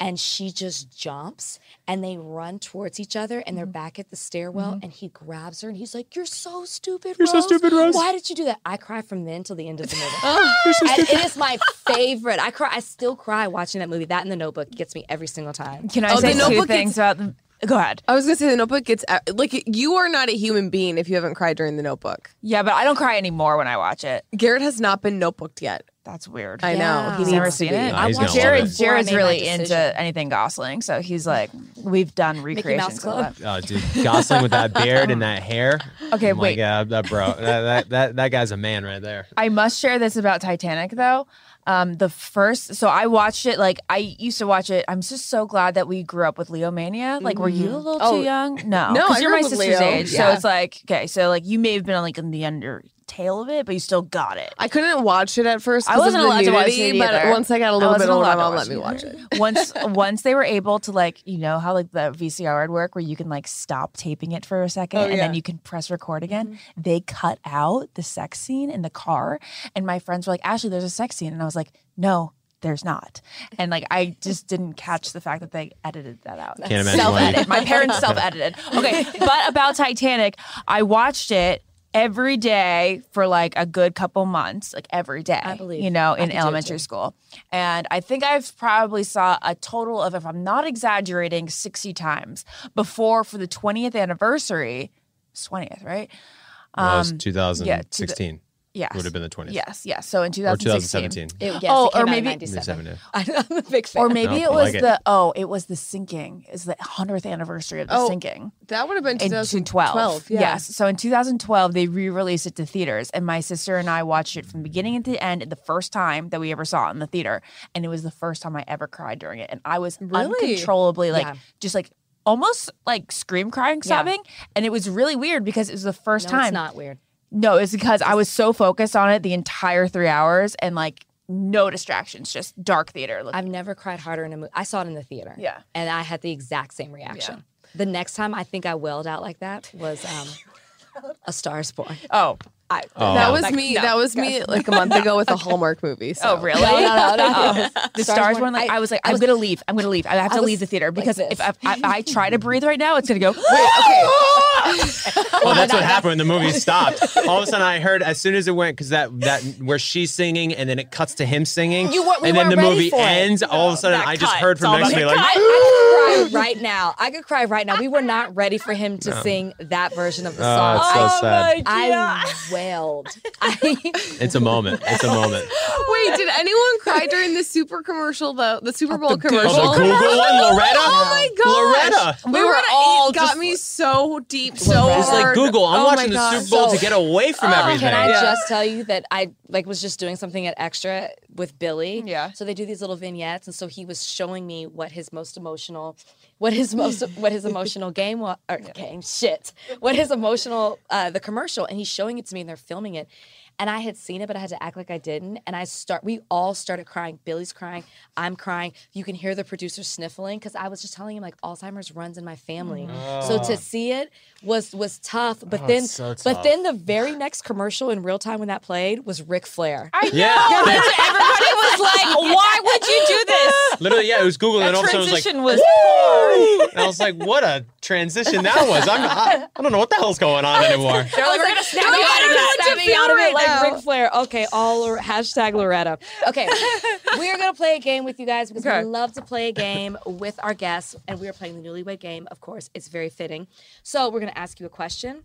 Speaker 2: and she just jumps and they run towards each other and they're
Speaker 9: Mm-hmm.
Speaker 2: back at the stairwell and he grabs her and he's like, "You're so stupid, you're Rose. so stupid, Rose. Why did you do that?" I cry from then till the end of the movie. And it is my favorite. I cry. I still cry watching that movie. That in the Notebook gets me every single time.
Speaker 9: Can I
Speaker 5: Oh,
Speaker 9: say
Speaker 5: the
Speaker 9: two
Speaker 5: Notebook
Speaker 9: things
Speaker 5: is-
Speaker 9: about the? Go ahead.
Speaker 5: I was gonna say the Notebook gets uh, like you are not a human being if you haven't cried during the Notebook.
Speaker 9: Yeah, but I don't cry anymore when I watch it.
Speaker 5: Garrett has not been Notebooked yet.
Speaker 9: That's weird.
Speaker 5: I know
Speaker 2: Yeah.
Speaker 5: he
Speaker 9: He's
Speaker 5: needs
Speaker 9: never
Speaker 5: to
Speaker 9: seen
Speaker 5: be.
Speaker 9: it.
Speaker 10: Nah, he's gonna love
Speaker 9: Jared,
Speaker 10: it.
Speaker 9: Jared's
Speaker 2: Before I made my
Speaker 9: really
Speaker 2: decision.
Speaker 9: into anything Gosling, so he's like, we've done recreations
Speaker 2: Club?
Speaker 9: of that.
Speaker 10: Oh, dude, Gosling with that beard and that hair.
Speaker 9: Okay,
Speaker 10: I'm
Speaker 9: wait.
Speaker 10: Like, yeah, that bro, that, that that that guy's a man right there.
Speaker 9: I must share this about Titanic though. Um, the first, so I watched it. Like I used to watch it. I'm just so glad that we grew up with Leo Mania. Like, were you a little
Speaker 5: Oh.
Speaker 9: too young? Mm-hmm. No,
Speaker 5: No,
Speaker 9: 'cause
Speaker 5: I
Speaker 9: you're
Speaker 5: grew
Speaker 9: my
Speaker 5: up with
Speaker 9: sister's
Speaker 5: Leo.
Speaker 9: age. So
Speaker 5: Yeah.
Speaker 9: it's like, okay, so like you may have been like in the under tail of it, but you still got it.
Speaker 5: I couldn't watch it at first. 'cause
Speaker 9: I wasn't
Speaker 5: of the
Speaker 9: allowed to watch
Speaker 5: nudity,
Speaker 9: it
Speaker 5: but
Speaker 9: either.
Speaker 5: once I got a
Speaker 9: I
Speaker 5: little bit
Speaker 9: wasn't
Speaker 5: older, my
Speaker 9: allowed to
Speaker 5: mom
Speaker 9: watch
Speaker 5: let me
Speaker 9: it.
Speaker 5: watch it.
Speaker 9: once once they were able to like you know how like the VCR would work where you can like stop taping it for a second
Speaker 5: Oh,
Speaker 9: and then you can press record again.
Speaker 5: Mm-hmm.
Speaker 9: They cut out the sex scene in the car, and my friends were like, "Ashley, there's a sex scene," and I was like, "No." There's not, and like I just didn't catch the fact that they edited that out.
Speaker 10: Can't imagine
Speaker 9: self
Speaker 10: why you-
Speaker 9: edit. My parents self edited. Okay, but about Titanic, I watched it every day for like a good couple months, like every day. I
Speaker 2: believe.
Speaker 9: you know, in elementary school. And I think I've probably saw a total of, if I'm not exaggerating, 60 times before for the 20th anniversary. It's 20th, right?
Speaker 10: Well, it was
Speaker 9: Um,
Speaker 10: 2016.
Speaker 9: Yes.
Speaker 10: Would have been the 20th.
Speaker 9: Yes, yes. So in
Speaker 10: Or
Speaker 9: 2016.
Speaker 10: 2017.
Speaker 2: It, yes,
Speaker 9: Oh,
Speaker 2: it came
Speaker 9: or
Speaker 2: out in
Speaker 9: maybe-
Speaker 2: 97.
Speaker 10: 2017.
Speaker 2: I'm a big fan.
Speaker 9: Or maybe
Speaker 10: No,
Speaker 9: it
Speaker 10: I
Speaker 9: was
Speaker 10: like it.
Speaker 9: the oh, it was the sinking. Is the hundredth anniversary of the
Speaker 5: Oh,
Speaker 9: sinking
Speaker 5: That would have been
Speaker 9: in
Speaker 5: 2012.
Speaker 9: 2012.
Speaker 5: yeah.
Speaker 9: Yes. So in 2012, they re-released it to theaters, and my sister and I watched it from the beginning to the end. The first time that we ever saw it in the theater, and it was the first time I ever cried during it, and I was uncontrollably like,
Speaker 2: Yeah.
Speaker 9: just like almost like scream crying, sobbing, and it was really weird because it was the first
Speaker 2: No,
Speaker 9: time.
Speaker 2: it's not weird.
Speaker 9: No, it's because I was so focused on it the entire three hours, and like no distractions, just dark theater. Like,
Speaker 2: I've never cried harder in a movie. I saw it in the theater.
Speaker 9: Yeah.
Speaker 2: And I had the exact same reaction. The next time I think I wailed out like that was um, A Star's Born.
Speaker 9: oh,
Speaker 2: I,
Speaker 10: Oh.
Speaker 5: that was
Speaker 2: Like,
Speaker 5: me.
Speaker 2: no,
Speaker 5: that was
Speaker 2: guys.
Speaker 5: me like a month ago with a Hallmark movie. so.
Speaker 9: Oh, really?
Speaker 2: No, no, no, no.
Speaker 9: Oh, the stars were like, I, was like, I'm gonna leave. I'm gonna leave. I have
Speaker 2: I
Speaker 9: to
Speaker 2: was
Speaker 9: leave the theater because
Speaker 2: like
Speaker 9: if I,
Speaker 2: this.
Speaker 9: I, I try to breathe right now, it's gonna go.
Speaker 10: Oh, that's what happened when the movie stopped. All of a sudden, I heard as soon as it went because that that where she's singing and then it cuts to him singing,
Speaker 2: You weren't- we
Speaker 10: and then the
Speaker 2: weren't ready
Speaker 10: movie
Speaker 2: for it.
Speaker 10: ends. all of a sudden,
Speaker 11: that
Speaker 10: I just
Speaker 11: cut.
Speaker 10: heard
Speaker 11: It's all
Speaker 10: from next to
Speaker 11: about the
Speaker 10: me like,
Speaker 2: I, I could cry right now. I could cry right now. We were not ready for him to sing that version of the
Speaker 10: oh,
Speaker 2: song.
Speaker 10: it's so sad.
Speaker 2: I wailed. I,
Speaker 10: It's a moment. It's a moment.
Speaker 5: Wait, did anyone cry during the super commercial though? The Super Bowl commercial.
Speaker 10: Oh, the Google one, Loretta.
Speaker 5: Oh my gosh.
Speaker 10: Loretta.
Speaker 5: We were all got me so deep, so
Speaker 2: Loretta.
Speaker 10: It's like
Speaker 5: hard.
Speaker 10: Google. I'm
Speaker 5: Oh my
Speaker 10: watching the
Speaker 5: gosh.
Speaker 10: Super Bowl
Speaker 2: So- Oh,
Speaker 10: to get away from everything.
Speaker 2: Can I
Speaker 5: Yeah.
Speaker 2: just tell you that I like was just doing something at Extra with Billy.
Speaker 9: Yeah.
Speaker 2: So they do these little vignettes, and so he was showing me what his most emotional, what his most, what his emotional game was, or game shit, what his emotional, uh, the commercial, and he's showing it to me, and they're filming it, and I had seen it, but I had to act like I didn't, and I start, we all started crying. Billy's crying, I'm crying. You can hear the producer sniffling because I was just telling him like Alzheimer's runs in my family,
Speaker 10: Mm.
Speaker 2: so to see it was was tough. But then,
Speaker 10: Ah. Oh, so
Speaker 2: but
Speaker 10: tough.
Speaker 2: then the very next commercial in real time when that played was Ric Flair.
Speaker 10: Yeah.
Speaker 11: Everybody was like, why would you do this?
Speaker 10: Literally, yeah, it was Google, and all of a sudden it was like,
Speaker 11: Transition was
Speaker 10: "Woo!" and I was like, "What a transition that was!" I'm, I, I don't know what the hell's going on anymore.
Speaker 2: They're like, we're gonna snap me out of it, snap me out of it like Ric Flair. Okay, all or, hashtag Loretta. Okay, we are gonna play a game with you guys because
Speaker 9: Okay.
Speaker 2: we love to play a game with our guests, and we are playing the newlywed game. Of course, it's very fitting. So we're gonna ask you a question.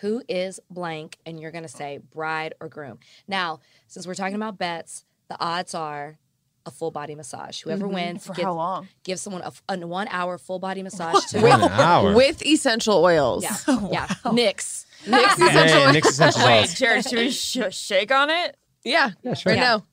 Speaker 2: Who is blank? And you're gonna say bride or groom. Now, since we're talking about bets, the odds are a full body massage. Whoever wins
Speaker 9: Mm-hmm. For
Speaker 2: gets-
Speaker 9: how long?
Speaker 2: give someone a, f- a one hour full body massage to
Speaker 10: One hour.
Speaker 5: with essential oils.
Speaker 2: yeah yeah Nyx
Speaker 5: Nyx essential
Speaker 10: Man,
Speaker 5: oils.
Speaker 10: Nick's essential sauce.
Speaker 9: Jared, should we sh- shake on it?
Speaker 5: Yeah, right
Speaker 2: Yeah.
Speaker 5: now.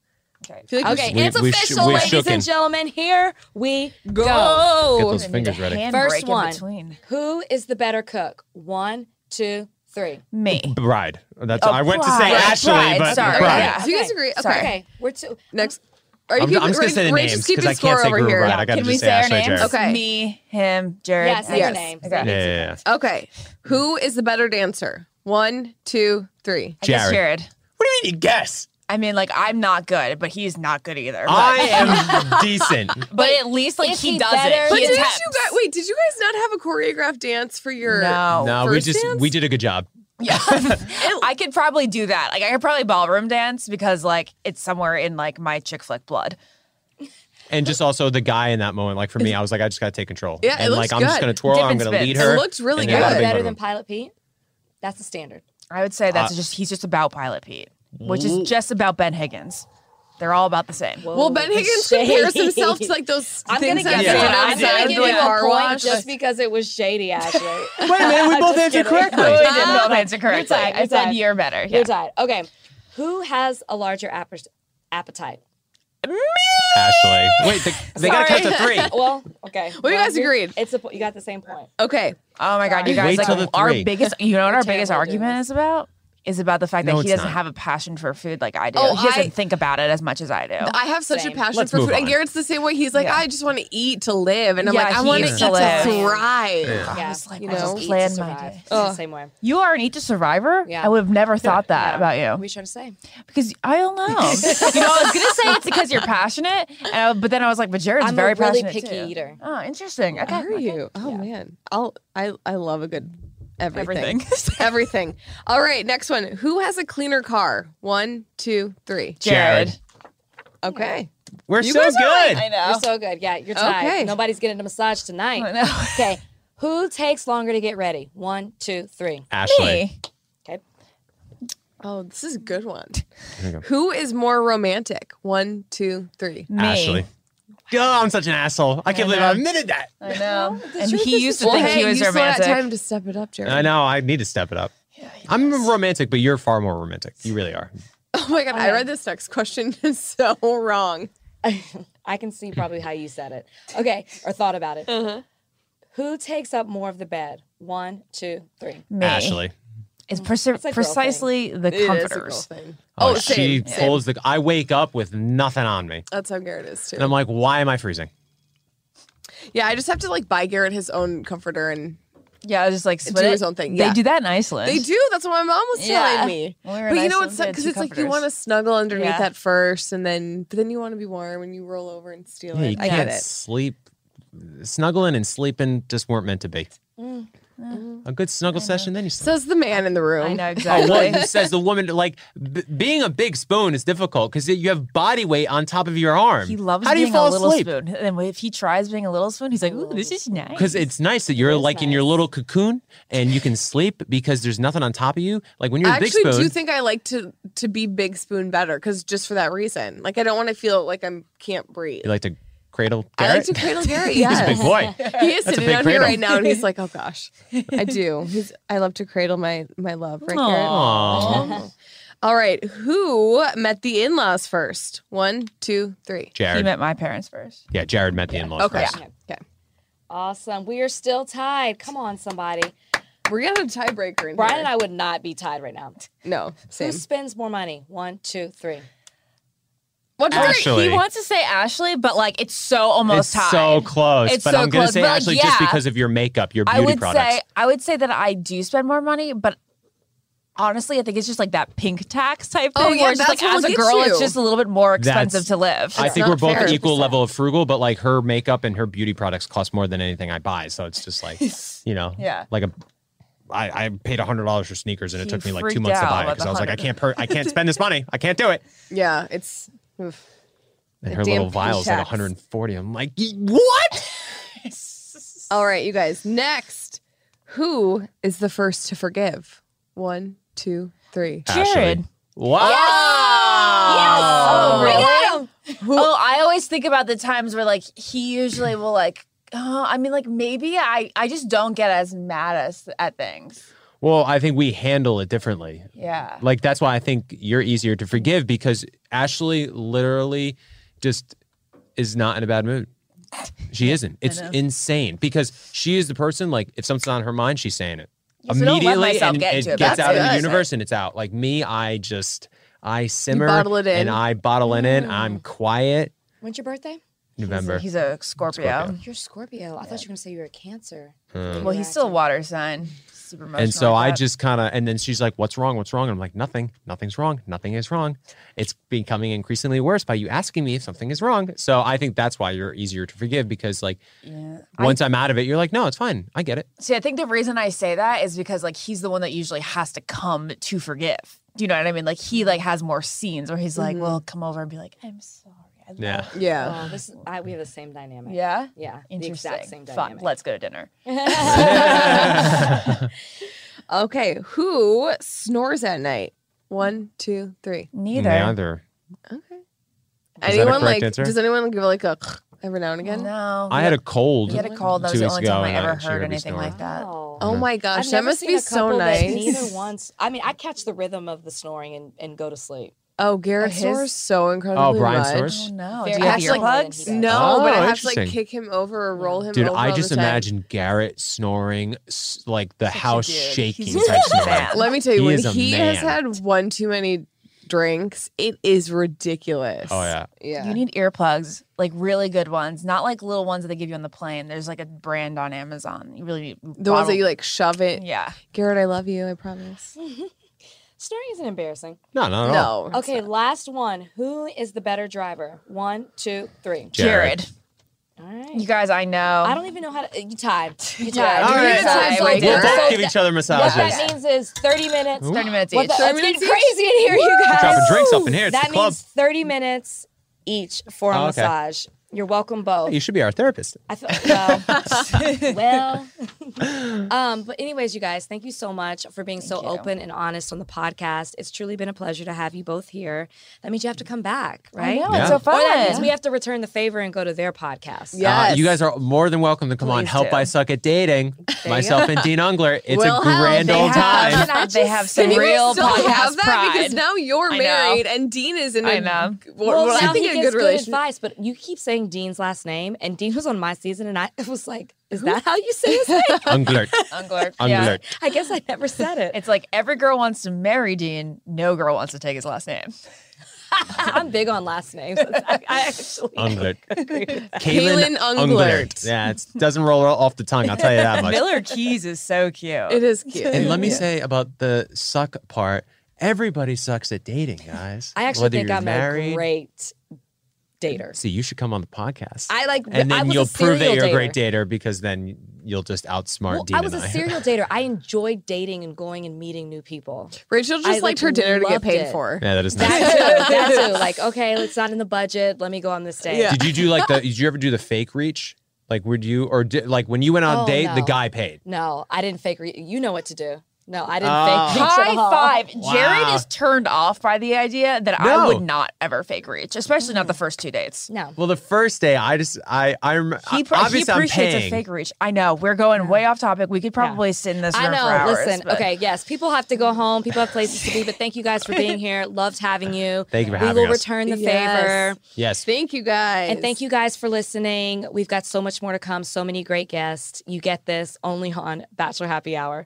Speaker 9: Okay.
Speaker 5: I feel like
Speaker 2: okay
Speaker 10: we-
Speaker 2: it's
Speaker 10: we sh-
Speaker 2: official
Speaker 10: we
Speaker 2: ladies
Speaker 10: shooken.
Speaker 2: and gentlemen here we go,
Speaker 10: Get those fingers ready.
Speaker 9: Hand
Speaker 2: First
Speaker 9: break
Speaker 2: one.
Speaker 9: In between.
Speaker 2: who is the better cook one two three
Speaker 9: Me.
Speaker 10: Bride. That's.
Speaker 9: Oh,
Speaker 10: I went to say
Speaker 9: bride.
Speaker 10: Ashley,
Speaker 9: Bride,
Speaker 10: but
Speaker 9: sorry.
Speaker 10: bride.
Speaker 5: Yeah. Do you guys agree?
Speaker 2: okay,
Speaker 5: Okay.
Speaker 2: we're two
Speaker 5: Next. Are you
Speaker 10: I'm,
Speaker 5: keeping,
Speaker 10: I'm just gonna
Speaker 5: Rach-
Speaker 10: say the
Speaker 5: Rach
Speaker 10: names
Speaker 5: is keeping
Speaker 10: because I
Speaker 5: score
Speaker 10: can't say
Speaker 5: over
Speaker 10: Guru
Speaker 5: here.
Speaker 10: Bride. I gotta
Speaker 9: Can we
Speaker 10: just
Speaker 9: say
Speaker 10: say
Speaker 9: our
Speaker 10: Ashley
Speaker 9: names?
Speaker 10: Jared.
Speaker 5: Okay.
Speaker 9: Me, him, Jared.
Speaker 2: yeah say
Speaker 9: and-
Speaker 2: your
Speaker 5: Yes.
Speaker 2: names
Speaker 9: Okay.
Speaker 10: Yeah, yeah, yeah.
Speaker 5: Okay. Who is the better dancer? One, two, three.
Speaker 9: I guess Jared.
Speaker 10: Jared. What do you mean? You guess.
Speaker 9: I mean, like I'm not good, but he's not good either. But,
Speaker 10: Ah. I am decent.
Speaker 9: but at least like
Speaker 2: Is
Speaker 9: he,
Speaker 2: he
Speaker 9: does
Speaker 2: better?
Speaker 9: it.
Speaker 5: But
Speaker 9: He
Speaker 5: did you
Speaker 9: attempts.
Speaker 5: guys wait? Did you guys not have a choreographed dance for your?
Speaker 9: No.
Speaker 10: No, we
Speaker 5: first
Speaker 10: just
Speaker 5: dance?
Speaker 10: we did a good job.
Speaker 9: Yeah. I could probably do that. Like I could probably ballroom dance because like it's somewhere in like my chick flick blood.
Speaker 10: And just also the guy in that moment, like for me, I was like, I just gotta take control.
Speaker 5: Yeah, it
Speaker 10: and like
Speaker 5: looks
Speaker 10: I'm just
Speaker 5: good.
Speaker 10: gonna twirl,
Speaker 9: Dip
Speaker 10: I'm
Speaker 9: and
Speaker 10: gonna
Speaker 9: spins.
Speaker 10: lead
Speaker 9: It
Speaker 10: her.
Speaker 5: looks really
Speaker 10: and
Speaker 5: Yeah,
Speaker 10: then I
Speaker 5: good.
Speaker 10: gotta
Speaker 2: are
Speaker 10: make
Speaker 2: you
Speaker 10: my
Speaker 2: better
Speaker 10: room.
Speaker 2: than pilot pete that's the standard
Speaker 9: I would say
Speaker 10: Uh,
Speaker 9: that's just he's just about Pilot Pete, which is just about Ben Higgins. They're all about the same.
Speaker 5: Well, Ben Higgins compares himself to like those
Speaker 2: I'm gonna
Speaker 5: things
Speaker 2: give
Speaker 5: that
Speaker 2: you,
Speaker 10: Yeah.
Speaker 5: happen
Speaker 2: I'm
Speaker 5: outside
Speaker 2: gonna
Speaker 5: of
Speaker 2: give
Speaker 5: the
Speaker 2: you a
Speaker 5: car
Speaker 2: point
Speaker 5: wash.
Speaker 2: just because it was shady, Ashley.
Speaker 10: Wait a minute, we both answered correctly.
Speaker 9: I didn't both answer
Speaker 2: You're
Speaker 9: correctly.
Speaker 2: tied,
Speaker 9: I
Speaker 2: you're
Speaker 9: said
Speaker 2: tied.
Speaker 9: you're better.
Speaker 2: You're
Speaker 9: Yeah.
Speaker 2: tied. Okay, who has a larger appet- appetite?
Speaker 10: Ashley. Wait, they, they gotta
Speaker 9: Sorry.
Speaker 10: cut to three.
Speaker 2: Well, okay.
Speaker 5: Well, you guys
Speaker 2: you're-
Speaker 5: agreed.
Speaker 2: It's a, po- you got the same point.
Speaker 5: Okay.
Speaker 9: Oh my god, you
Speaker 10: Wait
Speaker 9: guys
Speaker 10: till the
Speaker 9: like our
Speaker 10: three.
Speaker 9: biggest you know what our biggest
Speaker 2: terrible at doing
Speaker 9: argument is about? Is about the fact
Speaker 10: No,
Speaker 9: that he
Speaker 10: it's
Speaker 9: doesn't
Speaker 10: not.
Speaker 9: have a passion for food like I do.
Speaker 5: Oh,
Speaker 9: he doesn't
Speaker 5: I-
Speaker 9: think about it as much as I do.
Speaker 5: I have such
Speaker 2: Same.
Speaker 5: a passion
Speaker 10: Let's
Speaker 5: for
Speaker 10: move
Speaker 5: food. And
Speaker 10: on.
Speaker 5: Garrett's the same way. He's like,
Speaker 9: Yeah.
Speaker 5: I just want to eat to live. And I'm
Speaker 9: Yeah,
Speaker 5: like, I
Speaker 9: he
Speaker 5: want to
Speaker 9: eats
Speaker 5: eat
Speaker 9: to
Speaker 5: to
Speaker 9: live.
Speaker 5: thrive.
Speaker 9: I
Speaker 2: Yeah,
Speaker 9: was like,
Speaker 2: you
Speaker 9: I
Speaker 2: know,
Speaker 9: just
Speaker 2: eat
Speaker 9: planned
Speaker 2: to
Speaker 9: my
Speaker 2: survive.
Speaker 9: day.
Speaker 2: It's the same way.
Speaker 9: You are an Eat to Survivor?
Speaker 2: Yeah.
Speaker 9: I would have never thought that about
Speaker 2: What are
Speaker 9: you.
Speaker 2: you trying to say?
Speaker 9: Because I don't know. you know, I was going to say it's because you're passionate, and I, but then I was like, but Jared's
Speaker 2: I'm a
Speaker 9: very
Speaker 2: really
Speaker 9: passionate
Speaker 2: picky
Speaker 9: too.
Speaker 2: eater.
Speaker 9: Oh, interesting. Okay.
Speaker 5: Are you? Oh man, I'll I I love a good everything.
Speaker 9: Everything.
Speaker 5: everything. All right, next one. Who has a cleaner car? One, two, three.
Speaker 9: Jared.
Speaker 10: Jared.
Speaker 5: Okay.
Speaker 10: We're
Speaker 5: You
Speaker 10: so
Speaker 5: guys
Speaker 10: good.
Speaker 5: are like-
Speaker 9: I know.
Speaker 2: You're so good. Yeah, you're tied.
Speaker 5: Okay.
Speaker 2: Nobody's getting a massage tonight.
Speaker 9: I know.
Speaker 2: Okay, who takes longer to get ready? One, two, three.
Speaker 10: Ashley.
Speaker 9: Me.
Speaker 2: Okay.
Speaker 5: Oh, this is a good one. Who is more romantic? One, two, three.
Speaker 9: Me.
Speaker 10: Ashley. Oh, I'm such an asshole. I can't believe I admitted that.
Speaker 9: I know. And he used to think
Speaker 5: hey,
Speaker 9: he was
Speaker 5: you still got
Speaker 9: romantic.
Speaker 5: time to step it up, Jared.
Speaker 10: I know, I need to step it up. I'm romantic, but you're far more romantic. You really are.
Speaker 5: Oh my god, I read this next question so wrong.
Speaker 2: I can see probably how you said it. Okay, or thought about it. Who takes up more of the bed? One, two, three.
Speaker 9: Me.
Speaker 10: Ashley.
Speaker 9: It's, perse-
Speaker 2: a girl
Speaker 9: precisely the
Speaker 5: It is a girl
Speaker 9: comforters.
Speaker 5: thing.
Speaker 10: Oh,
Speaker 5: Oh,
Speaker 10: she
Speaker 5: same, same.
Speaker 10: pulls the I wake up with nothing on me.
Speaker 5: That's how Garrett is too.
Speaker 10: And I'm like, why am I freezing?
Speaker 5: yeah, I just have to like buy Garrett his own comforter and
Speaker 9: Yeah, just like split
Speaker 5: do
Speaker 9: it.
Speaker 5: his own thing. Yeah.
Speaker 9: They do that in Iceland.
Speaker 5: They do. That's what my mom was
Speaker 9: Yeah.
Speaker 5: telling me.
Speaker 9: When we were in
Speaker 5: But you know
Speaker 9: Iceland,
Speaker 5: it's
Speaker 9: we had
Speaker 5: because
Speaker 9: two
Speaker 5: it's like you
Speaker 9: comforters.
Speaker 5: want to snuggle underneath
Speaker 9: Yeah.
Speaker 5: that first, and then but then you want to be warm and you roll over and steal
Speaker 10: Yeah, you
Speaker 5: it. I get
Speaker 10: can't
Speaker 5: it.
Speaker 10: sleep. Snuggling and sleeping just weren't meant to be. Mm. A good snuggle session, then you sleep.
Speaker 5: Says the man in the room.
Speaker 9: I know
Speaker 10: Oh, well,
Speaker 9: exactly.
Speaker 10: you says the woman like b- being a big spoon is difficult because you have body weight on top of your arm.
Speaker 9: he loves
Speaker 10: How do
Speaker 9: being
Speaker 10: you fall
Speaker 9: a little
Speaker 10: asleep?
Speaker 9: spoon. And if he tries being a little spoon, he's like, "Ooh, this is nice."
Speaker 10: Because it's nice that you're like in your little cocoon and you can sleep because there's nothing on top of you. Like when you're
Speaker 5: I
Speaker 10: a big
Speaker 5: actually
Speaker 10: spoon,
Speaker 5: do think I like to to be big spoon better because just for that reason. Like I don't want to feel like I'm can't breathe.
Speaker 10: you like to cradle.
Speaker 5: I like to
Speaker 10: Garrett?
Speaker 5: cradle Garrett.
Speaker 10: He's a
Speaker 5: Yes.
Speaker 10: big boy.
Speaker 5: He is
Speaker 10: That's a
Speaker 5: sitting
Speaker 10: big
Speaker 5: down here
Speaker 10: cradle.
Speaker 5: right now, and he's like, "Oh gosh, I do." He's, I love to cradle my my love, right,
Speaker 10: Aww.
Speaker 5: Garrett? All right, who met the in laws first? One, two, three.
Speaker 9: he
Speaker 10: Jared.
Speaker 9: met my parents first.
Speaker 10: yeah, Jared met the in-laws
Speaker 5: Okay.
Speaker 10: first.
Speaker 5: Okay,
Speaker 2: Awesome. We are still tied. Come on, somebody.
Speaker 5: we're gonna have a tiebreaker. In
Speaker 2: Brian
Speaker 5: here.
Speaker 2: and I would not be tied right now.
Speaker 5: No,
Speaker 2: Who
Speaker 5: same.
Speaker 2: spends more money? One, two, three.
Speaker 5: One, two, three.
Speaker 10: Actually,
Speaker 9: He wants to say Ashley, but like it's so almost
Speaker 10: it's
Speaker 9: tied.
Speaker 10: so close.
Speaker 9: It's
Speaker 10: but
Speaker 9: so
Speaker 10: I'm going to
Speaker 9: close,
Speaker 10: say
Speaker 9: but, like,
Speaker 10: actually just
Speaker 9: yeah.
Speaker 10: because of your makeup, your
Speaker 9: I
Speaker 10: beauty
Speaker 9: would
Speaker 10: products.
Speaker 9: say I would say that I do spend more money, but honestly, I think it's just like that pink tax type thing.
Speaker 5: Oh, yeah,
Speaker 9: where it's just
Speaker 5: that's
Speaker 9: like as
Speaker 5: what'll
Speaker 9: a
Speaker 5: get
Speaker 9: girl,
Speaker 5: you.
Speaker 9: it's just a little bit more expensive
Speaker 10: That's-
Speaker 9: to live.
Speaker 10: I
Speaker 5: It's
Speaker 10: think
Speaker 5: not
Speaker 10: we're both
Speaker 5: fair.
Speaker 10: equal level of frugal, but like her makeup and her beauty products cost more than anything I buy. So it's just like, you know,
Speaker 9: Yeah.
Speaker 10: like a. I, I paid hundred dollars for sneakers and it
Speaker 9: He
Speaker 10: took me like two
Speaker 9: freaked
Speaker 10: months to
Speaker 9: out
Speaker 10: buy it
Speaker 9: about
Speaker 10: because
Speaker 9: the
Speaker 10: I was like, I
Speaker 9: $100.
Speaker 10: can't, per- I can't spend this money. I can't do it.
Speaker 5: Yeah, it's. oof.
Speaker 10: And
Speaker 5: The
Speaker 10: her
Speaker 5: damn
Speaker 10: little vials at
Speaker 5: peacocks.
Speaker 10: 140. I'm like, "Y- what?
Speaker 5: All right, you guys. Next, who is the first to forgive? One, two, three.
Speaker 9: Jared.
Speaker 10: Ashley. Wow.
Speaker 9: Oh, really?
Speaker 5: Really?
Speaker 9: Oh, I always think about the times where like he usually will like. Oh, I mean, like maybe I I just don't get as mad as at things.
Speaker 10: Well, I think we handle it differently.
Speaker 9: Yeah.
Speaker 10: Like that's why I think you're easier to forgive because Ashley literally just is not in a bad mood. She isn't. It's insane because she is the person like if something's on her mind, she's saying it
Speaker 9: So don't let myself
Speaker 10: and
Speaker 9: get
Speaker 10: it
Speaker 9: into it.
Speaker 10: gets
Speaker 9: That's
Speaker 10: out in the
Speaker 5: good.
Speaker 10: universe and it's out. Like me, I just I simmer
Speaker 5: bottle it in.
Speaker 10: and I bottle it
Speaker 9: Mm.
Speaker 10: in. I'm quiet.
Speaker 2: When's your birthday?
Speaker 10: November.
Speaker 9: He's a Scorpio.
Speaker 10: Scorpio.
Speaker 2: You're Scorpio. I thought you were going to say you were a Cancer.
Speaker 9: Well, he's still a water sign. Super
Speaker 10: and so
Speaker 9: emotional like
Speaker 10: I
Speaker 9: that.
Speaker 10: just kind of, and then she's like, "What's wrong? What's wrong?" And I'm like, "Nothing. Nothing's wrong. Nothing is wrong. It's becoming increasingly worse by you asking me if something is wrong." So I think that's why you're easier to forgive because, like,
Speaker 9: yeah.
Speaker 10: once I'm out of it, you're like, "No, it's fine. I get it."
Speaker 9: See, I think the reason I say that is because like he's the one that usually has to come to forgive. Do you know what I mean? Like he like has more scenes where he's like,
Speaker 5: Mm-hmm.
Speaker 9: "Well, come over and be like, I'm sorry." I love
Speaker 10: Yeah.
Speaker 9: you."
Speaker 5: Yeah.
Speaker 2: Oh, this is, I, we have the same dynamic.
Speaker 9: Yeah.
Speaker 2: Yeah. The
Speaker 9: Interesting.
Speaker 2: exact same
Speaker 9: Fuck,
Speaker 2: dynamic.
Speaker 9: let's go to dinner.
Speaker 5: Okay, who snores at night? One, two, three.
Speaker 9: Neither.
Speaker 10: Neither. that a
Speaker 5: anyone
Speaker 10: correct
Speaker 5: like?
Speaker 10: answer?
Speaker 5: Does anyone give like a every now and again?
Speaker 9: No.
Speaker 10: I had a cold.
Speaker 9: he had a cold. That was
Speaker 10: two
Speaker 9: the
Speaker 10: weeks
Speaker 9: only
Speaker 10: ago
Speaker 9: time I
Speaker 10: and
Speaker 9: ever
Speaker 10: she
Speaker 9: heard
Speaker 10: me
Speaker 9: anything
Speaker 10: snoring.
Speaker 9: like that.
Speaker 2: Wow.
Speaker 5: Oh my gosh,
Speaker 2: I've
Speaker 5: that
Speaker 2: never
Speaker 5: must
Speaker 2: seen
Speaker 5: be
Speaker 2: a
Speaker 5: so
Speaker 2: couple that
Speaker 5: nice.
Speaker 2: Neither once. I mean, I catch the rhythm of the snoring and, and go to sleep.
Speaker 5: Oh, Garrett
Speaker 9: Oh, his-
Speaker 5: snores so incredibly
Speaker 10: Brian
Speaker 5: much.
Speaker 10: snores?
Speaker 9: Oh no.
Speaker 2: Very
Speaker 9: Do you have
Speaker 5: Ashley-
Speaker 9: earplugs?
Speaker 5: No,
Speaker 10: Oh,
Speaker 5: but I have to like
Speaker 10: interesting.
Speaker 5: kick him over or roll him
Speaker 10: Dude,
Speaker 5: over.
Speaker 10: I
Speaker 5: all
Speaker 10: just
Speaker 5: the time.
Speaker 10: imagine Garrett snoring s- like the
Speaker 9: a
Speaker 10: house
Speaker 9: dude.
Speaker 10: shaking
Speaker 9: He's
Speaker 10: type
Speaker 9: a
Speaker 10: snoring.
Speaker 9: man.
Speaker 5: Let me tell you,
Speaker 10: He
Speaker 5: when
Speaker 10: is a
Speaker 5: he has
Speaker 10: man.
Speaker 5: had one too many drinks, it is ridiculous.
Speaker 10: Oh yeah.
Speaker 5: yeah.
Speaker 9: You need earplugs, like really good ones, not like little ones that they give you on the plane. There's like a brand on Amazon. You really need
Speaker 5: the ones that you like shove it.
Speaker 9: Yeah.
Speaker 5: Garrett, I love you. I promise.
Speaker 2: Snoring isn't embarrassing.
Speaker 10: No, not at all.
Speaker 5: No.
Speaker 2: Okay, last one. Who is the better driver? One, two, three.
Speaker 9: Jared.
Speaker 10: Jared.
Speaker 2: All right.
Speaker 9: You guys, I know.
Speaker 2: I don't even know how to. uh, You tied. You tied.
Speaker 9: Um, All
Speaker 5: right.
Speaker 2: You tied.
Speaker 9: Sorry,
Speaker 2: So
Speaker 9: we
Speaker 10: We'll
Speaker 9: did.
Speaker 2: so
Speaker 10: both give each other
Speaker 2: what
Speaker 10: massages.
Speaker 2: that means is 30 minutes.
Speaker 9: 30 minutes
Speaker 2: What
Speaker 9: each.
Speaker 2: the, it's getting
Speaker 5: minutes each?
Speaker 2: crazy in here, you guys.
Speaker 10: Dropping drinks up in here. It's
Speaker 2: that
Speaker 10: the club.
Speaker 2: means 30 minutes each for a
Speaker 10: Oh, okay. E
Speaker 2: massage. You're welcome both.
Speaker 10: You should be our therapist.
Speaker 2: I feel well. well. um, but anyways, you guys, thank you so much for being so
Speaker 9: you.
Speaker 2: open and honest on the podcast. It's truly been a pleasure to have you both here. That means you have to come back,
Speaker 9: I
Speaker 2: right?
Speaker 9: know.
Speaker 10: Yeah.
Speaker 9: It's so
Speaker 10: Or
Speaker 2: Or that means
Speaker 9: fun.
Speaker 2: we have to return the favor and go to their podcast.
Speaker 10: Uh,
Speaker 5: Yes.
Speaker 10: you guys are more than welcome to come on.
Speaker 9: Please
Speaker 10: Help
Speaker 9: do.
Speaker 10: I Suck at Dating. Myself and Dean Ungler. It's
Speaker 5: We'll help.
Speaker 10: a grand
Speaker 5: They
Speaker 10: old
Speaker 9: have-
Speaker 10: time.
Speaker 9: I they have some
Speaker 5: Can you guys
Speaker 9: real
Speaker 5: still have
Speaker 9: podcast
Speaker 5: that?
Speaker 9: pride.
Speaker 5: Because now you're
Speaker 9: I know.
Speaker 5: married and Dean is in a-
Speaker 9: I know.
Speaker 5: what-
Speaker 2: Well,
Speaker 5: what
Speaker 2: now
Speaker 5: I think
Speaker 2: he
Speaker 5: a
Speaker 2: gives
Speaker 5: good relationship.
Speaker 2: advice, but you keep saying Dean's last name, and Dean was on my season, and I was like, "Is that how you say his name?"
Speaker 10: Ungler.
Speaker 9: Ungler. Yeah.
Speaker 10: Ungler.
Speaker 2: I guess I never said it.
Speaker 9: It's like every girl wants to marry Dean. No girl wants to take his last name.
Speaker 2: I'm big on last names. I, I actually
Speaker 10: Unglert.
Speaker 2: agree.
Speaker 5: Kaylin Unglert.
Speaker 10: Yeah, it doesn't roll off the tongue. I'll tell you that much.
Speaker 9: Miller Keys is so cute.
Speaker 5: It is cute.
Speaker 10: And let me say about the suck part. Everybody sucks at dating, guys.
Speaker 2: I actually
Speaker 10: Whether
Speaker 2: think
Speaker 10: you're
Speaker 2: I'm
Speaker 10: married,
Speaker 2: a great dater.
Speaker 10: See, you should come on the podcast.
Speaker 2: I like
Speaker 10: and
Speaker 2: I
Speaker 10: then
Speaker 2: was
Speaker 10: you'll
Speaker 2: a
Speaker 10: prove that
Speaker 2: serial
Speaker 10: you're
Speaker 2: dater.
Speaker 10: a great dater because then you'll just outsmart
Speaker 2: Well,
Speaker 10: Dean
Speaker 2: I was
Speaker 10: and
Speaker 2: a
Speaker 10: I.
Speaker 2: serial dater. I enjoyed dating and going and meeting new people.
Speaker 5: Rachel just
Speaker 2: I,
Speaker 5: liked
Speaker 2: like,
Speaker 5: her dinner to get
Speaker 2: loved
Speaker 5: paid
Speaker 2: it.
Speaker 5: for.
Speaker 10: yeah, that is nice.
Speaker 2: That too. That too. Like, okay, it's not in the budget. Let me go on this date.
Speaker 5: Yeah.
Speaker 10: Did you do like the? Did you ever do the fake reach? Like, would you or did, like when you went on a
Speaker 2: Oh,
Speaker 10: date, the
Speaker 2: no.
Speaker 10: guy paid?
Speaker 2: No, I didn't fake. Re- you know what to do. No, I didn't
Speaker 10: Oh.
Speaker 2: fake. reach
Speaker 9: High
Speaker 2: at all.
Speaker 9: five.
Speaker 10: Wow.
Speaker 9: Jared is turned off by the idea that I
Speaker 10: No.
Speaker 9: would not ever fake reach, especially not the first two dates.
Speaker 2: No.
Speaker 10: Well, the first day, I just I I remember.
Speaker 9: He, pr- he
Speaker 10: obviously, I'm
Speaker 9: appreciates a
Speaker 10: paying.
Speaker 9: fake reach. I know. We're going way off topic. We could probably sit in this room
Speaker 2: I know.
Speaker 9: for hours.
Speaker 2: listen,
Speaker 9: but-
Speaker 2: okay, yes, people have to go home. People have places to be, but thank you guys for being here. Loved having you.
Speaker 10: Thank you for
Speaker 2: we
Speaker 10: having
Speaker 2: will
Speaker 10: us.
Speaker 2: return the
Speaker 5: Yes.
Speaker 2: favor.
Speaker 10: Yes,
Speaker 5: Thank you guys.
Speaker 2: And thank you guys for listening. We've got so much more to come, so many great guests. You get this only on Bachelor Happy Hour.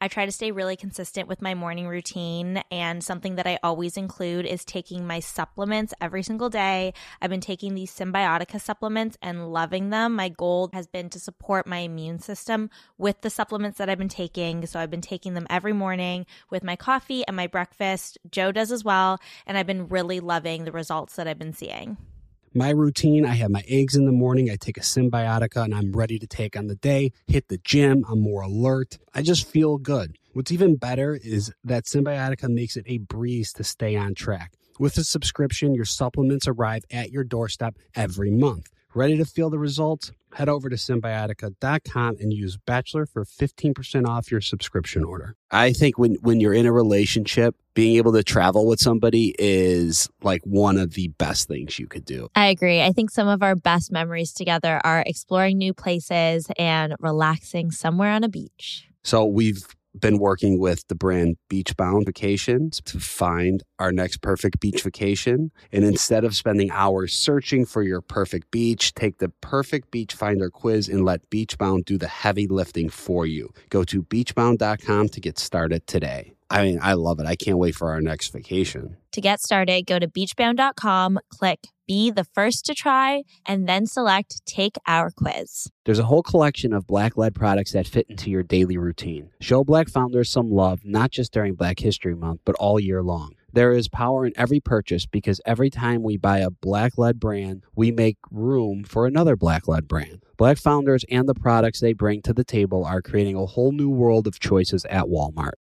Speaker 11: I try to stay really consistent with my morning routine. And something that I always include is taking my supplements every single day. I've been taking these Symbiotica supplements and loving them. My goal has been to support my immune system with the supplements that I've been taking. So I've been taking them every morning with my coffee and my breakfast. Joe does as well. And I've been really loving the results that I've been seeing.
Speaker 1: My routine I have my eggs in the morning, I take a Symbiotica, and I'm ready to take on the day. Hit the gym, I'm more alert. I just feel good. What's even better is that Symbiotica makes it a breeze to stay on track. With a subscription, your supplements arrive at your doorstep every month. Ready to feel the results? Head over to symbiotica.com and use Bachelor for 15% off your subscription order.
Speaker 12: I think when when you're in a relationship, being able to travel with somebody is like one of the best things you could do.
Speaker 13: I agree. I think some of our best memories together are exploring new places and relaxing somewhere on a beach.
Speaker 12: So we've been working with the brand Beachbound Vacations to find our next perfect beach vacation. And instead of spending hours searching for your perfect beach, take the perfect beach finder quiz and let Beachbound do the heavy lifting for you. Go to beachbound.com to get started today. I mean, I love it. I can't wait for our next vacation.
Speaker 13: To get started, go to beachbound.com, click be the first to try, and then select take our quiz.
Speaker 12: There's a whole collection of black led products that fit into your daily routine. Show black founders some love, not just during Black History Month, but all year long. There is power in every purchase because every time we buy a black led brand, we make room for another black led brand. Black founders and the products they bring to the table are creating a whole new world of choices at Walmart.